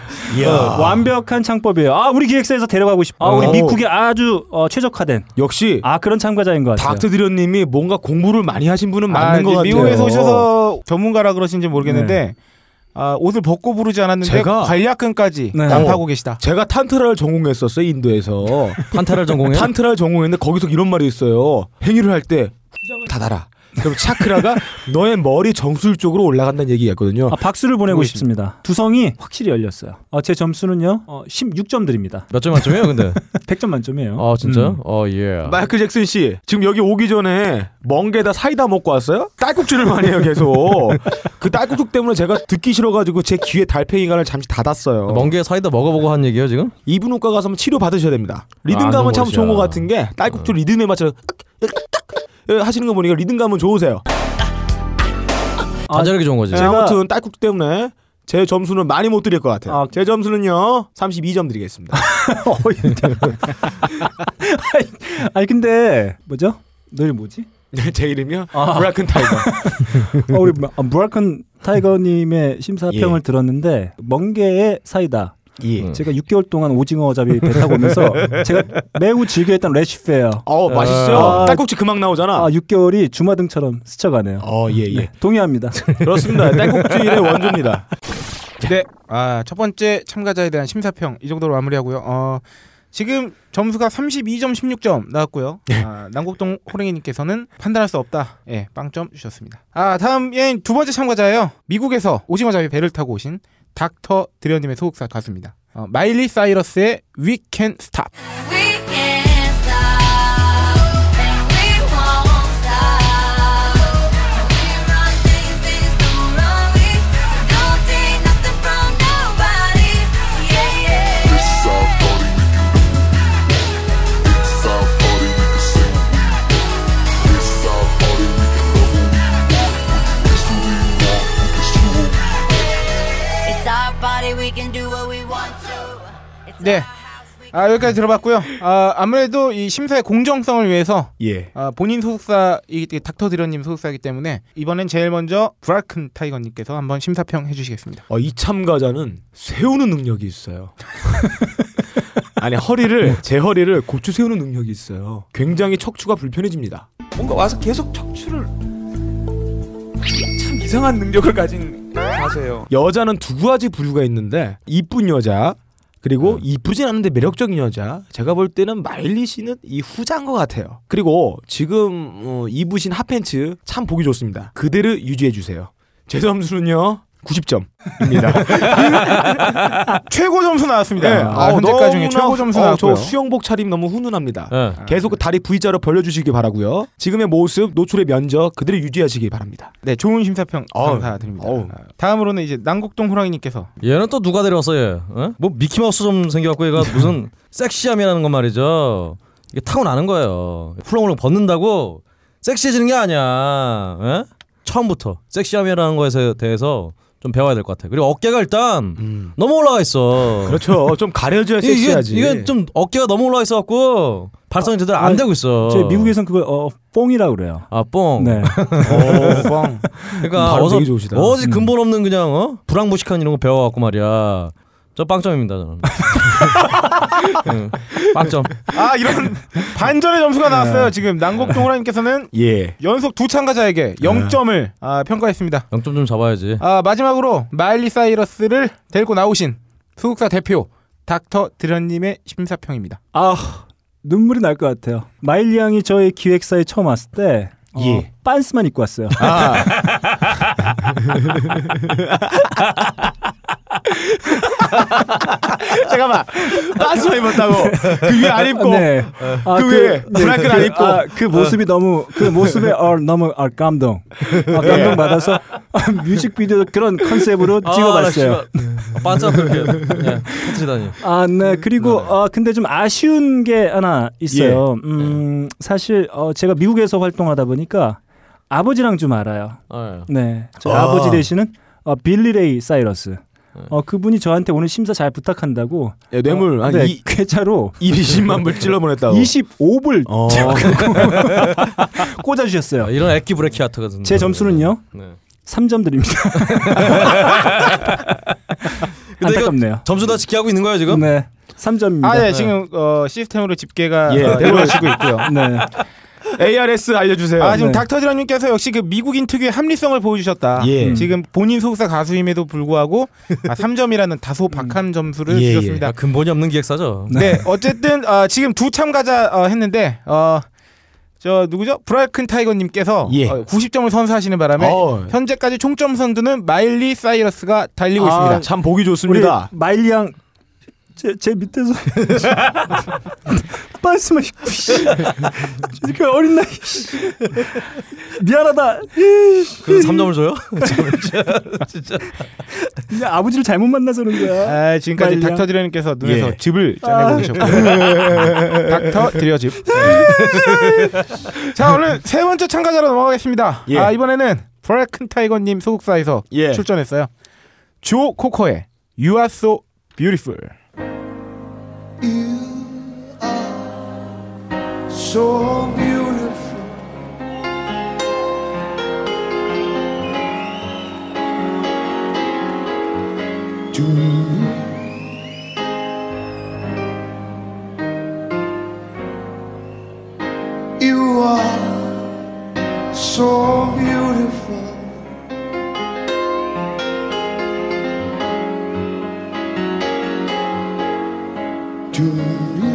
야.
어, 완벽한 창법이에요. 아 우리 기획사에서 데려가고 싶어. 아 우리
어.
미국에 아주 어, 최적화된
역시
아 그런 참가자인 것 같아요.
닥터 드려님이 뭔가 공부를 많이 하신 분은
아,
맞는 것
이제
같아요. 네.
미국에서 오셔서 전문가라 그러신지 모르겠는데 아, 옷을 벗고 부르지 않았는데
제가-
관략근까지
네.
난파하고 계시다.
제가 탄트라를 전공했었어요 인도에서
판타를 전공해.
탄트라를 전공했는데 거기서 이런 말이 있어요 행위를 할 때 닫아라 그럼 차크라가 너의 머리 정수리 쪽으로 올라간다는 얘기였거든요
아, 박수를 보내고
그리고
싶습니다. 두성이 확실히 열렸어요. 어, 제 점수는요 어, 16점 드립니다.
몇 점 만점이에요 근데?
100점 만점이에요.
아 진짜요?
음.
어 예.
마이클 잭슨 씨 지금 여기 오기 전에 멍게다 사이다 먹고 왔어요? 딸꾹질을 많이 해요 계속 그 딸꾹질 때문에 제가 듣기 싫어가지고 제 귀에 달팽이관을 잠시 닫았어요
멍게 사이다 먹어보고 한 얘기예요 지금?
이비인후과 가서 한번 치료 받으셔야 됩니다.
아,
리듬감은
안
참
좋은
좋은 것
것이야.
같은 게 딸꾹질 리듬에 맞춰 하시는 거 보니까 리듬감은 좋으세요.
다자르기 좋은 거지.
네, 아무튼 딸꾹질 때문에 제 점수는 많이 못 드릴 것 같아요.
아.
제 점수는요 32점 드리겠습니다.
아니 근데 뭐죠? 너희 뭐지?
네, 제 이름이요 브라큰 타이거.
어, 우리 마- 아, 브라큰 타이거님의 심사평을 들었는데 멍게의 사이다.
예.
제가 6개월 동안 오징어 잡이 배 타고 오면서 제가 매우 즐겨했던 레시페예요.
어 맛있어요.
아.
딸꾹질 금방 나오잖아. 예.
아 6개월이 주마등처럼 스쳐가네요.
어 예 예.
네, 동의합니다.
그렇습니다. 딸꾹질의 원조입니다.
네. 아, 첫 번째 참가자에 대한 심사평 이 정도로 마무리하고요. 어, 지금 점수가 32점 16점 나왔고요.
네.
아, 남곡동 호랭이님께서는 판단할 수 없다. 예, 빵점 주셨습니다. 아 다음 예, 두 번째 참가자예요. 미국에서 오징어 잡이 배를 타고 오신 닥터 드레어님의 소속사 가수입니다. 어, 마일리 사이러스의 We Can Stop.
We can't stop, and we won't stop. We run these things, don't run me. Don't take nothing from nobody. Yeah, yeah. It's our party, we can do it. It's our party, we can sing it. It's our party, we can love it. It's who we want, it's who we want. It's our party, we can do what we want to. It's
네. 아 여기까지 들어봤고요. 아 아무래도 이 심사의 공정성을 위해서
예.
아, 본인 소속사 이 이 닥터 드런님 소속사이기 때문에 이번엔 제일 먼저 브라큰 타이거님께서 한번 심사평 해주시겠습니다.
어, 이 참가자는 세우는 능력이 있어요. 아니 허리를 제 허리를 고추 세우는 능력이 있어요. 굉장히 척추가 불편해집니다.
뭔가 와서 계속 척추를 참 이상한 능력을 가진 가세요.
여자는 두 가지 부류가 있는데 이쁜 여자 그리고 이쁘진 않은데 매력적인 여자 제가 볼 때는 마일리 씨는 이 후자인 것 같아요 그리고 지금 어, 입으신 핫팬츠 참 보기 좋습니다 그대로 유지해 주세요 제 점수는요 90점입니다 네.
최고 점수 나왔습니다. 아, 현재까지 중에 최고 점수 나왔고요.
어, 저 수영복 차림 너무 훈훈합니다
예.
계속 그 다리 V자로 벌려주시기 바라고요 지금의 모습 노출의 면적 그대로 유지하시기 바랍니다
네, 좋은 심사평
어우,
감사드립니다.
어우.
아, 다음으로는 이제 남곡동 호랑이님께서
얘는 또 누가 데려왔어 얘? 어? 뭐 미키마우스 좀 생겨갖고 얘가 무슨 섹시함이라는 건 말이죠. 이게 타고나는 거예요. 훌렁훌렁 벗는다고 섹시해지는 게 아니야. 예? 처음부터 섹시함이라는 거에 대해서 좀 배워야 될 것 같아. 그리고 어깨가 일단 너무 올라가 있어.
그렇죠 좀 가려져야
아, 이- 이게
섹시하지
이게 좀 어깨가 너무 올라가 있어갖고 발성이 제대로
아,
안 되고 있어.
제 미국에선 그걸 어, 뽕이라고 그래요.
아 뽕.
네.
뻥.
그러니까
발음
어서
되게 좋으시다.
어지 근본 없는 그냥 어 불황무식한 이런 거 배워갖고 말이야. 저 빵점입니다 저는. 응, 빵점.
아 이런 반전의 점수가 나왔어요. 지금 남곡동 호랑이님께서는
예
연속 두 참가자에게 0점을 아, 평가했습니다.
0점 좀 잡아야지.
아 마지막으로 마일리 사이러스를 데리고 나오신 소속사 대표 닥터 드런님의 심사평입니다.
아 눈물이 날 것 같아요. 마일리 양이 저의 기획사에 처음 왔을 때 어,
예. 아.
빤스만 입고 왔어요.
잠깐만 빤스만 입었다고 그 위에 안 입고
네. 아,
그 위에 브라켓 안
그-
입고. 어.
아, 그 모습이 너무 그 모습에 어, 너무 아, 감동. 아, 감동 받아서
예.
뮤직비디오 그런 컨셉으로
아,
아, 찍어봤어요.
아, 빵점 그렇게 예, 터트리다니.
아,
음,
네. 그리고 어, 근데 좀 아쉬운 게 하나 있어요.
예. 네.
음, 사실 어, 제가 미국에서 활동하다 보니까 아버지랑 좀 알아요.
아, 음.
네. 저희
아.
아. 버지 되시는 어, 빌리 레이 사이러스. 어, 그분이 저한테 오늘 심사 잘 부탁한다고
야, 예, 뇌물
아,
어,
한
네,
이-
괴짜로
20만 불 찔러
어.
보냈다고.
25불
어.
꽂아 주셨어요.
예. 이런 액기 브레키 아트 같은.
제 점수는요?
네.
3점 드립니다.
근데 이거
안타깝네요.
점수 다 지키고 있는 거야 지금?
네. 3점입니다.
아, 네, 지금 어, 시스템으로 집계가
예,
어, 이루어지고 있고요.
네.
ARS 알려 주세요.
아, 지금
네.
닥터 드라님께서 역시 그 미국인 특유의 합리성을 보여주셨다.
예.
음. 지금 본인 소속사 가수임에도 불구하고 아, 3점이라는 다소 박한 점수를
예,
주셨습니다.
아, 근본이 없는 기획사죠.
네, 어쨌든 어, 지금 두 참가자 어, 했는데 어, 저 누구죠? 브라이큰 타이거님께서
예.
어, 90점을 선수하시는 바람에
어.
현재까지 총점 선두는 마일리 사이러스가
아.
달리고 있습니다.
참 보기
우리
좋습니다.
마일리 양 제, 제 밑에서 빤스만 입고 씨. 이렇게 어린 나이 씨. 미안하다
그래서 3점을 줘요?
그냥 아버지를 잘못 만나서 그런 거야
아, 지금까지
마일리야.
닥터 드라님께서 눈에서
예.
즙을
아.
짜내고 계셨고요. 닥터 드려 즙. 네. 자, 오늘 세 번째 참가자로 넘어가겠습니다.
예.
아, 이번에는 브라이큰 타이거님 소속사에서
예.
출전했어요. 조 코커의 You Are So Beautiful.
So beautiful. To me. You are so beautiful. To me.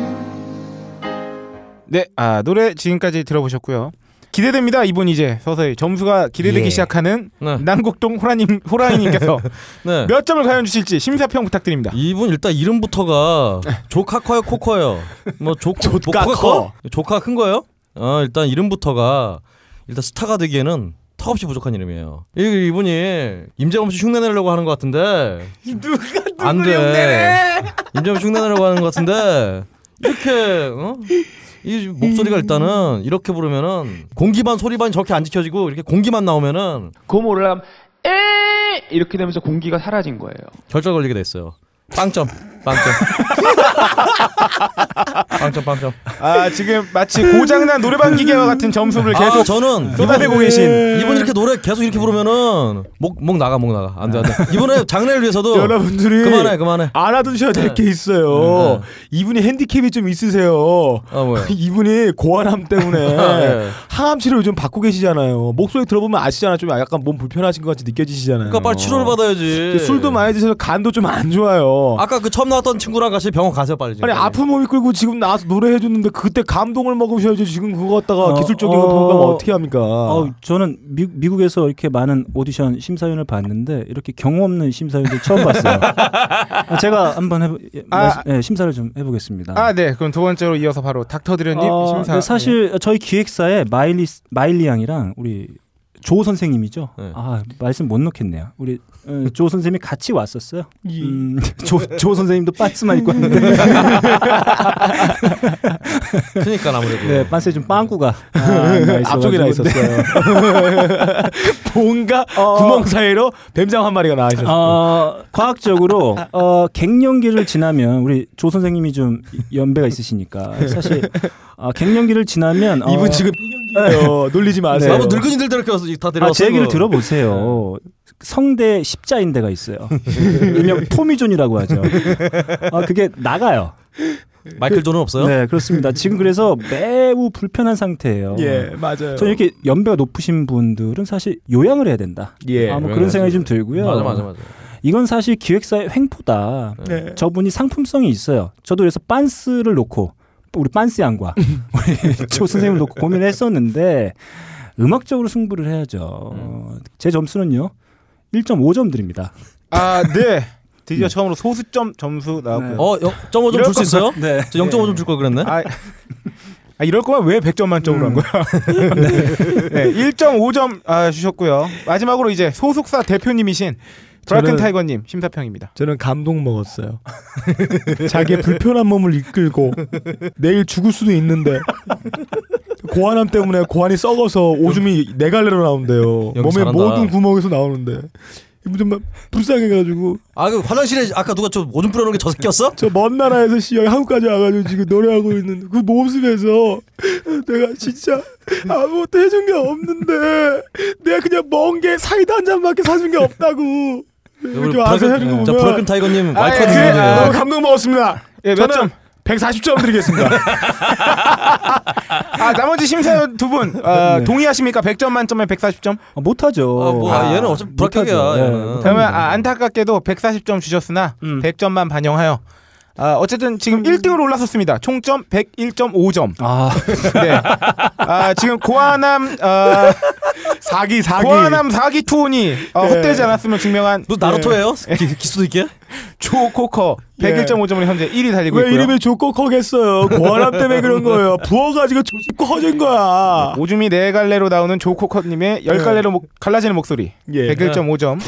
네, 아 노래 지금까지 들어보셨고요. 기대됩니다. 이분 이제 서서히 점수가 기대되기
예.
시작하는
네.
난곡동 호라님 호라이님께서
네.
몇 점을 과연 주실지 심사평 부탁드립니다.
이분 일단 이름부터가 조카커요 코커요 뭐 네. 조카
조카커.
조카 큰 거예요? 어 일단 이름부터가 일단 스타가 되기에는 턱없이 부족한 이름이에요. 이, 이분이 임재범 씨 흉내 내려고 하는 것 같은데 누가 누구 흉내내? 임재범 씨 흉내 내려고 하는 것 같은데 이렇게 어? 이 목소리가 일단은 이렇게 부르면은 공기반 소리반 저렇게 안 지켜지고 이렇게 공기만 나오면은
그 고모를 하면 에 이렇게 되면서 공기가 사라진 거예요.
결절 걸리게 됐어요. 빵점 빵점 빵점 빵점
아 지금 마치 고장난 노래방 기계와 같은 점수를 계속
아, 음. 저는
쏟아내고
네,
계신
이분 이렇게 노래 계속 이렇게 부르면은 목, 목 나가 목 나가 안돼 안돼 이번에 장례를 위해서도
여러분들이
그만해 그만해
알아두셔야 될 게 있어요. 이분이 핸디캡이 좀 있으세요.
아 뭐야
이분이 고환암 때문에
예.
항암 치료 요즘 받고 계시잖아요. 목소리 들어보면 아시잖아. 좀 약간 몸 불편하신 것 같이 느껴지시잖아요.
그러니까 빨리 치료를 받아야지
술도 많이 드셔서 간도 좀 안 좋아요.
아까 네. 그 처음 나왔던 친구랑 같이 병원 가세요 빨리 지금
아니 아픈 몸이 끌고 지금 나와서 노래해 줬는데 그때 감동을 먹으셔야지 지금 그거 갖다가
어,
기술적인
어.
거 보면 어떻게 합니까?
어, 저는 미, 미국에서 이렇게 많은 오디션 심사위원을 봤는데 이렇게 경험 없는 심사위원들 처음 봤어요. 제가 한번 해보, 예,
아.
말씀- 예, 심사를 좀 해보겠습니다.
아 네 그럼 두 번째로 이어서 바로 닥터 드련님
어,
심사
네, 사실
예.
저희 기획사에 마일리 마일리 양이랑 우리 조 선생님이죠.
예.
네.
아 말씀 못 넣겠네요. 우리 어, 조 선생님이 같이 왔었어요. 음, 조, 조 선생님도 반스만 입고
음.
왔는데
그러니까 아무래도
네, 반스에 좀 빵꾸가 아, 나 있어가지고.
앞쪽에 나 있었어요. 뭔가 구멍 사이로 뱀장 한 마리가 나와 있었어.
어, 과학적으로 어, 갱년기를 지나면 우리 조 선생님이 좀 연배가 있으시니까 사실 어, 갱년기를 지나면 어, 네.
이분 지금 어, 놀리지 마세요.
아무 늙은이들 데리고 와서 네. 다 데려왔어
아, 제 얘기를
그거.
들어보세요. 성대 십자인 데가 있어요. 일명 토미존이라고 하죠. 아, 그게 나가요.
마이클 존은 없어요
네, 그렇습니다. 지금 그래서 매우 불편한 상태예요.
예, 맞아요.
저는 이렇게 연배가 높으신 분들은 사실 요양을 해야 된다.
예.
아, 뭐 그런 생각이 좀 들고요.
맞아 맞아 맞아
이건 사실 기획사의 횡포다.
네.
저분이 상품성이 있어요. 저도 그래서 빤스를 놓고 우리 빤스 양과 우리 조 선생님을 놓고 고민을 했었는데 음악적으로 승부를 해야죠. 제 점수는요. 1.5점 드립니다.
아네 드디어 처음으로 소수점 점수 나왔고요.
네.
어점오점 줄 수 있어요
네.
저 0.5점 줄 걸 그랬네
아, 아 이럴 거면 왜 100점 만점으로 한 거야? 네. 1.5점 아, 주셨고요. 마지막으로 이제 소속사 대표님이신 브라큰
저는-
타이거님 심사평입니다.
저는 감동 먹었어요. 자기의 불편한 몸을 이끌고 내일 죽을 수도 있는데 고환암 때문에 고환이 썩어서 오줌이 네 갈래로 나온대요.
연기
몸의
잘한다.
모든 구멍에서 나오는데 이분 정말 불쌍해가지고
아 그 화장실에 아까 누가 저 오줌 뿌려놓은 게 저 새끼였어
저 먼 나라에서 씨 여기 한국까지 와가지고 지금 노래하고 있는 그 모습에서 내가 진짜 아무것도 해준 게 없는데 내가 그냥 먼 게 사이다 한 잔밖에 사준 게 없다고 이렇게 와서 해준 거
자 브로큰
보면
타이거님
아,
마이클
예,
존
그래.
데
아,
너무 감동 먹었습니다.
예, 몇 점?
140점 드리겠습니다.
아, 나머지 심사 두 분,
네.
아, 동의하십니까? 100점 만점에 140점?
아, 못하죠.
아, 뭐, 아, 얘는 어차피 불합격이야,
못하죠. 예,
얘는.
네.
못합니다.
그러면 아, 안타깝게도 140점 주셨으나
음.
100점만 반영하여 아, 어쨌든 지금 1등으로 올라섰습니다. 총점 101.5점.
아,
네. 아, 지금 고아남 아,
4기 4기.
뭐
고아남 사기 투혼이 어,
네.
헛되지 않았음을 증명한
너 나루토예요 기- 기수도 있게
어.
조코커
예.
101.5점으로 현재 1위 달리고
왜
있고요.
아, 이름이 조커커겠어요? 고아람 때문에 그런 거예요. 부어가지고 조직고 허준 거야.
오줌이 네 갈래로 나오는 조코커님의 열
네.
갈래로 목- 갈라지는 목소리
예.
101.5점.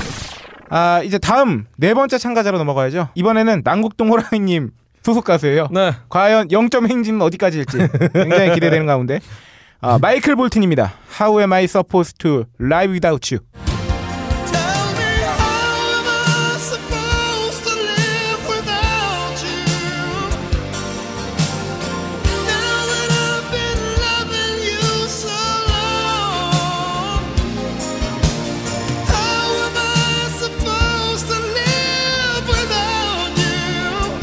아 이제 다음 네 번째 참가자로 넘어가야죠. 이번에는 난국동 호랑이님 소속 가수예요.
네
과연 0점 행진은 어디까지일지 굉장히 기대되는 가운데 아, 마이클 볼튼입니다. How am I supposed to live without you?
Tell me how am I supposed to live without you? Now that I've been loving you so long, how am I supposed to live without you?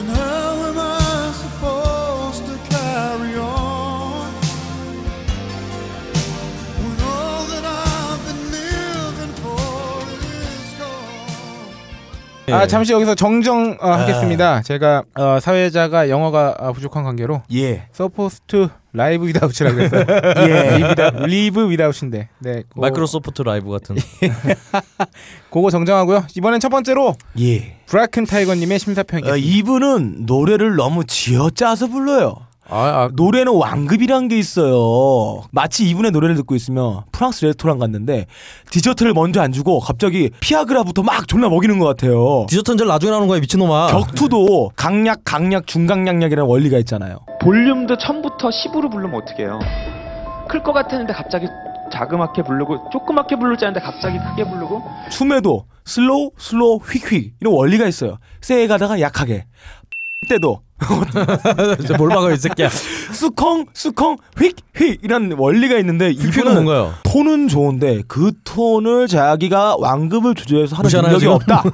And how am I supposed to carry on? When all that I
예.
아 잠시 여기서 정정 어,
아.
하겠습니다. 제가 어, 사회자가 영어가 아, 부족한 관계로
예.
서포스트 라이브 위다우치라고 했어요. 예. 리브 위다우치인데. 네. 고,
마이크로소프트 라이브 같은.
그거 정정하고요. 이번엔 첫 번째로
예.
브라큰 타이거님의 심사평이.
어, 이분은 노래를 너무 지어짜서 불러요.
아, 아,
노래는 완급이란 게 있어요. 마치 이분의 노래를 듣고 있으면 프랑스 레스토랑 갔는데 디저트를 먼저 안 주고 갑자기 피아그라부터 막 존나 먹이는 것 같아요.
디저트는 제일 나중에 나오는 거야 미친놈아.
격투도 강약, 강약, 중강약약이라는 원리가 있잖아요.
볼륨도 1000부터 10으로 부르면 어떡해요? 클 것 같았는데 갑자기 자그맣게 부르고 조그맣게 부르지 않는데 갑자기 크게 부르고
춤에도 슬로우, 슬로우, 휙휙 이런 원리가 있어요. 세게 가다가 약하게. 때도
진짜 뭘 막아 이 새끼야.
수컹, 수컹, 휙, 휙 이런 원리가 있는데
이거는
이분은
뭔가요?
톤은 좋은데 그 톤을 자기가 완급을 조절해서 하는
무시하나요,
능력이
지금?
없다.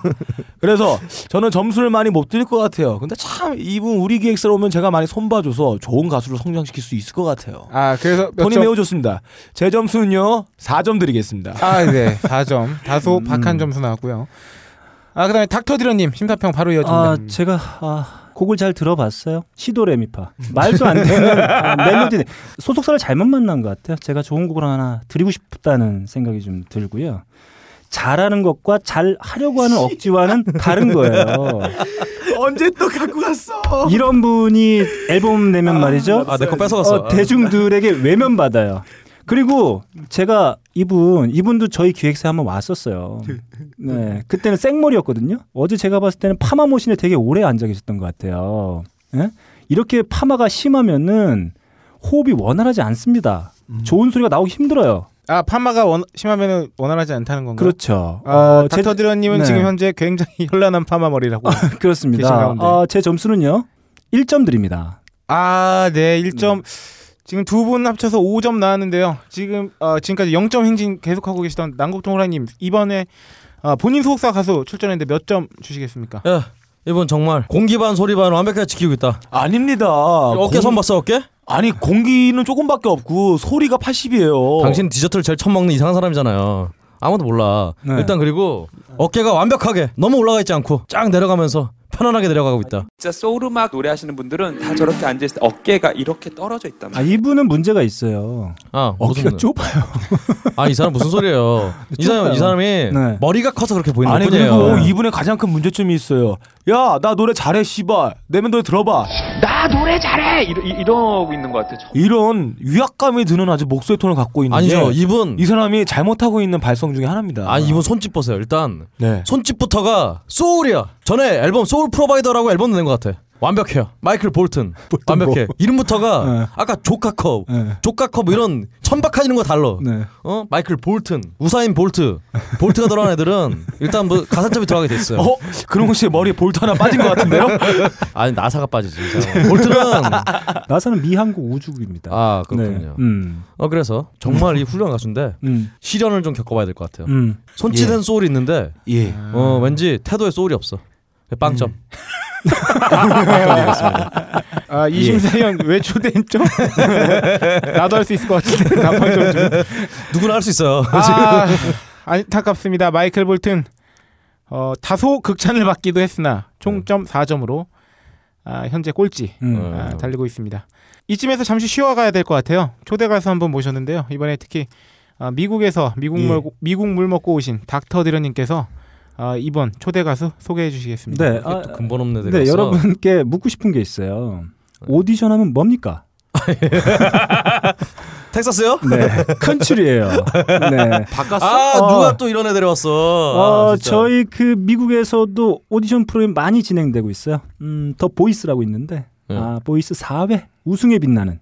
그래서 저는 점수를 많이 못 드릴 것 같아요. 근데 참 이분 우리 기획사로 오면 제가 많이 손봐줘서 좋은 가수로 성장시킬 수 있을 것 같아요.
아 그래서
그렇죠.
몇
톤이
점?
매우 좋습니다. 제 점수는요 4점 드리겠습니다.
아, 네. 4점.
음.
다소 박한 점수 나왔고요. 아, 그다음에 닥터 디런님 심사평 바로 이어집니다.
아, 제가 아, 곡을 잘 들어봤어요. 시도 레미파. 말도 안 되는 아, 멜로디. 소속사를 잘못 만난 것 같아요. 제가 좋은 곡을 하나 드리고 싶다는 생각이 좀 들고요. 잘하는 것과 잘 하려고 하는 억지와는 다른 거예요.
언제 또 갖고 갔어?
이런 분이 앨범 내면 말이죠.
아 내 거 뺏어갔어.
어, 대중들에게 외면 받아요. 그리고 제가 이분 이분도 저희 기획사에 한번 왔었어요. 네, 그때는 생머리였거든요. 어제 제가 봤을 때는 파마 모신에 되게 오래 앉아 계셨던 것 같아요. 예? 이렇게 파마가 심하면은 호흡이 원활하지 않습니다.
음.
좋은 소리가 나오기 힘들어요.
아, 파마가 원, 심하면 원활하지 않다는 건가요?
그렇죠.
아,
어, 제-
닥터 디런님은
네.
지금 현재 굉장히 현란한 파마 머리라고. 계신
그렇습니다.
가운데.
어, 제 점수는요. 1점 드립니다.
아, 네.
음.
1점. 지금 두 분 합쳐서 5점 나왔는데요. 지금 어, 지금까지 0점 행진 계속하고 계시던 남국동 호라님 이번에 아, 본인 소속사 가수 출전했는데 몇 점 주시겠습니까?
야 이분 정말 공기 반 소리 반 완벽하게 지키고 있다.
아닙니다.
어깨 선 봤어 어깨?
아니 공기는 조금밖에 없고 소리가 80이에요.
당신 디저트를 제일 처음 먹는 이상한 사람이잖아요. 아무도 몰라.
네.
일단 그리고 어깨가 완벽하게 너무 올라가 있지 않고 쫙 내려가면서 편안하게 내려가고 있다.
진짜 소울음악 노래하시는 분들은 다 저렇게 앉아있을 때 어깨가 이렇게 떨어져 있단
아,
말이에요
이분은 문제가 있어요.
아
어깨가
무슨
좁아요.
아이 사람 무슨 소리예요? 이 사람 이 사람이
네.
머리가 커서 그렇게 보이는
아니
뿐이에요. 네.
그리고 이분의 가장 큰 문제점이 있어요. 야 나 노래 잘해 씨발 내면 노래 들어봐.
나 노래 잘해! 이러, 이- 이러고 있는 것 같아요.
이런 위압감이 드는 아주 목소리 톤을 갖고 있는
아니죠
게
이분
네. 이 사람이 잘못하고 있는 발성 중에 하나입니다.
아니 이분 손짓 보세요. 일단
네.
손짓부터가 소울이야. 전에 앨범 소울 프로바이더라고 앨범 낸 것 같아. 완벽해요. 마이클 볼튼. 완벽해. 이름부터가
뭐. 네.
아까 조카컵,
네.
조카컵 뭐 이런 천박한 이런 거 달러.
네.
어 마이클 볼튼, 우사인 볼트, 볼트가 들어간 애들은 일단 뭐 가산점이 들어가게 됐어요.
어 그런 것이 머리에 볼트 하나 빠진 것 같은데요?
아니 나사가 빠지지. 이 사람은.
네.
볼트는
나사는 미한국 우주국입니다.
아 그렇군요.
네. 음.
어 그래서 정말 이 훌륭한 가수인데
음.
시련을 좀 겪어봐야 될 것 같아요.
음. 아.
손짓은 소울이 있는데
예.
어 왠지 태도에 소울이 없어. 빵점.
음.
아, 이심사위원 왜 초대했죠? 나도 할 수 있을 것 같은데 답한 점 좀.
누구나 할 수 있어요.
아, 안타깝습니다. 마이클 볼튼 어, 다소 극찬을 받기도 했으나 총점 4점으로 아, 현재 꼴찌
음.
네. 아,
음.
달리고 있습니다. 이쯤에서 잠시 쉬어가야 될 것 같아요. 초대 가수 한분 모셨는데요. 이번에 특히 아, 미국에서 미국 물 미국 물 먹고 오신 닥터 드런님께서 아, 이번 초대 가수 소개해 주시겠습니다.
네. 아,
또 근본 없는 애들.
네, 여러분께 묻고 싶은 게 있어요. 오디션 하면 뭡니까?
텍사스요?
네. 컨츄리예요. 네.
바꿨어?
아
어.
누가 또 이런 애들 왔어.
어,
아, 진짜.
저희 그 미국에서도 오디션 프로그램 많이 진행되고 있어요. 음, 더 보이스라고 있는데.
네.
아, 보이스 4회 우승에 빛나는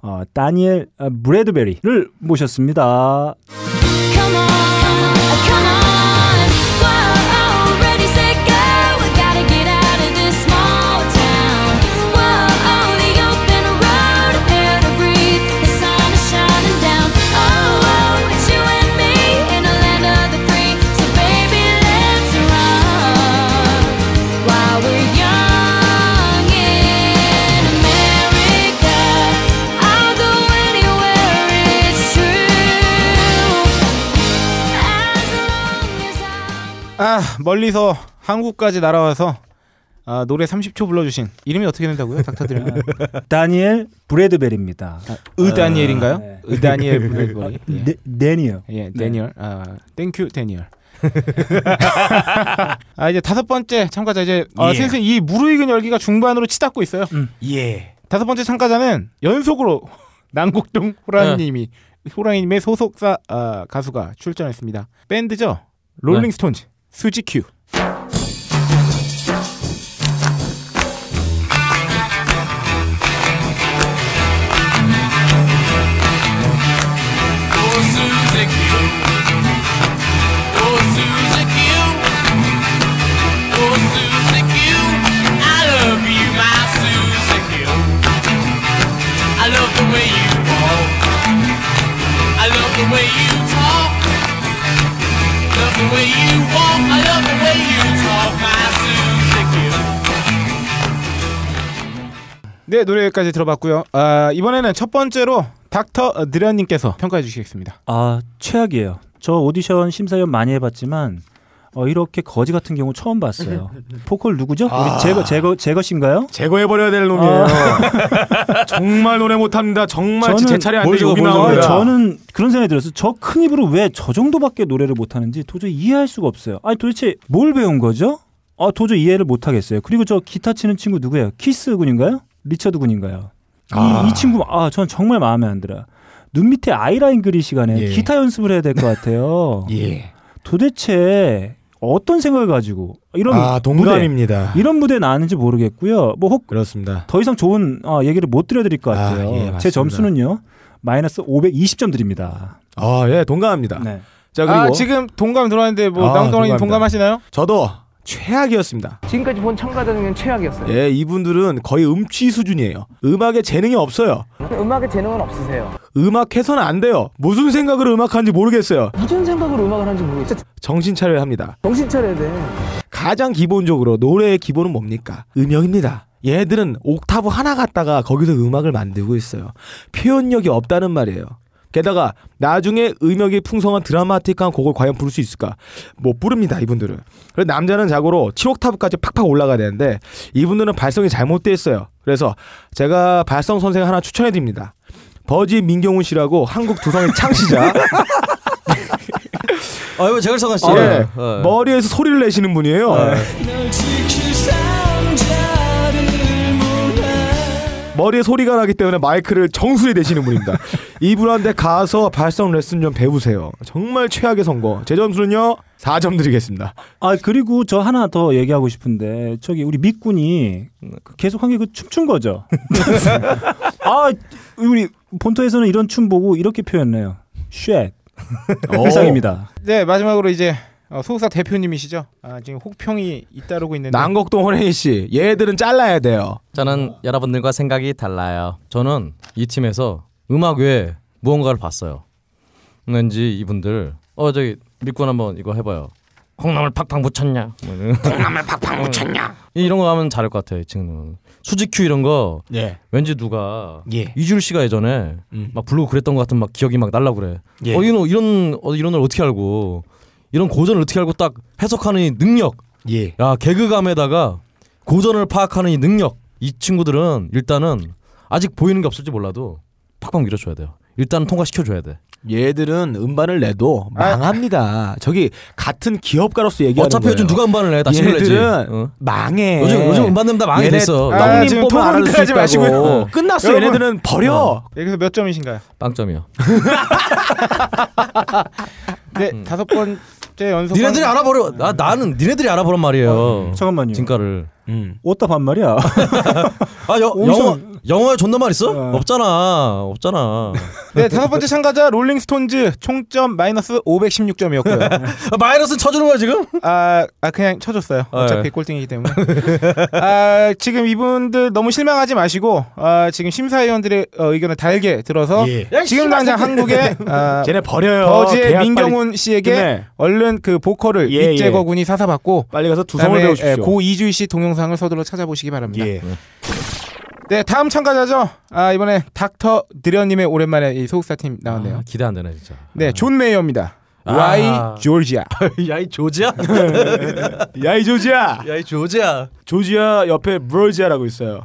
어, 다니엘 아, 브래드베리를 모셨습니다.
Come on, come on. Whoa, ready, set, go. We gotta get out of this small town. Whoa, the open road, air to breathe. The sun is shining down. Oh, it's you and me in the land of the free. So baby, let's run while we're young in America. I'll go anywhere, it's true. As long as I'm
아, 멀리서 한국까지 날아와서 아, 노래 30초 불러주신 이름이 어떻게 된다고요?
아,
닥터드림
다니엘 브래드벨입니다.
의다니엘인가요?
네.
의다니엘 블랙거리 예.
네, 데니얼.
예, 데니얼. 아, 땡큐 데니얼. 아 이제 다섯 번째 참가자 이제 아,
예.
슬슬 이 무르익은 열기가 중반으로 치닫고 있어요.
음.
예.
다섯 번째 참가자는 연속으로 난곡동 호랑이님이
예.
호랑이님의 소속사 아, 가수가 출전했습니다. 밴드죠.
네.
롤링스톤즈, 수지큐. 네 노래 여기까지 들어봤고요. 아, 이번에는 첫 번째로 닥터 느련님께서 평가해 주시겠습니다.
아 최악이에요. 저 오디션 심사위원 많이 해봤지만 어, 이렇게 거지 같은 경우 처음 봤어요. 보컬 누구죠?
아.
우리 제거 제거 제거신가요?
제거해 버려야 될 놈이에요. 정말 노래 못 합니다. 정말 제 차례 안 되죠. 여기 나와요.
아, 아니, 저는 그런 생각이 들었어요. 저 큰 입으로 왜 저 정도밖에 노래를 못하는지 도저히 이해할 수가 없어요. 아니 도대체 뭘 배운 거죠? 아 도저히 이해를 못하겠어요. 그리고 저 기타 치는 친구 누구예요? 키스 군인가요? 리처드 군인가요? 이, 이 친구 아 저는 정말 마음에 안 들어요. 눈 밑에 아이라인 그리 시간에
예.
기타 연습을 해야 될 것 같아요.
예.
도대체 어떤 생각을 가지고 이런
아 동감입니다.
무대, 이런 무대 나왔는지 모르겠고요. 뭐 혹
그렇습니다.
더 이상 좋은 어, 얘기를 못 드려드릴 것 같아요.
아, 예, 맞습니다.
제 점수는요 마이너스 520점 드립니다.
아 예 동감합니다.
네.
자 그리고
아 지금 동감 들어왔는데 뭐
아,
낭동랑님
동감합니다.
동감하시나요?
저도 최악이었습니다.
지금까지 본 참가자 중엔 최악이었어요.
예 이분들은 거의 음치 수준이에요. 음악에 재능이 없어요.
음악에 재능은 없으세요.
음악 해서는 안 돼요. 무슨 생각으로 음악하는지 모르겠어요.
무슨 생각으로 음악을 하는지 모르겠어요. 진짜
정신 차려야 합니다.
정신 차려야 돼.
가장 기본적으로 노래의 기본은 뭡니까? 음역입니다. 얘들은 옥타브 하나 갖다가 거기서 음악을 만들고 있어요. 표현력이 없다는 말이에요. 게다가 나중에 음역이 풍성한 드라마틱한 곡을 과연 부를 수 있을까? 못 부릅니다, 이분들은. 그래서 남자는 자고로 7옥타브까지 팍팍 올라가야 되는데 이분들은 발성이 잘못돼 있어요. 그래서 제가 발성 선생 하나 추천해 드립니다. 버지 민경훈 씨라고 한국 두성의 창시자.
아유 네. 뭐- 제가 성한 씨.
예. 머리에서 소리를 내시는 분이에요.
예.
머리에 소리가 나기 때문에 마이크를 정수리 대시는 분입니다. 이분한테 가서 발성 레슨 좀 배우세요. 정말 최악의 선거. 제 점수는요 4점 드리겠습니다.
아 그리고 저 하나 더 얘기하고 싶은데 저기 우리 밑군이 그 계속 한 게 그 춤춘 거죠. 아 우리 본토에서는 이런 춤 보고 이렇게 표현해요. 쉣 이상입니다.
네 마지막으로 이제 어, 소속사 대표님이시죠. 아, 지금 혹평이 잇따르고 있는데
난곡동 호랭이 씨, 얘들은 잘라야 돼요.
네. 저는 여러분들과 생각이 달라요. 저는 이 팀에서 음악 외에 무언가를 봤어요. 왠지 이분들 어 저기 믿고 한번 이거 해봐요. 콩나물 팍팍 묻혔냐? 뭐 이런.
콩나물 팍팍 묻혔냐?
이런 거 하면 잘할 것 같아요. 이 친구는 수지큐 이런 거
예.
왠지 누가
예.
이주일 씨가 예전에
음.
막 부르고 그랬던 것 같은 막 기억이 막 날라 그래.
예.
어 이런 이런 어, 이런 걸 어떻게 알고 이런 고전을 어떻게 알고 딱 해석하는 이 능력.
예.
야 개그감에다가 고전을 파악하는 이 능력 이 친구들은 일단은 아직 보이는 게 없을지 몰라도 팍팍 밀어줘야 돼요 일단 통과시켜줘야 돼
얘들은 음반을 내도 망합니다. 저기 같은 기업가로서 얘기하는
아. 어차피
거예요.
요즘 누가 음반을 내다 신을내지 어.
얘들은 망해.
요즘 요즘 음반 낸다 망이
얘네
됐어
아,
떡님
지금
뽑으면
토론
알아들 수
하지 마시고요.
있다고.
네.
끝났어.
여러분. 어.
얘네들은 버려.
여기서 예, 몇 점이신가요?
빵점이요
네
음.
다섯 번째 연속
니네들이 알아버려 나 나는 니네들이 알아보란 말이에요
잠깐만요.
진가를
옷다 반말이야.
아 여, 영어
엄청-
영어에 존댓말 있어
아.
없잖아 없잖아
네 다섯 번째 참가자 롤링스톤즈 총점 마이너스 516점이었고요.
아, 마이너스 쳐주는 거야 지금
아, 아 그냥 쳐줬어요.
아,
어차피
예.
꼴등이기 때문에. 아 지금 이분들 너무 실망하지 마시고 아, 지금 심사위원들의 어, 의견을 달게 들어서
예.
지금 당장 한국의 아,
쟤네 버려요.
버지의
계약
민경훈 씨에게
끝내.
얼른 그 보컬을
예,
이재거 군이 사사받고
빨리, 빨리 가서 두성을
그다음에 예,
배우십시오.
고 이주희 씨 동영상을 서둘러 찾아보시기 바랍니다.
예.
네 다음 참가자죠. 아 이번에 닥터 느련님의 오랜만에 이 소속사 팀 나왔네요.
아, 기대 안 되네 진짜
네, 존 메이어입니다.
아.
와이 조지아.
야이 조지야?
예.
야이 조지야.
야이 조지야.
조지아 옆에 브로지아라고 있어요.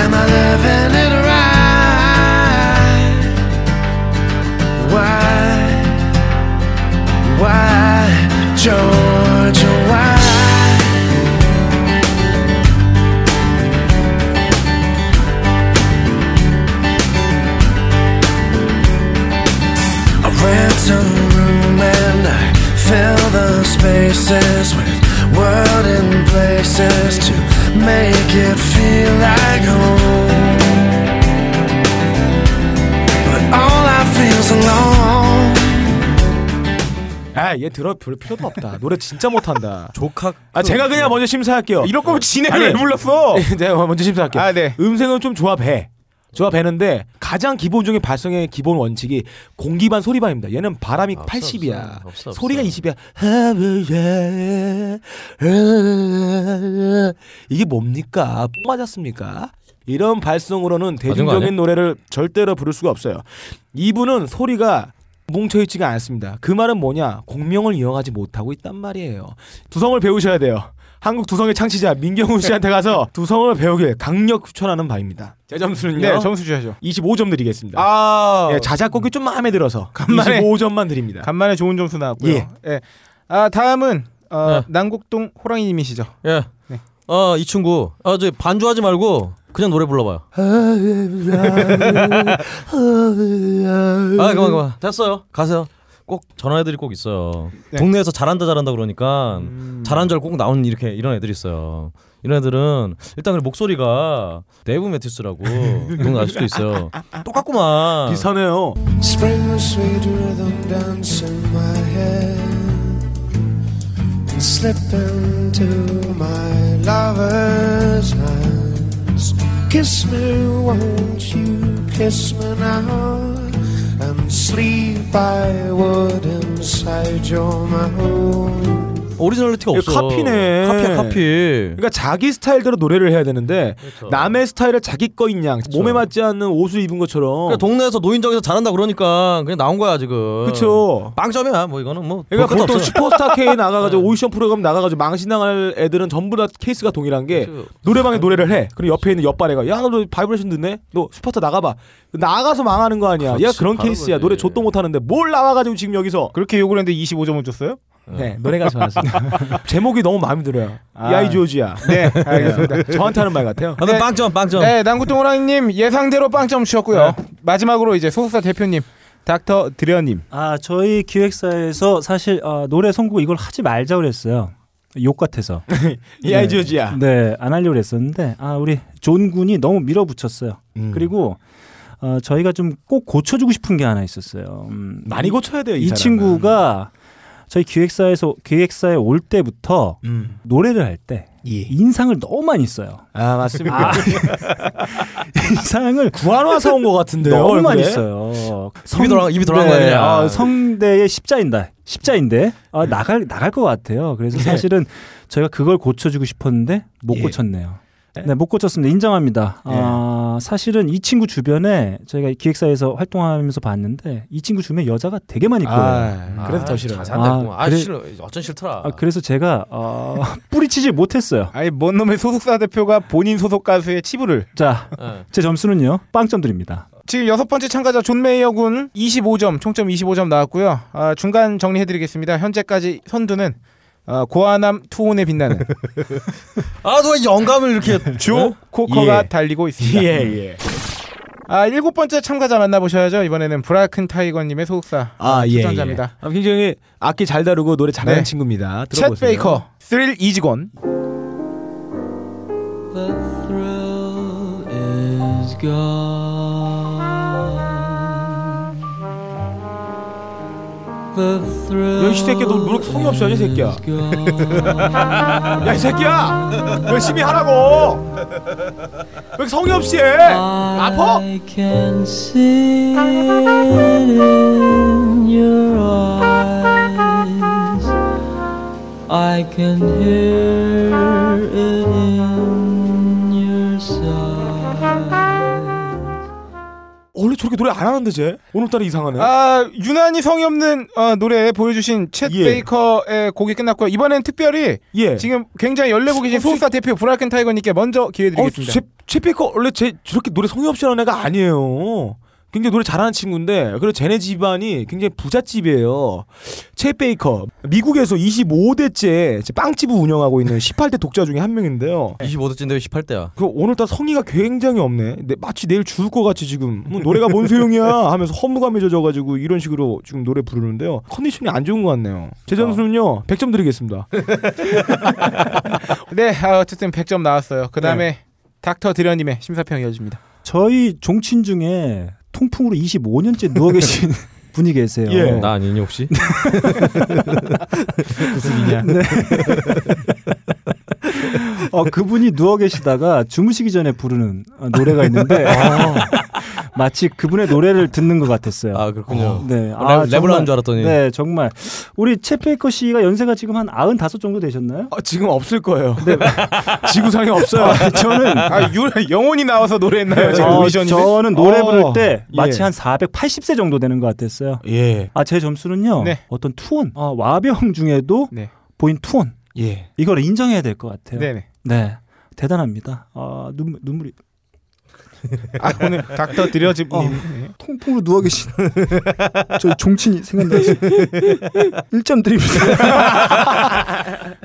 Am I living it right? Why, why, Georgia, why? I rent a room and I fill the spaces with word and places to make it feel like home. But all I feel's alone.
아, 얘 들어 볼 필요도 없다. 노래 진짜 못한다.
조카.
아, 제가 그냥 먼저 심사할게요. 어.
이럴 거면 지네
아니.
왜 불렀어?
제가 먼저 심사할게요.
아, 네.
음색은 좀 조합해. 조합해는데 가장 기본적인 발성의 기본 원칙이 공기반 소리반입니다. 얘는 바람이
없어,
80이야.
없어, 없어,
소리가
없어.
20이야. 이게 뭡니까? 뭐 맞았습니까? 이런 발성으로는
아니야?
대중적인 노래를 절대로 부를 수가 없어요. 이분은 소리가 뭉쳐있지가 않습니다. 그 말은 뭐냐? 공명을 이어가지 못하고 있단 말이에요. 두성을 배우셔야 돼요. 한국 두성의 창시자 민경훈 씨한테 가서 두성을 배우길 강력 추천하는 바입니다. 제 점수는요?
네, 점수 주셔야죠.
25점 드리겠습니다.
아,
예, 자작곡이 좀 마음에 들어서
간만에-
25점만 드립니다.
간만에 좋은 점수 나왔고요.
예.
예. 아 다음은 어,
네.
난곡동 호랑이님이시죠.
예.
네.
어, 이 친구. 아, 저 반주하지 말고 그냥 노래 불러봐요. 아, 그만 그만. 됐어요. 가세요. 꼭 전화 애들이 꼭 있어요.
네.
동네에서 잘한다 잘한다 그러니까
음.
잘한 줄 꼭 나오는 이렇게 이런 애들이 있어요. 이런 애들은 일단 그 목소리가 데이브 매티스라고 누군 알 수도 있어요. 똑같구만.
아. 비슷하네요.
Spring the sweet rhythm dance in my head and slip into my lover's hands. Kiss me, won't you kiss me now? And sleep I would inside your mouth.
오리지널리티가
이거
없어.
예, 카피네.
카피야 카피.
그러니까 자기 스타일대로 노래를 해야 되는데
그렇죠.
남의 스타일을 자기 거인 양 몸에 맞지 않는 옷을 입은 것처럼
그러니까 동네에서 노인정에서 잘한다 그러니까 그냥 나온 거야 지금.
그쵸.
빵점이야. 뭐 이거는 뭐. 볼
그러니까
것도
보통
없어요.
슈퍼스타 K 나가가지고 오디션 프로그램 나가가지고 망신당할 애들은 전부 다 케이스가 동일한 게
그렇죠.
노래방에 노래를 해. 그리고 옆에 있는 옆발애가 야 너 바이브레이션 듣네. 너 슈퍼스타 나가봐. 나가서 망하는 거 아니야. 야
그렇지,
그런
바로
케이스야.
그거지.
노래 좆도 못하는데 뭘 나와가지고 지금 여기서
그렇게 욕을 했는데 25점을 줬어요?
네 노래가 좋았습니다. 제목이 너무 마음에 들어요.
아.
야이 조지야.
네, 알겠습니다.
저한테 하는 말 같아요.
하여튼 빵점 빵점. 네.
네, 난구동 호랑이님 예상대로 빵점 주셨고요. 마지막으로 이제 소속사 대표님 닥터 드려님.
아 저희 기획사에서 사실 어, 노래 선곡 이걸 하지 말자 그랬어요. 욕 같아서.
야이 조지야.
네, 안 하려고 했었는데 아 우리 존 군이 너무 밀어붙였어요.
음.
그리고 어, 저희가 좀 꼭 고쳐주고 싶은 게 하나 있었어요. 음,
많이 고쳐야 돼요 이,
이
사람은.
친구가 저희 기획사에서 기획사에 올 때부터
음.
노래를 할 때
예.
인상을 너무 많이 써요.
아 맞습니다.
인상을
구한 와서 온 것 같은데요.
너무 많이
얼굴에?
써요.
네, 입이 돌아 입이 돌아간 거 아니냐.
아, 성대의 십자인다. 십자인데 아, 나갈 나갈 것 같아요.
예.
그래서 사실은 저희가 그걸 고쳐주고 싶었는데 못
예.
고쳤네요. 네, 못 고쳤습니다. 인정합니다.
예.
아, 사실은 이 친구 주변에 저희가 기획사에서 활동하면서 봤는데 이 친구 주변에 여자가 되게 많이 보여요. 아,
아, 그래서 더 싫어요.
자세한 데고. 아,
그래-
싫어. 어쩐 싫더라.
아, 그래서 제가 어, 뿌리치지 못했어요.
아니 뭔 놈의 소속사 대표가 본인 소속 가수의 치부를.
자,
예.
제 점수는요. 빵점 드립니다.
지금 여섯 번째 참가자 존 메이어 군 25점 총점 25점 나왔고요. 아, 중간 정리해드리겠습니다. 현재까지 선두는 아, 고아남 투혼에 빛나는
아, 누가 영감을 이렇게
조 네? 코커가
예.
달리고 있습니다.
예예.
아 일곱 번째 참가자 만나보셔야죠. 이번에는 브라큰 타이거님의 소속사
아 예.
추천자입니다.
예. 아, 굉장히 악기 잘 다루고 노래 잘하는
네.
친구입니다.
챗
들어보세요.
베이커 스릴 이직원
The thrill is gone. The thrill.
야이 새끼야 너 노력 성의 없이 하지 새끼야. 야 이 새끼야 열심히 하라고. 왜 이렇게 성의 없이 해? 아퍼?
I can see it in your eyes. I can hear it in your sigh.
오 원래 저렇게 노래 안 하는데 쟤 오늘따라 이상하네.
아 유난히 성의 없는 어, 노래 보여주신 챗
예.
베이커의 곡이 끝났고요. 이번엔 특별히
예.
지금 굉장히 열내고 계신
어, 혹시-
소속사 대표 브라켄 타이거님께 먼저 기회
어,
드리겠습니다.
제, 제피커 원래 제 저렇게 노래 성의 없이 하는 애가 아니에요. 굉장히 노래 잘하는 친구인데 그리고 쟤네 집안이 굉장히 부잣집이에요. 채 베이커 미국에서 25대째 빵집을 운영하고 있는 18대 독자 중에 한 명인데요.
25도째인데 18대야.
그 오늘따라 성의가 굉장히 없네. 내- 마치 내일 죽을 것 같이 지금 뭐 노래가 뭔 소용이야 하면서 허무감에 젖어가지고 이런 식으로 지금 노래 부르는데요. 컨디션이 안 좋은 것 같네요. 제 점수는요 100점 드리겠습니다.
네, 아, 어쨌든 100점 나왔어요. 그 다음에 닥터 드려님의 심사평 이어집니다.
저희 종친 중에 통풍으로 25년째 누워 계신 분이 계세요.
예.
어, 나 아니니 혹시?
어, 그분이 누워 계시다가 주무시기 전에 부르는 어, 노래가 있는데 마치 그분의 노래를 듣는 것 같았어요.
아 그렇군요.
네,
랩- 랩을
정말-
하는 줄 알았더니.
네, 정말 우리 채페이커 씨가 연세가 지금 한 95 정도 되셨나요?
아, 지금 없을 거예요. 네. 지구상에 없어요.
저는
아, 유, 영혼이 나와서 노래했나요? 지금
어,
오디션이.
저는 노래
어,
부를 때 마치
예.
한 480세 정도 되는 것 같았어요.
예.
아, 제 점수는요.
네.
어떤 투혼, 아, 와병 중에도
네.
보인 투혼
예.
이걸 인정해야 될 것 같아요. 네.
네네.
대단합니다. 아, 눈, 눈물이
아, 오늘 닥터 드려집님.
어.
네.
통풍으로 누워 계신 저 종친이 생각나지. 1점 드립니다.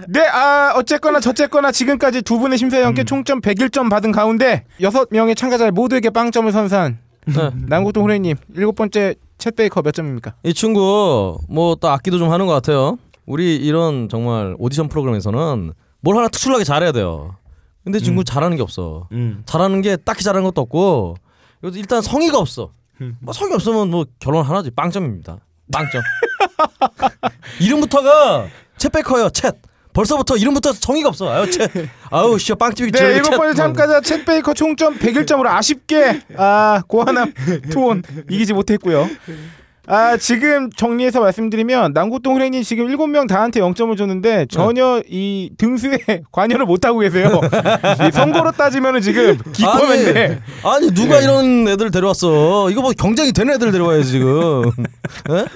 네, 아, 어쨌거나 저쨌거나 지금까지 두 분의 심사에 함께 총점 101점 받은 가운데 여섯 명의 참가자 모두에게 빵점을 선사한
네.
남고동 후레님 일곱 번째 챗 베이커 몇 점입니까?
이 친구 뭐 또 악기도 좀 하는 것 같아요. 우리 이런 정말 오디션 프로그램에서는 뭘 하나 특출나게 잘해야 돼요. 근데 이 친구 잘하는 게 없어.
음.
잘하는 게 딱히 잘하는 것도 없고 그래서 일단 성의가 없어.
음.
뭐 성의 없으면 뭐 결혼 하나지 빵점입니다. 빵점. 이름부터가 챗백커예요. 챗. 벌써부터 이름부터 성의가 없어. 아유 챗. 아유 씨 빵집이
네, 일곱 번째 참가자 챗 베이커 총점 101점으로 아쉽게 아, 고하남 투혼 이기지 못했고요. 아, 지금 정리해서 말씀드리면 남고동 후레님 지금 일곱 명 다한테 0점을 줬는데 전혀 이 등수에 관여를 못 하고 계세요. 이 선거로 따지면은 지금 기권인데
아니, 아니
예.
누가 이런 애들 데려왔어? 이거 뭐 경쟁이 되는 애들 데려와야지 지금. 예?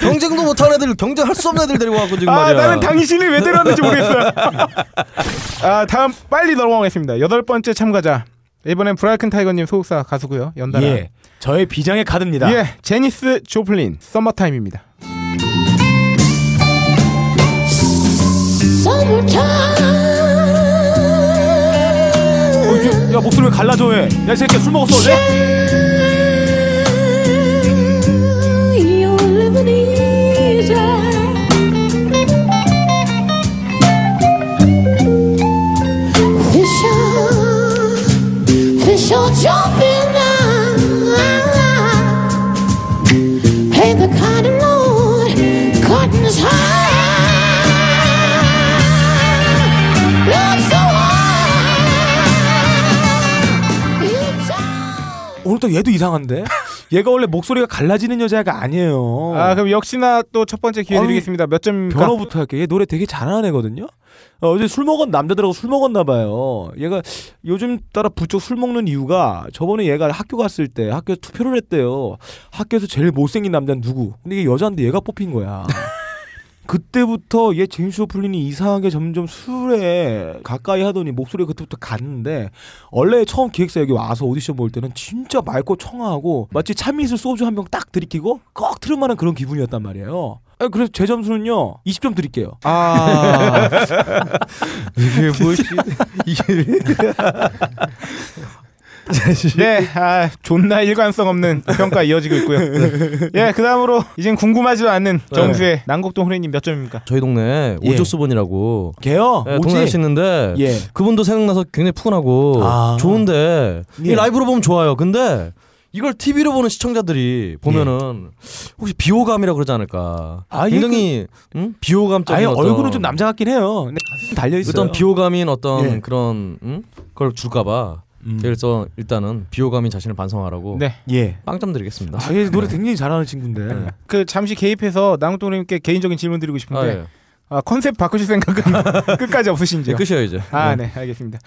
경쟁도 못하는 애들, 경쟁할 수 없는 애들 데리고 와고 지금
아,
말이야.
나는 당신을 왜 데려왔는지 모르겠어요. 아, 다음 빨리 넘어가겠습니다. 여덟 번째 참가자. 이번엔 브라이큰 타이거님 소속사 가수고요. 연달아.
예. 저의 비장의 카드입니다.
예, 제니스 조플린 썸머타임입니다.
어, 이게- 야 목소리 왜 갈라져 왜? 야이 새끼 술 먹었어 어제? 오늘 또 얘도 이상한데? 얘가 원래 목소리가 갈라지는 여자가 아니에요.
아, 그럼 역시나 또 첫 번째 기회
아니,
드리겠습니다. 몇 점입니까?
변호부터 할게. 얘 노래 되게 잘하는 애거든요. 어, 어제 술 먹은 남자들하고 술 먹었나 봐요. 얘가 요즘 따라 부쩍 술 먹는 이유가 저번에 얘가 학교 갔을 때 학교에서 투표를 했대요. 학교에서 제일 못생긴 남자는 누구? 근데 이게 여자인데 얘가 뽑힌 거야. 그때부터 얘 제임스 오플린이 이상하게 점점 술에 가까이 하더니 목소리가 그때부터 갔는데 원래 처음 기획사 여기 와서 오디션 볼 때는 진짜 맑고 청아하고 마치 참이슬 소주 한 병 딱 들이키고 꺽 트름하는 그런 기분이었단 말이에요. 아, 그래서 제 점수는요 20점 드릴게요.
아,
이게 뭐지?
네, 아, 존나 일관성 없는 평가 이어지고 있고요. 예, 그 다음으로 이젠 궁금하지도 않는 정수의 난곡동 후레님 몇 점입니까?
저희 동네
예.
오조스번이라고
걔요?
예,
오지?
동네 아저씨 있는데
예.
그분도 생각나서 굉장히 푸근하고
아.
좋은데 이
예.
라이브로 보면 좋아요. 근데 이걸 TV로 보는 시청자들이 보면은 혹시 비호감이라 그러지
예.
않을까?
아,
굉장히 음? 비호감적인
아예
어떤
얼굴은 좀 남자 같긴 해요. 근데 가슴 달려 있어요.
어떤 비호감인 어떤
예.
그런 음? 걸 줄까봐
음.
그래서 일단은 비호감인 자신을 반성하라고
네.
예.
빵점 드리겠습니다.
아, 얘 노래 굉장히 잘하는 친구인데.
그 잠시 개입해서 난곡동 후레님께 개인적인 질문 드리고 싶은데
아, 예.
아, 컨셉 바꾸실 생각은 끝까지
예,
없으신지요?
끝이에요 이제.
아, 네, 알겠습니다.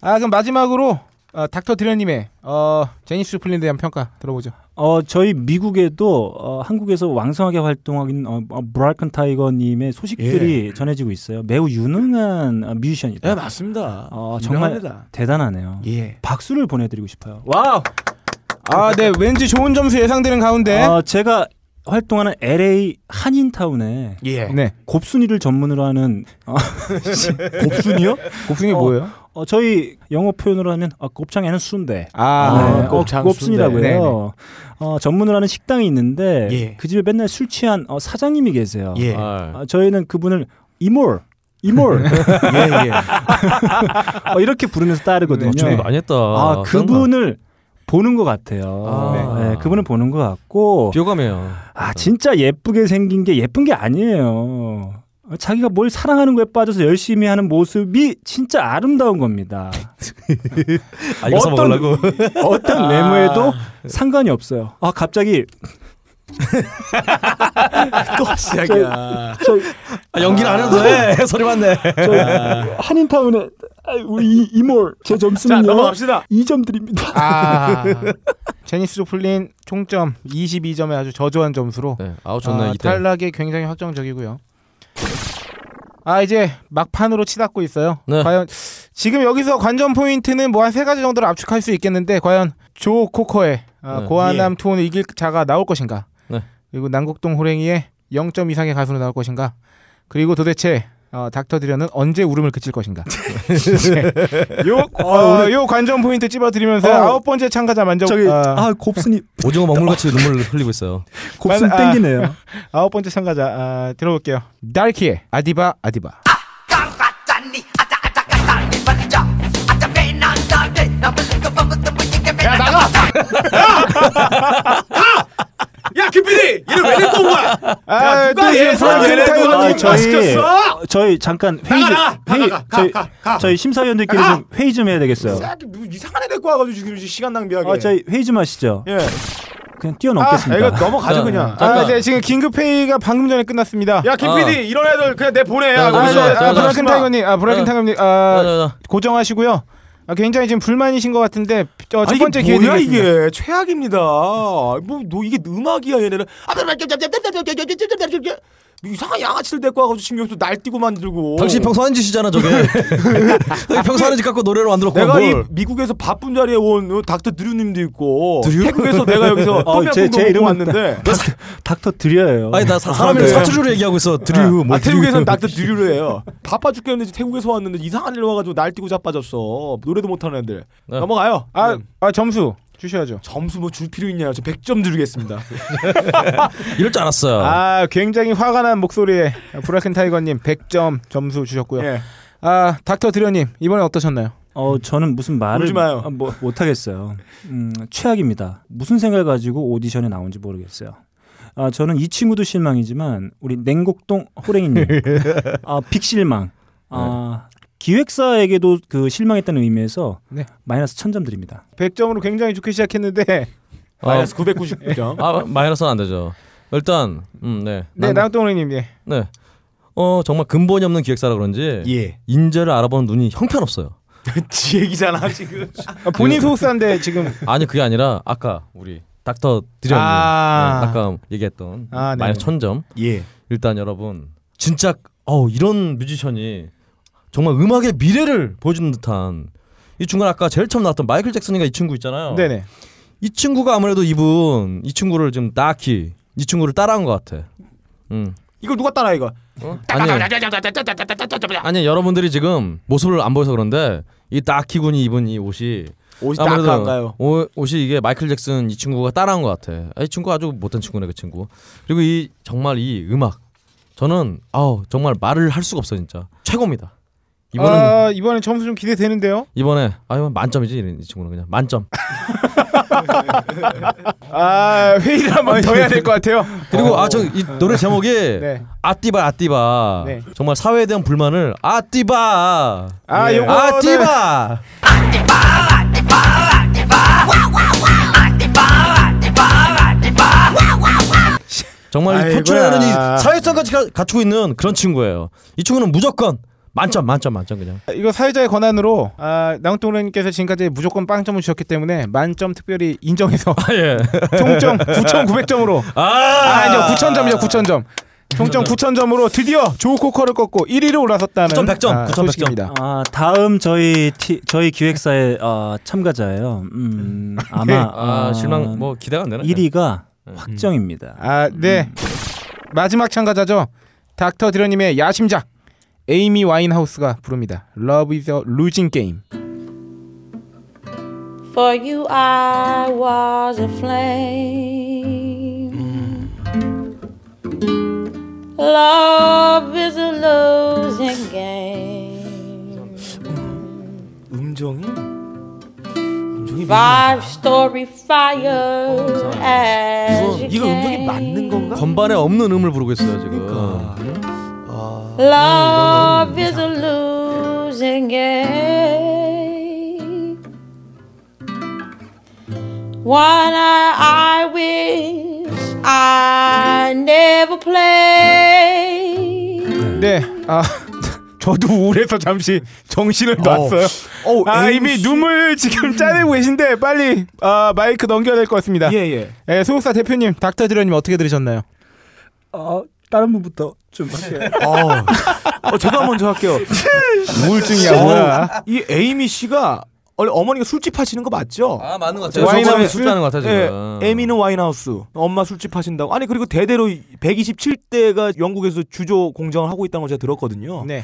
아, 그럼 마지막으로 어, 닥터 드레님의 어, 제니스 플린에 대한 평가 들어보죠.
어, 저희 미국에도 어, 한국에서 왕성하게 활동하긴 어, 어, 브라이컨 타이거님의 소식들이 전해지고 있어요. 매우 유능한 어, 뮤지션이다.
예, 맞습니다.
어, 정말
유명합니다.
대단하네요.
예.
박수를 보내드리고 싶어요.
와우.
아, 네, 아, 왠지 좋은 점수 예상되는
네.
가운데.
어, 제가 활동하는 LA 한인타운에
예.
네,
곱순이를 전문으로 하는 어,
곱순이요?
그 곱순이
어,
뭐예요?
어, 저희 영어 표현으로 하면 어, 곱창에는 순대.
아,
네,
곱창
곱순이라고요.
순대.
어, 전문으로 하는 식당이 있는데
예.
그 집에 맨날 술 취한 어, 사장님이 계세요.
예.
아,
아, 저희는 그분을 이몰 이몰
예, 예.
어, 이렇게 부르면서 따르거든요.
네, 저기
많이 했다.
아,
짠다.
그분을 보는 것 같아요.
아.
네, 그분을 보는 것 같고
비호감이에요.
아 진짜 예쁘게 생긴 게 예쁜 게 아니에요. 어, 자기가 뭘 사랑하는 거에 빠져서 열심히 하는 모습이 진짜 아름다운 겁니다.
아, 이거
어떤-
써먹으려고.
아.
어떤 외모에도 상관이 없어요. 아 갑자기
또 시작이야.
저,
아, 연기를 안 해도 돼. 소리 맞네.
저 한인타운에 아, 우리 이- 이몰 제 점수는요.
넘어갑시다.
2점 드립니다.
아, 제니스 조플린 총점 22점의 아주 저조한 점수로
네, 아우 좋네
아,
이때.
탈락이 굉장히 확정적이고요. 아 이제 막판으로 치닫고 있어요.
네.
과연 지금 여기서 관전 포인트는 뭐 한 세 가지 정도로 압축할 수 있겠는데 과연 조 코커의 아,
네.
고아남 투혼을 이길 자가 나올 것인가?
네.
그리고 남국동 호랭이의 0점 이상의 가수로 나올 것인가? 그리고 도대체 어, 닥터 드려는 언제 울음을 그칠 것인가? 네. 요,
아,
어, 요 관전 포인트 찝어드리면서
어.
아홉 번째 참가자 만족
저기
아,
아 곱순이
오징어 먹물같이 눈물 흘리고 있어요.
곱순
아.
땡기네요.
아홉 번째 참가자 아, 들어볼게요. 달키의 아디바 아디바.
야 나가. 야 김PD 이름 왜 내고 온 거야?
아,
누가
또
예선
예선
예선
타이거
예선
언니
아,
예선
저-
저희
시켰어?
어, 저희 잠깐 회의 좀
나가, 나가,
회의
가, 가,
저희
가, 가.
저희 심사위원들끼리 좀 회의 좀 해야 되겠어요.
아, 뭐 이상한 애 데리고 와가지고 지금 시간 낭비하게.
아, 저희 회의 좀 하시죠.
예.
그냥
아, 이거
뛰어넘겠습니다.
넘어가죠
자,
그냥.
자,
아,
잠깐.
네, 지금 긴급 회의가 방금 전에 끝났습니다.
야 김PD
아.
이런 애들 그냥 내 보내. 야,
자,
아,
거기서.
자,
네,
자,
아,
자,
브라켄
자.
타이거님, 아, 브라켄
자.
타이거님,
아,
아,
아, 아.
고정하시고요. 아, 굉장히 지금 불만이신 것 같은데 어, 첫
아니,
번째
이게
기회
뭐야
드리겠습니다.
이게 최악입니다. 뭐너 이게 음악이야 얘네는. 아, 이상한 양아치를 데리고 와가지고 지금 여기서 날뛰고 만들고.
당신 평소 하는 짓이잖아 저게. 당신 평소 하는 짓 갖고 노래로 만들었고
내가 이
뭘.
미국에서 바쁜 자리에 온 어, 닥터 드류님도 있고
드류?
태국에서 내가 여기서
어, 제-
똠양꿍도
제
먹고
이름은
왔는데
닥- 닥터 드려요.
아니 나 사- 사람이랑
아, 네.
사투리로 얘기하고 있어. 드류 뭐
아 태국에서는
드류.
닥터 드류를 해요 바빠 죽겠는데 태국에서 왔는데 이상한 일로 와가지고 날뛰고 자빠졌어 노래도 못하는 애들
네.
넘어가요
아, 아, 점수 주셔야죠.
점수 뭐 줄 필요 있냐요 저 100점 드리겠습니다
이럴 줄 알았어요.
아, 굉장히 화가 난 목소리에 브라켄 타이거님 100점 점수 주셨고요.
예.
아, 닥터 드려님 이번에 어떠셨나요?
어, 저는 무슨 말을
울지 마요.
아, 뭐, 못하겠어요. 음, 최악입니다. 무슨 생각을 가지고 오디션에 나온지 모르겠어요. 아, 저는 이 친구도 실망이지만 우리 냉곡동 호랭이님, 아, 빅실망. 아, 기획사에게도 그 실망했다는 의미에서
네.
마이너스 1000점 드립니다.
100점으로 굉장히 좋게 시작했는데 네,
어,
마이너스 999점
아 마이너스는 안 되죠. 일단 음, 네.
네,
난-
나동호님 예.
네. 어 정말 근본이 없는 기획사라 그런지
예.
인재를 알아보는 눈이 형편없어요.
지 얘기잖아 지금
아, 본인 소속사인데 지금
아니 그게 아니라 아까 우리 닥터 드려님
아.
네, 아까 얘기했던
아, 네.
마이너스 1000점
예
일단 여러분 진짜 어 이런 뮤지션이 정말 음악의 미래를 보여주는 듯한 이 중간 아까 제일 처음 나왔던 마이클 잭슨이가 이 친구 있잖아요.
네, 네.
이 친구가 아무래도 이분 이 친구를 지금 다키 이 친구를 따라한 것 같아. 음.
이걸 누가 따라 이거
아니 아니 여러분들이 지금 모습을 안 보여서 그런데 이 다키 군이 입은 이 옷이
옷이
아무래도
딱한가요
옷- 옷이 이게 마이클 잭슨 이 친구가 따라한 것 같아. 아, 이 친구 아주 못한 친구네 그 친구. 그리고 이 정말 이 음악 저는 아우 정말 말을 할 수가 없어 진짜 최고입니다. 이번에
아, 이번에 점수 좀 기대되는데요.
이번에 아 이건 만점이지 이, 이 친구는 그냥 만점.
아, 회의를 한 번 더 해야 될 것 같아요.
그리고 아 저 이 노래 제목이
어. 네.
아띠바 아띠바
네.
정말 사회에 대한 불만을 아띠바 네.
아,
예.
요거
아띠바 정말 이
아이고야.
표출하는 이 사회성까지 가- 갖추고 있는 그런 친구예요. 이 친구는 무조건 만점 만점 만점 그냥.
이거 사회자의 권한으로 아, 나훈동님께서 지금까지 무조건 빵점을 주셨기 때문에 만점 특별히 인정해서
아 예.
총점 9,900점으로
아,
아, 아니요 9,000점이죠 9,000점 총점 9,000점으로 드디어 조코커를 꺾고 1위로 올라섰다는
9,100점,
아,
9,100점. 어.
소식입니다.
아, 다음 저희 티, 저희 기획사의 어, 참가자예요. 음, 아마
아,
어,
실망 뭐 기대가 안 되나?
1위가 확정입니다.
아, 네. 마지막 참가자죠. 닥터 드러님의 야심작 에이미 와인하우스가 부릅니다. Love is a losing game.
For you, I was aflame. Love is a losing game.
음정이 음정이
Five story fire. As you
이거 음정이 맞는 건가?
건반에 없는 음을 부르고 있어요 지금.
그러니까.
Love is a losing game. One I, I wish I never played.
네. 아 저도 우울해서 잠시 정신을 놨어요.
어,
아
에이,
이미
씨.
눈물 지금 짜내고 계신데 빨리 아, 마이크 넘겨야 될 것 같습니다.
예 예.
예, 소속사 대표님, 닥터 드러님 어떻게 들으셨나요?
다른 분부터 좀 할게요.
어, 어, 제가 먼저 할게요.
우울증이야 뭐야?
이 에이미 씨가 원래 어머니가 술집 하시는 거 맞죠?
아 맞는 것
같아요.
와인
저번에
숫자는 것 같아 지금.
예, 에미는 와인하우스 엄마 술집 하신다고 아니 그리고 대대로 127대가 영국에서 주조 공장을 하고 있다는 걸 제가 들었거든요
네.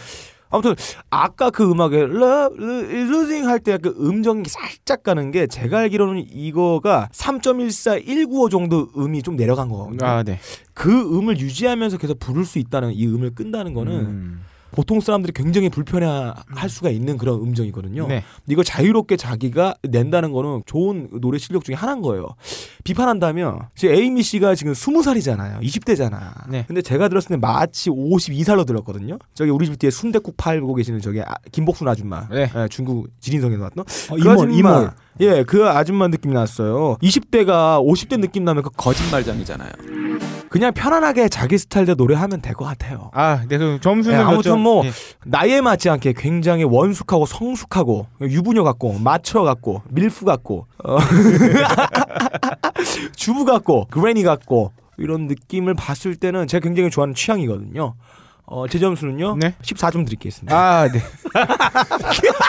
아무튼 아까 그 음악에 Love is Losing 할 때 그 음정이 살짝 가는 게 제가 알기로는 이거가 3.14195 정도 음이 좀 내려간 거거든요
아 네.
그 음을 유지하면서 계속 부를 수 있다는 이 음을 끈다는 거는
음.
보통 사람들이 굉장히 불편해할 수가 있는 그런 음정이거든요.
네.
이걸 자유롭게 자기가 낸다는 거는 좋은 노래 실력 중에 하나인 거예요. 비판한다면 지금 에이미 씨가 지금 20살이잖아요. 20대잖아.
네.
근데 제가 들었을 때 마치 52살로 들었거든요. 저기 우리 집 뒤에 순대국 팔고 계시는 저기 아, 김복순 아줌마.
네. 어,
예, 중국 지린성에서 왔던 그
이몰,
아줌마.
이몰.
예, 그 아줌마 느낌 났어요. 20대가 50대 느낌 나면 그 거짓말장이잖아요. 그냥 편안하게 자기 스타일대로 노래하면 될 것 같아요.
아, 네. 그럼 점수는
네, 아무튼
몇 점?
뭐
예.
나이에 맞지 않게 굉장히 원숙하고 성숙하고 유부녀 같고 마처 같고 밀프 같고 어, 주부 같고 그레니 같고 이런 느낌을 봤을 때는 제가 굉장히 좋아하는 취향이거든요. 어, 제 점수는요.
네.
14점 드리겠습니다.
아, 네.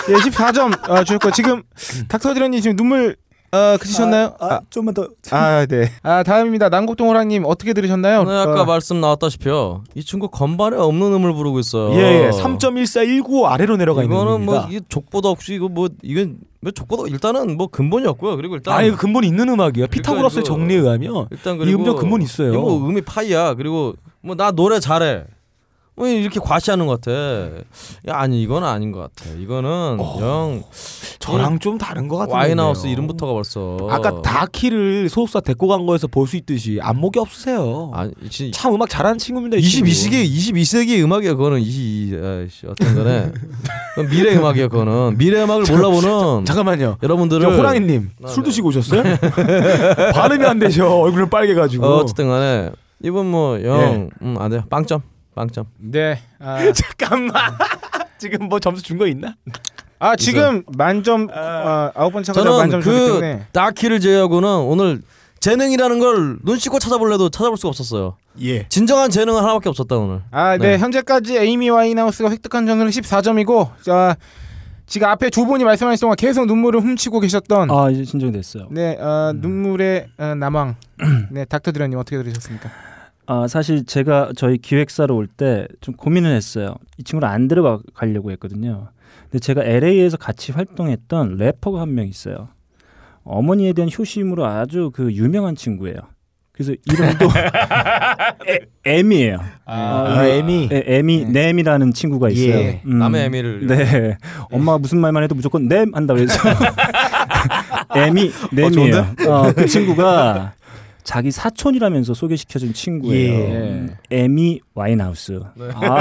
예, 14점 어, 줄거 지금 닥터 드러님 지금 눈물 어, 그치셨나요? 아,
좀만 더
아, 네. 아, 다음입니다. 남곡동 호랑님 어떻게 들으셨나요?
네, 아까
어,
말씀 나왔다시피요. 이 친구 건반에 없는 음을 부르고 있어요.
예, 예. 3.1419 아래로 내려가 있는
이거는
겁니다.
뭐 이게 족보다 없이 이거 뭐 이건 뭐 족보다 일단은 뭐 근본이었고요. 그리고 일단
아니 근본 있는 음악이에요. 피타고라스의
그러니까 이거-
정리에 의하면
일단
이
그리고
음정 근본 있어요.
이거 뭐 음이 파이야. 그리고 뭐 나 노래 잘해. 뭐 이렇게 과시하는 것 같아. 야, 아니 이건 아닌 것 같아. 이거는 영
저랑 좀 다른 것 같은데.
와인하우스 이름부터가 어. 벌써
아까 다키를 소속사 데리고 간 거에서 볼 수 있듯이 안목이 없으세요.
아, 이 진-
참 음악 잘하는 친구입니다. 이 친구.
22세기 22세기 음악이야 그거는 이 아이씨 어떤 거네 그건 미래 음악이야 그거는 미래 음악을 몰라보는
잠깐만요.
여러분들을
저 호랑이님
아,
술
네.
드시고 오셨어요? 발음이 안 되셔. 얼굴은 빨개가지고.
어, 어쨌든 간에 이번 뭐영안
예.
돼요 빵점 빵점
네. 아,
잠깐만. 지금 뭐 점수 준 거 있나?
아 지금 만점 아, 아홉 번째 가자
저는
만점 줬기
그
때문에
다키를 제외하고는 오늘 재능이라는 걸 눈씻고 찾아볼래도 찾아볼 수가 없었어요
예.
진정한 재능은 하나밖에 없었다 오늘
아, 네.
네.
현재까지 에이미 와인하우스가 획득한 점수는 14점이고 자 지금 앞에 두 분이 말씀하신 동안 계속 눈물을 훔치고 계셨던
아, 이제 진정됐어요.
네 아, 눈물의 아, 남왕 네 닥터 드라님 어떻게 들으셨습니까?
아, 사실 제가 저희 기획사로 올 때 좀 고민을 했어요. 이 친구를 안 들어가려고 했거든요. 근데 제가 LA에서 같이 활동했던 래퍼가 한 명 있어요. 어머니에 대한 효심으로 아주 그 유명한 친구예요. 그래서 이름도 에, M이에요.
아, 에미.
네, M이 넴이라는 친구가 있어요.
예.
음,
남의 애미를
네. 엄마가 무슨 말만 해도 무조건 넴 한다 그래서 넴이 넴이에요. 어, 그 친구가 자기 사촌이라면서 소개시켜준 친구예요.
예.
음, 에미 와인하우스. 아,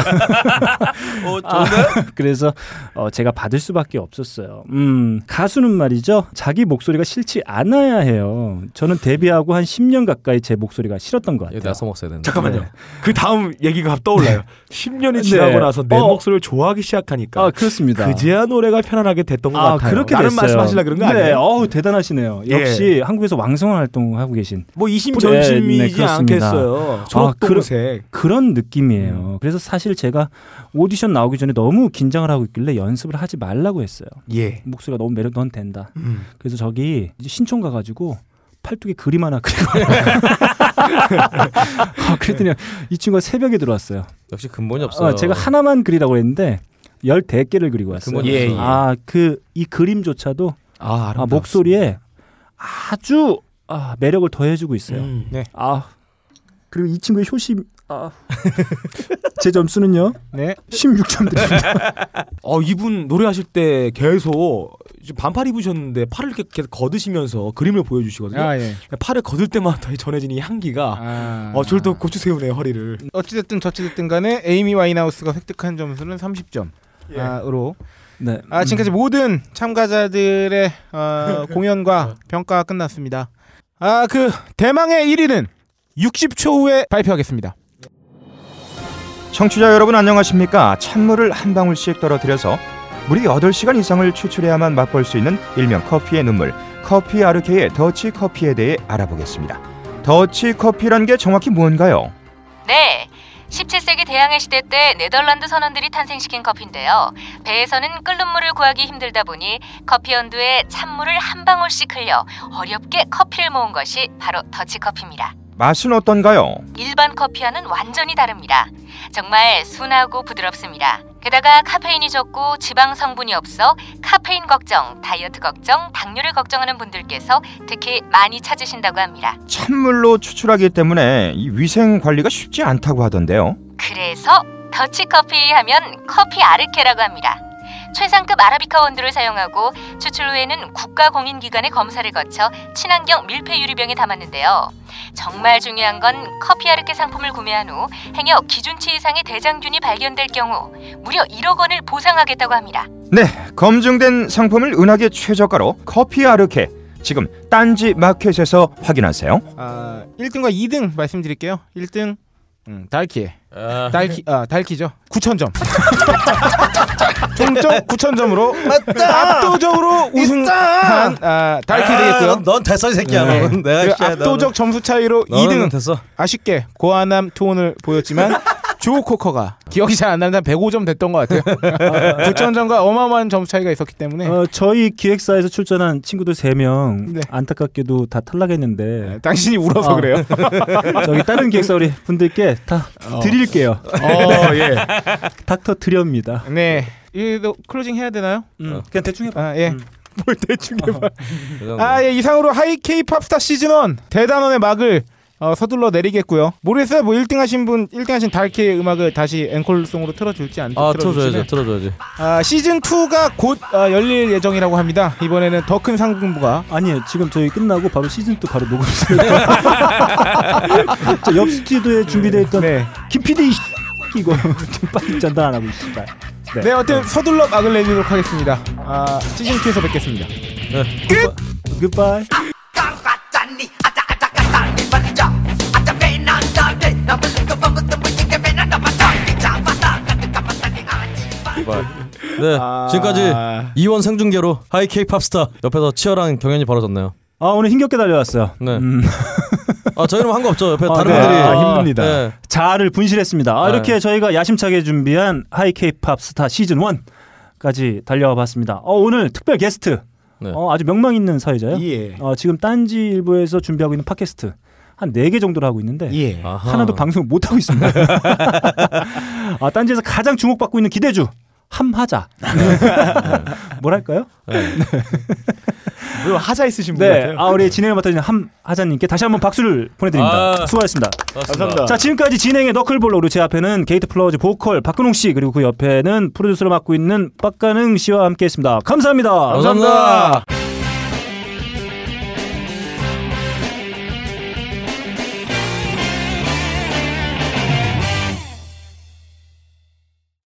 어, 좋은데?
그래서 어, 제가 받을 수밖에 없었어요. 음, 가수는 말이죠. 자기 목소리가 싫지 않아야 해요. 저는 데뷔하고 한 10년 가까이 제 목소리가 싫었던 것 같아요.
이거 내가 써먹어야 되는데. 네.
잠깐만요. 그 다음 얘기가 떠올라요. 10년이 지나고
네.
나서 내
어.
목소리를 좋아하기 시작하니까
아, 그렇습니다.
그제야 노래가 편안하게 됐던 것
아,
같아요.
그렇게
다른
됐어요.
말씀하시려 그런 거
네,
아니에요?
어우, 대단하시네요.
예.
역시 한국에서 왕성한 활동을 하고 계신
뭐
네, 네,
이심전심이지
그렇습니다.
않겠어요. 초록동색.
그런 느낌이에요.
음.
그래서 사실 제가 오디션 나오기 전에 너무 긴장을 하고 있길래 연습을 하지 말라고 했어요.
예.
목소리가 너무 매력 넌 된다.
음.
그래서 저기 이제 신촌 가가지고 팔뚝에 그림 하나 그리고 아, 그랬더니 이 친구가 새벽에 들어왔어요.
역시
아,
근본이 없어.
어, 제가 하나만 그리라고 했는데 열대 개를 그리고 왔어요.
근본이
예,
없어.
아 그 이 그림조차도
아,
아, 목소리에 아주 아, 매력을 더해주고 있어요.
음.
네,
아 그리고 이 친구의 효심 아. 제 점수는요
네.
16점 드립니다.
어, 이분 노래하실 때 계속 이제 반팔 입으셨는데 팔을 이렇게 계속 걷으시면서 그림을 보여주시거든요.
아 예.
팔을 걷을 때마다 전해지는 이 향기가
아.
어, 저를 또 고추세우네요, 허리를.
어찌됐든 저찌됐든 간에 에이미 와인하우스가 획득한 점수는 30점. 아, 으로
네.
아, 지금까지 모든 참가자들의 어, 공연과 평가가 끝났습니다. 아, 그 대망의 1위는 60초 후에 발표하겠습니다.
청취자 여러분 안녕하십니까? 찬물을 한 방울씩 떨어뜨려서 무려 8시간 이상을 추출해야만 맛볼 수 있는 일명 커피의 눈물 커피 아르케의 더치 커피에 대해 알아보겠습니다. 더치 커피란 게 정확히 뭔가요?
네. 17세기 대항해 시대 때 네덜란드 선원들이 탄생시킨 커피인데요. 배에서는 끓는 물을 구하기 힘들다 보니 커피 연두에 찬물을 한 방울씩 흘려 어렵게 커피를 모은 것이 바로 더치 커피입니다.
맛은 어떤가요?
일반 커피와는 완전히 다릅니다. 정말 순하고 부드럽습니다. 게다가 카페인이 적고 지방 성분이 없어 카페인 걱정, 다이어트 걱정, 당뇨를 걱정하는 분들께서 특히 많이 찾으신다고 합니다.
찬물로 추출하기 때문에 이 위생 관리가 쉽지 않다고 하던데요.
그래서 더치커피 하면 커피 아르케라고 합니다. 최상급 아라비카 원두를 사용하고 추출 후에는 국가공인기관의 검사를 거쳐 친환경 밀폐 유리병에 담았는데요. 정말 중요한 건 커피 아르케 상품을 구매한 후 행여 기준치 이상의 대장균이 발견될 경우 무려 1억 원을 보상하겠다고 합니다.
네, 검증된 상품을 은하계 최저가로 커피 아르케 지금 딴지 마켓에서 확인하세요.
아, 1등과 2등 말씀드릴게요. 1등 음, 달키.
아,
달키 아, 달키죠. 9,000점. 총점 9,000점으로 압도적으로 우승한 아, 달키 되겠고요.
넌 됐어 이 새끼야.
네.
넌. 내가
그
씨야,
압도적 점수 차이로
너는, 너는
2등
됐어.
아쉽게 고아남 투혼을 보였지만 조 코커가 기억이 잘 안 나는데 한 105점 됐던 것 같아요. 9,000점과 어마어마한 점수 차이가 있었기 때문에
어, 저희 기획사에서 출전한 친구들 세 명
네.
안타깝게도 다 탈락했는데
당신이 울어서
아.
그래요.
저기 다른 기획사 우리 분들께 다 드릴게요.
어, 예.
닥터 드려입니다.
네. 이거 클로징 해야 되나요?
그냥 대충 해봐.
아,
음.
예. 뭘 대충 해봐.
그 정도.
아, 예, 이상으로 하이 K 팝스타 시즌 1 대단원의 막을 어, 서둘러 내리겠고요. 모르겠어요. 뭐 1등 하신 분, 1등 하신 달키의 음악을 다시 앵콜송으로 틀어줄지 안
아,
틀어줄지.
틀어줘야지, 틀어줘야지.
아, 시즌 2가 곧 아, 열릴 예정이라고 합니다. 이번에는 더 큰 상금부가
아니에요. 지금 저희 끝나고 바로 시즌 2 바로 녹음했어요. 옆 스튜디오에 준비되어 있던
네.
김 PD 이거 좀 빨리 전달 안 하고 있습니다. 네.
네, 어쨌든 서둘러 막을 내리도록 하겠습니다. 아, 시즌 2에서 뵙겠습니다.
굿바이.
네,
아.
지금까지 이원 생중계로 하이 케이 팝스타 옆에서 치열한 경연이 벌어졌네요.
아 오늘 힘겹게 달려왔어요.
네.
음,
아, 저희는 한 거 없죠. 옆에 다른
네.
분들이
아,
힘듭니다.
네.
자아를 분실했습니다. 아,
네.
이렇게 저희가 야심차게 준비한 하이 케이팝 스타 시즌 1까지 달려와 봤습니다. 어, 오늘 특별 게스트
네.
어, 아주 명망 있는 사회자요.
예.
어, 지금 딴지 일부에서 준비하고 있는 팟캐스트 한 4개 정도를 하고 있는데
예.
아하.
하나도 방송을 못 하고 있습니다. 아, 딴지에서 가장 주목받고 있는 기대주 함하자.
네.
네. 뭐랄까요?
물론 네. 뭐 하자 있으신 분
네,
같아요.
아 우리 진행을 맡아주신 함하자님께 다시 한번 박수를 보내드립니다.
아.
수고하셨습니다.
아.
감사합니다.
자 지금까지 진행의 너클볼로 우리 제 앞에는 게이트 플라워즈 보컬 박근홍 씨 그리고 그 옆에는 프로듀서를 맡고 있는 박가능 씨와 함께했습니다. 감사합니다.
감사합니다.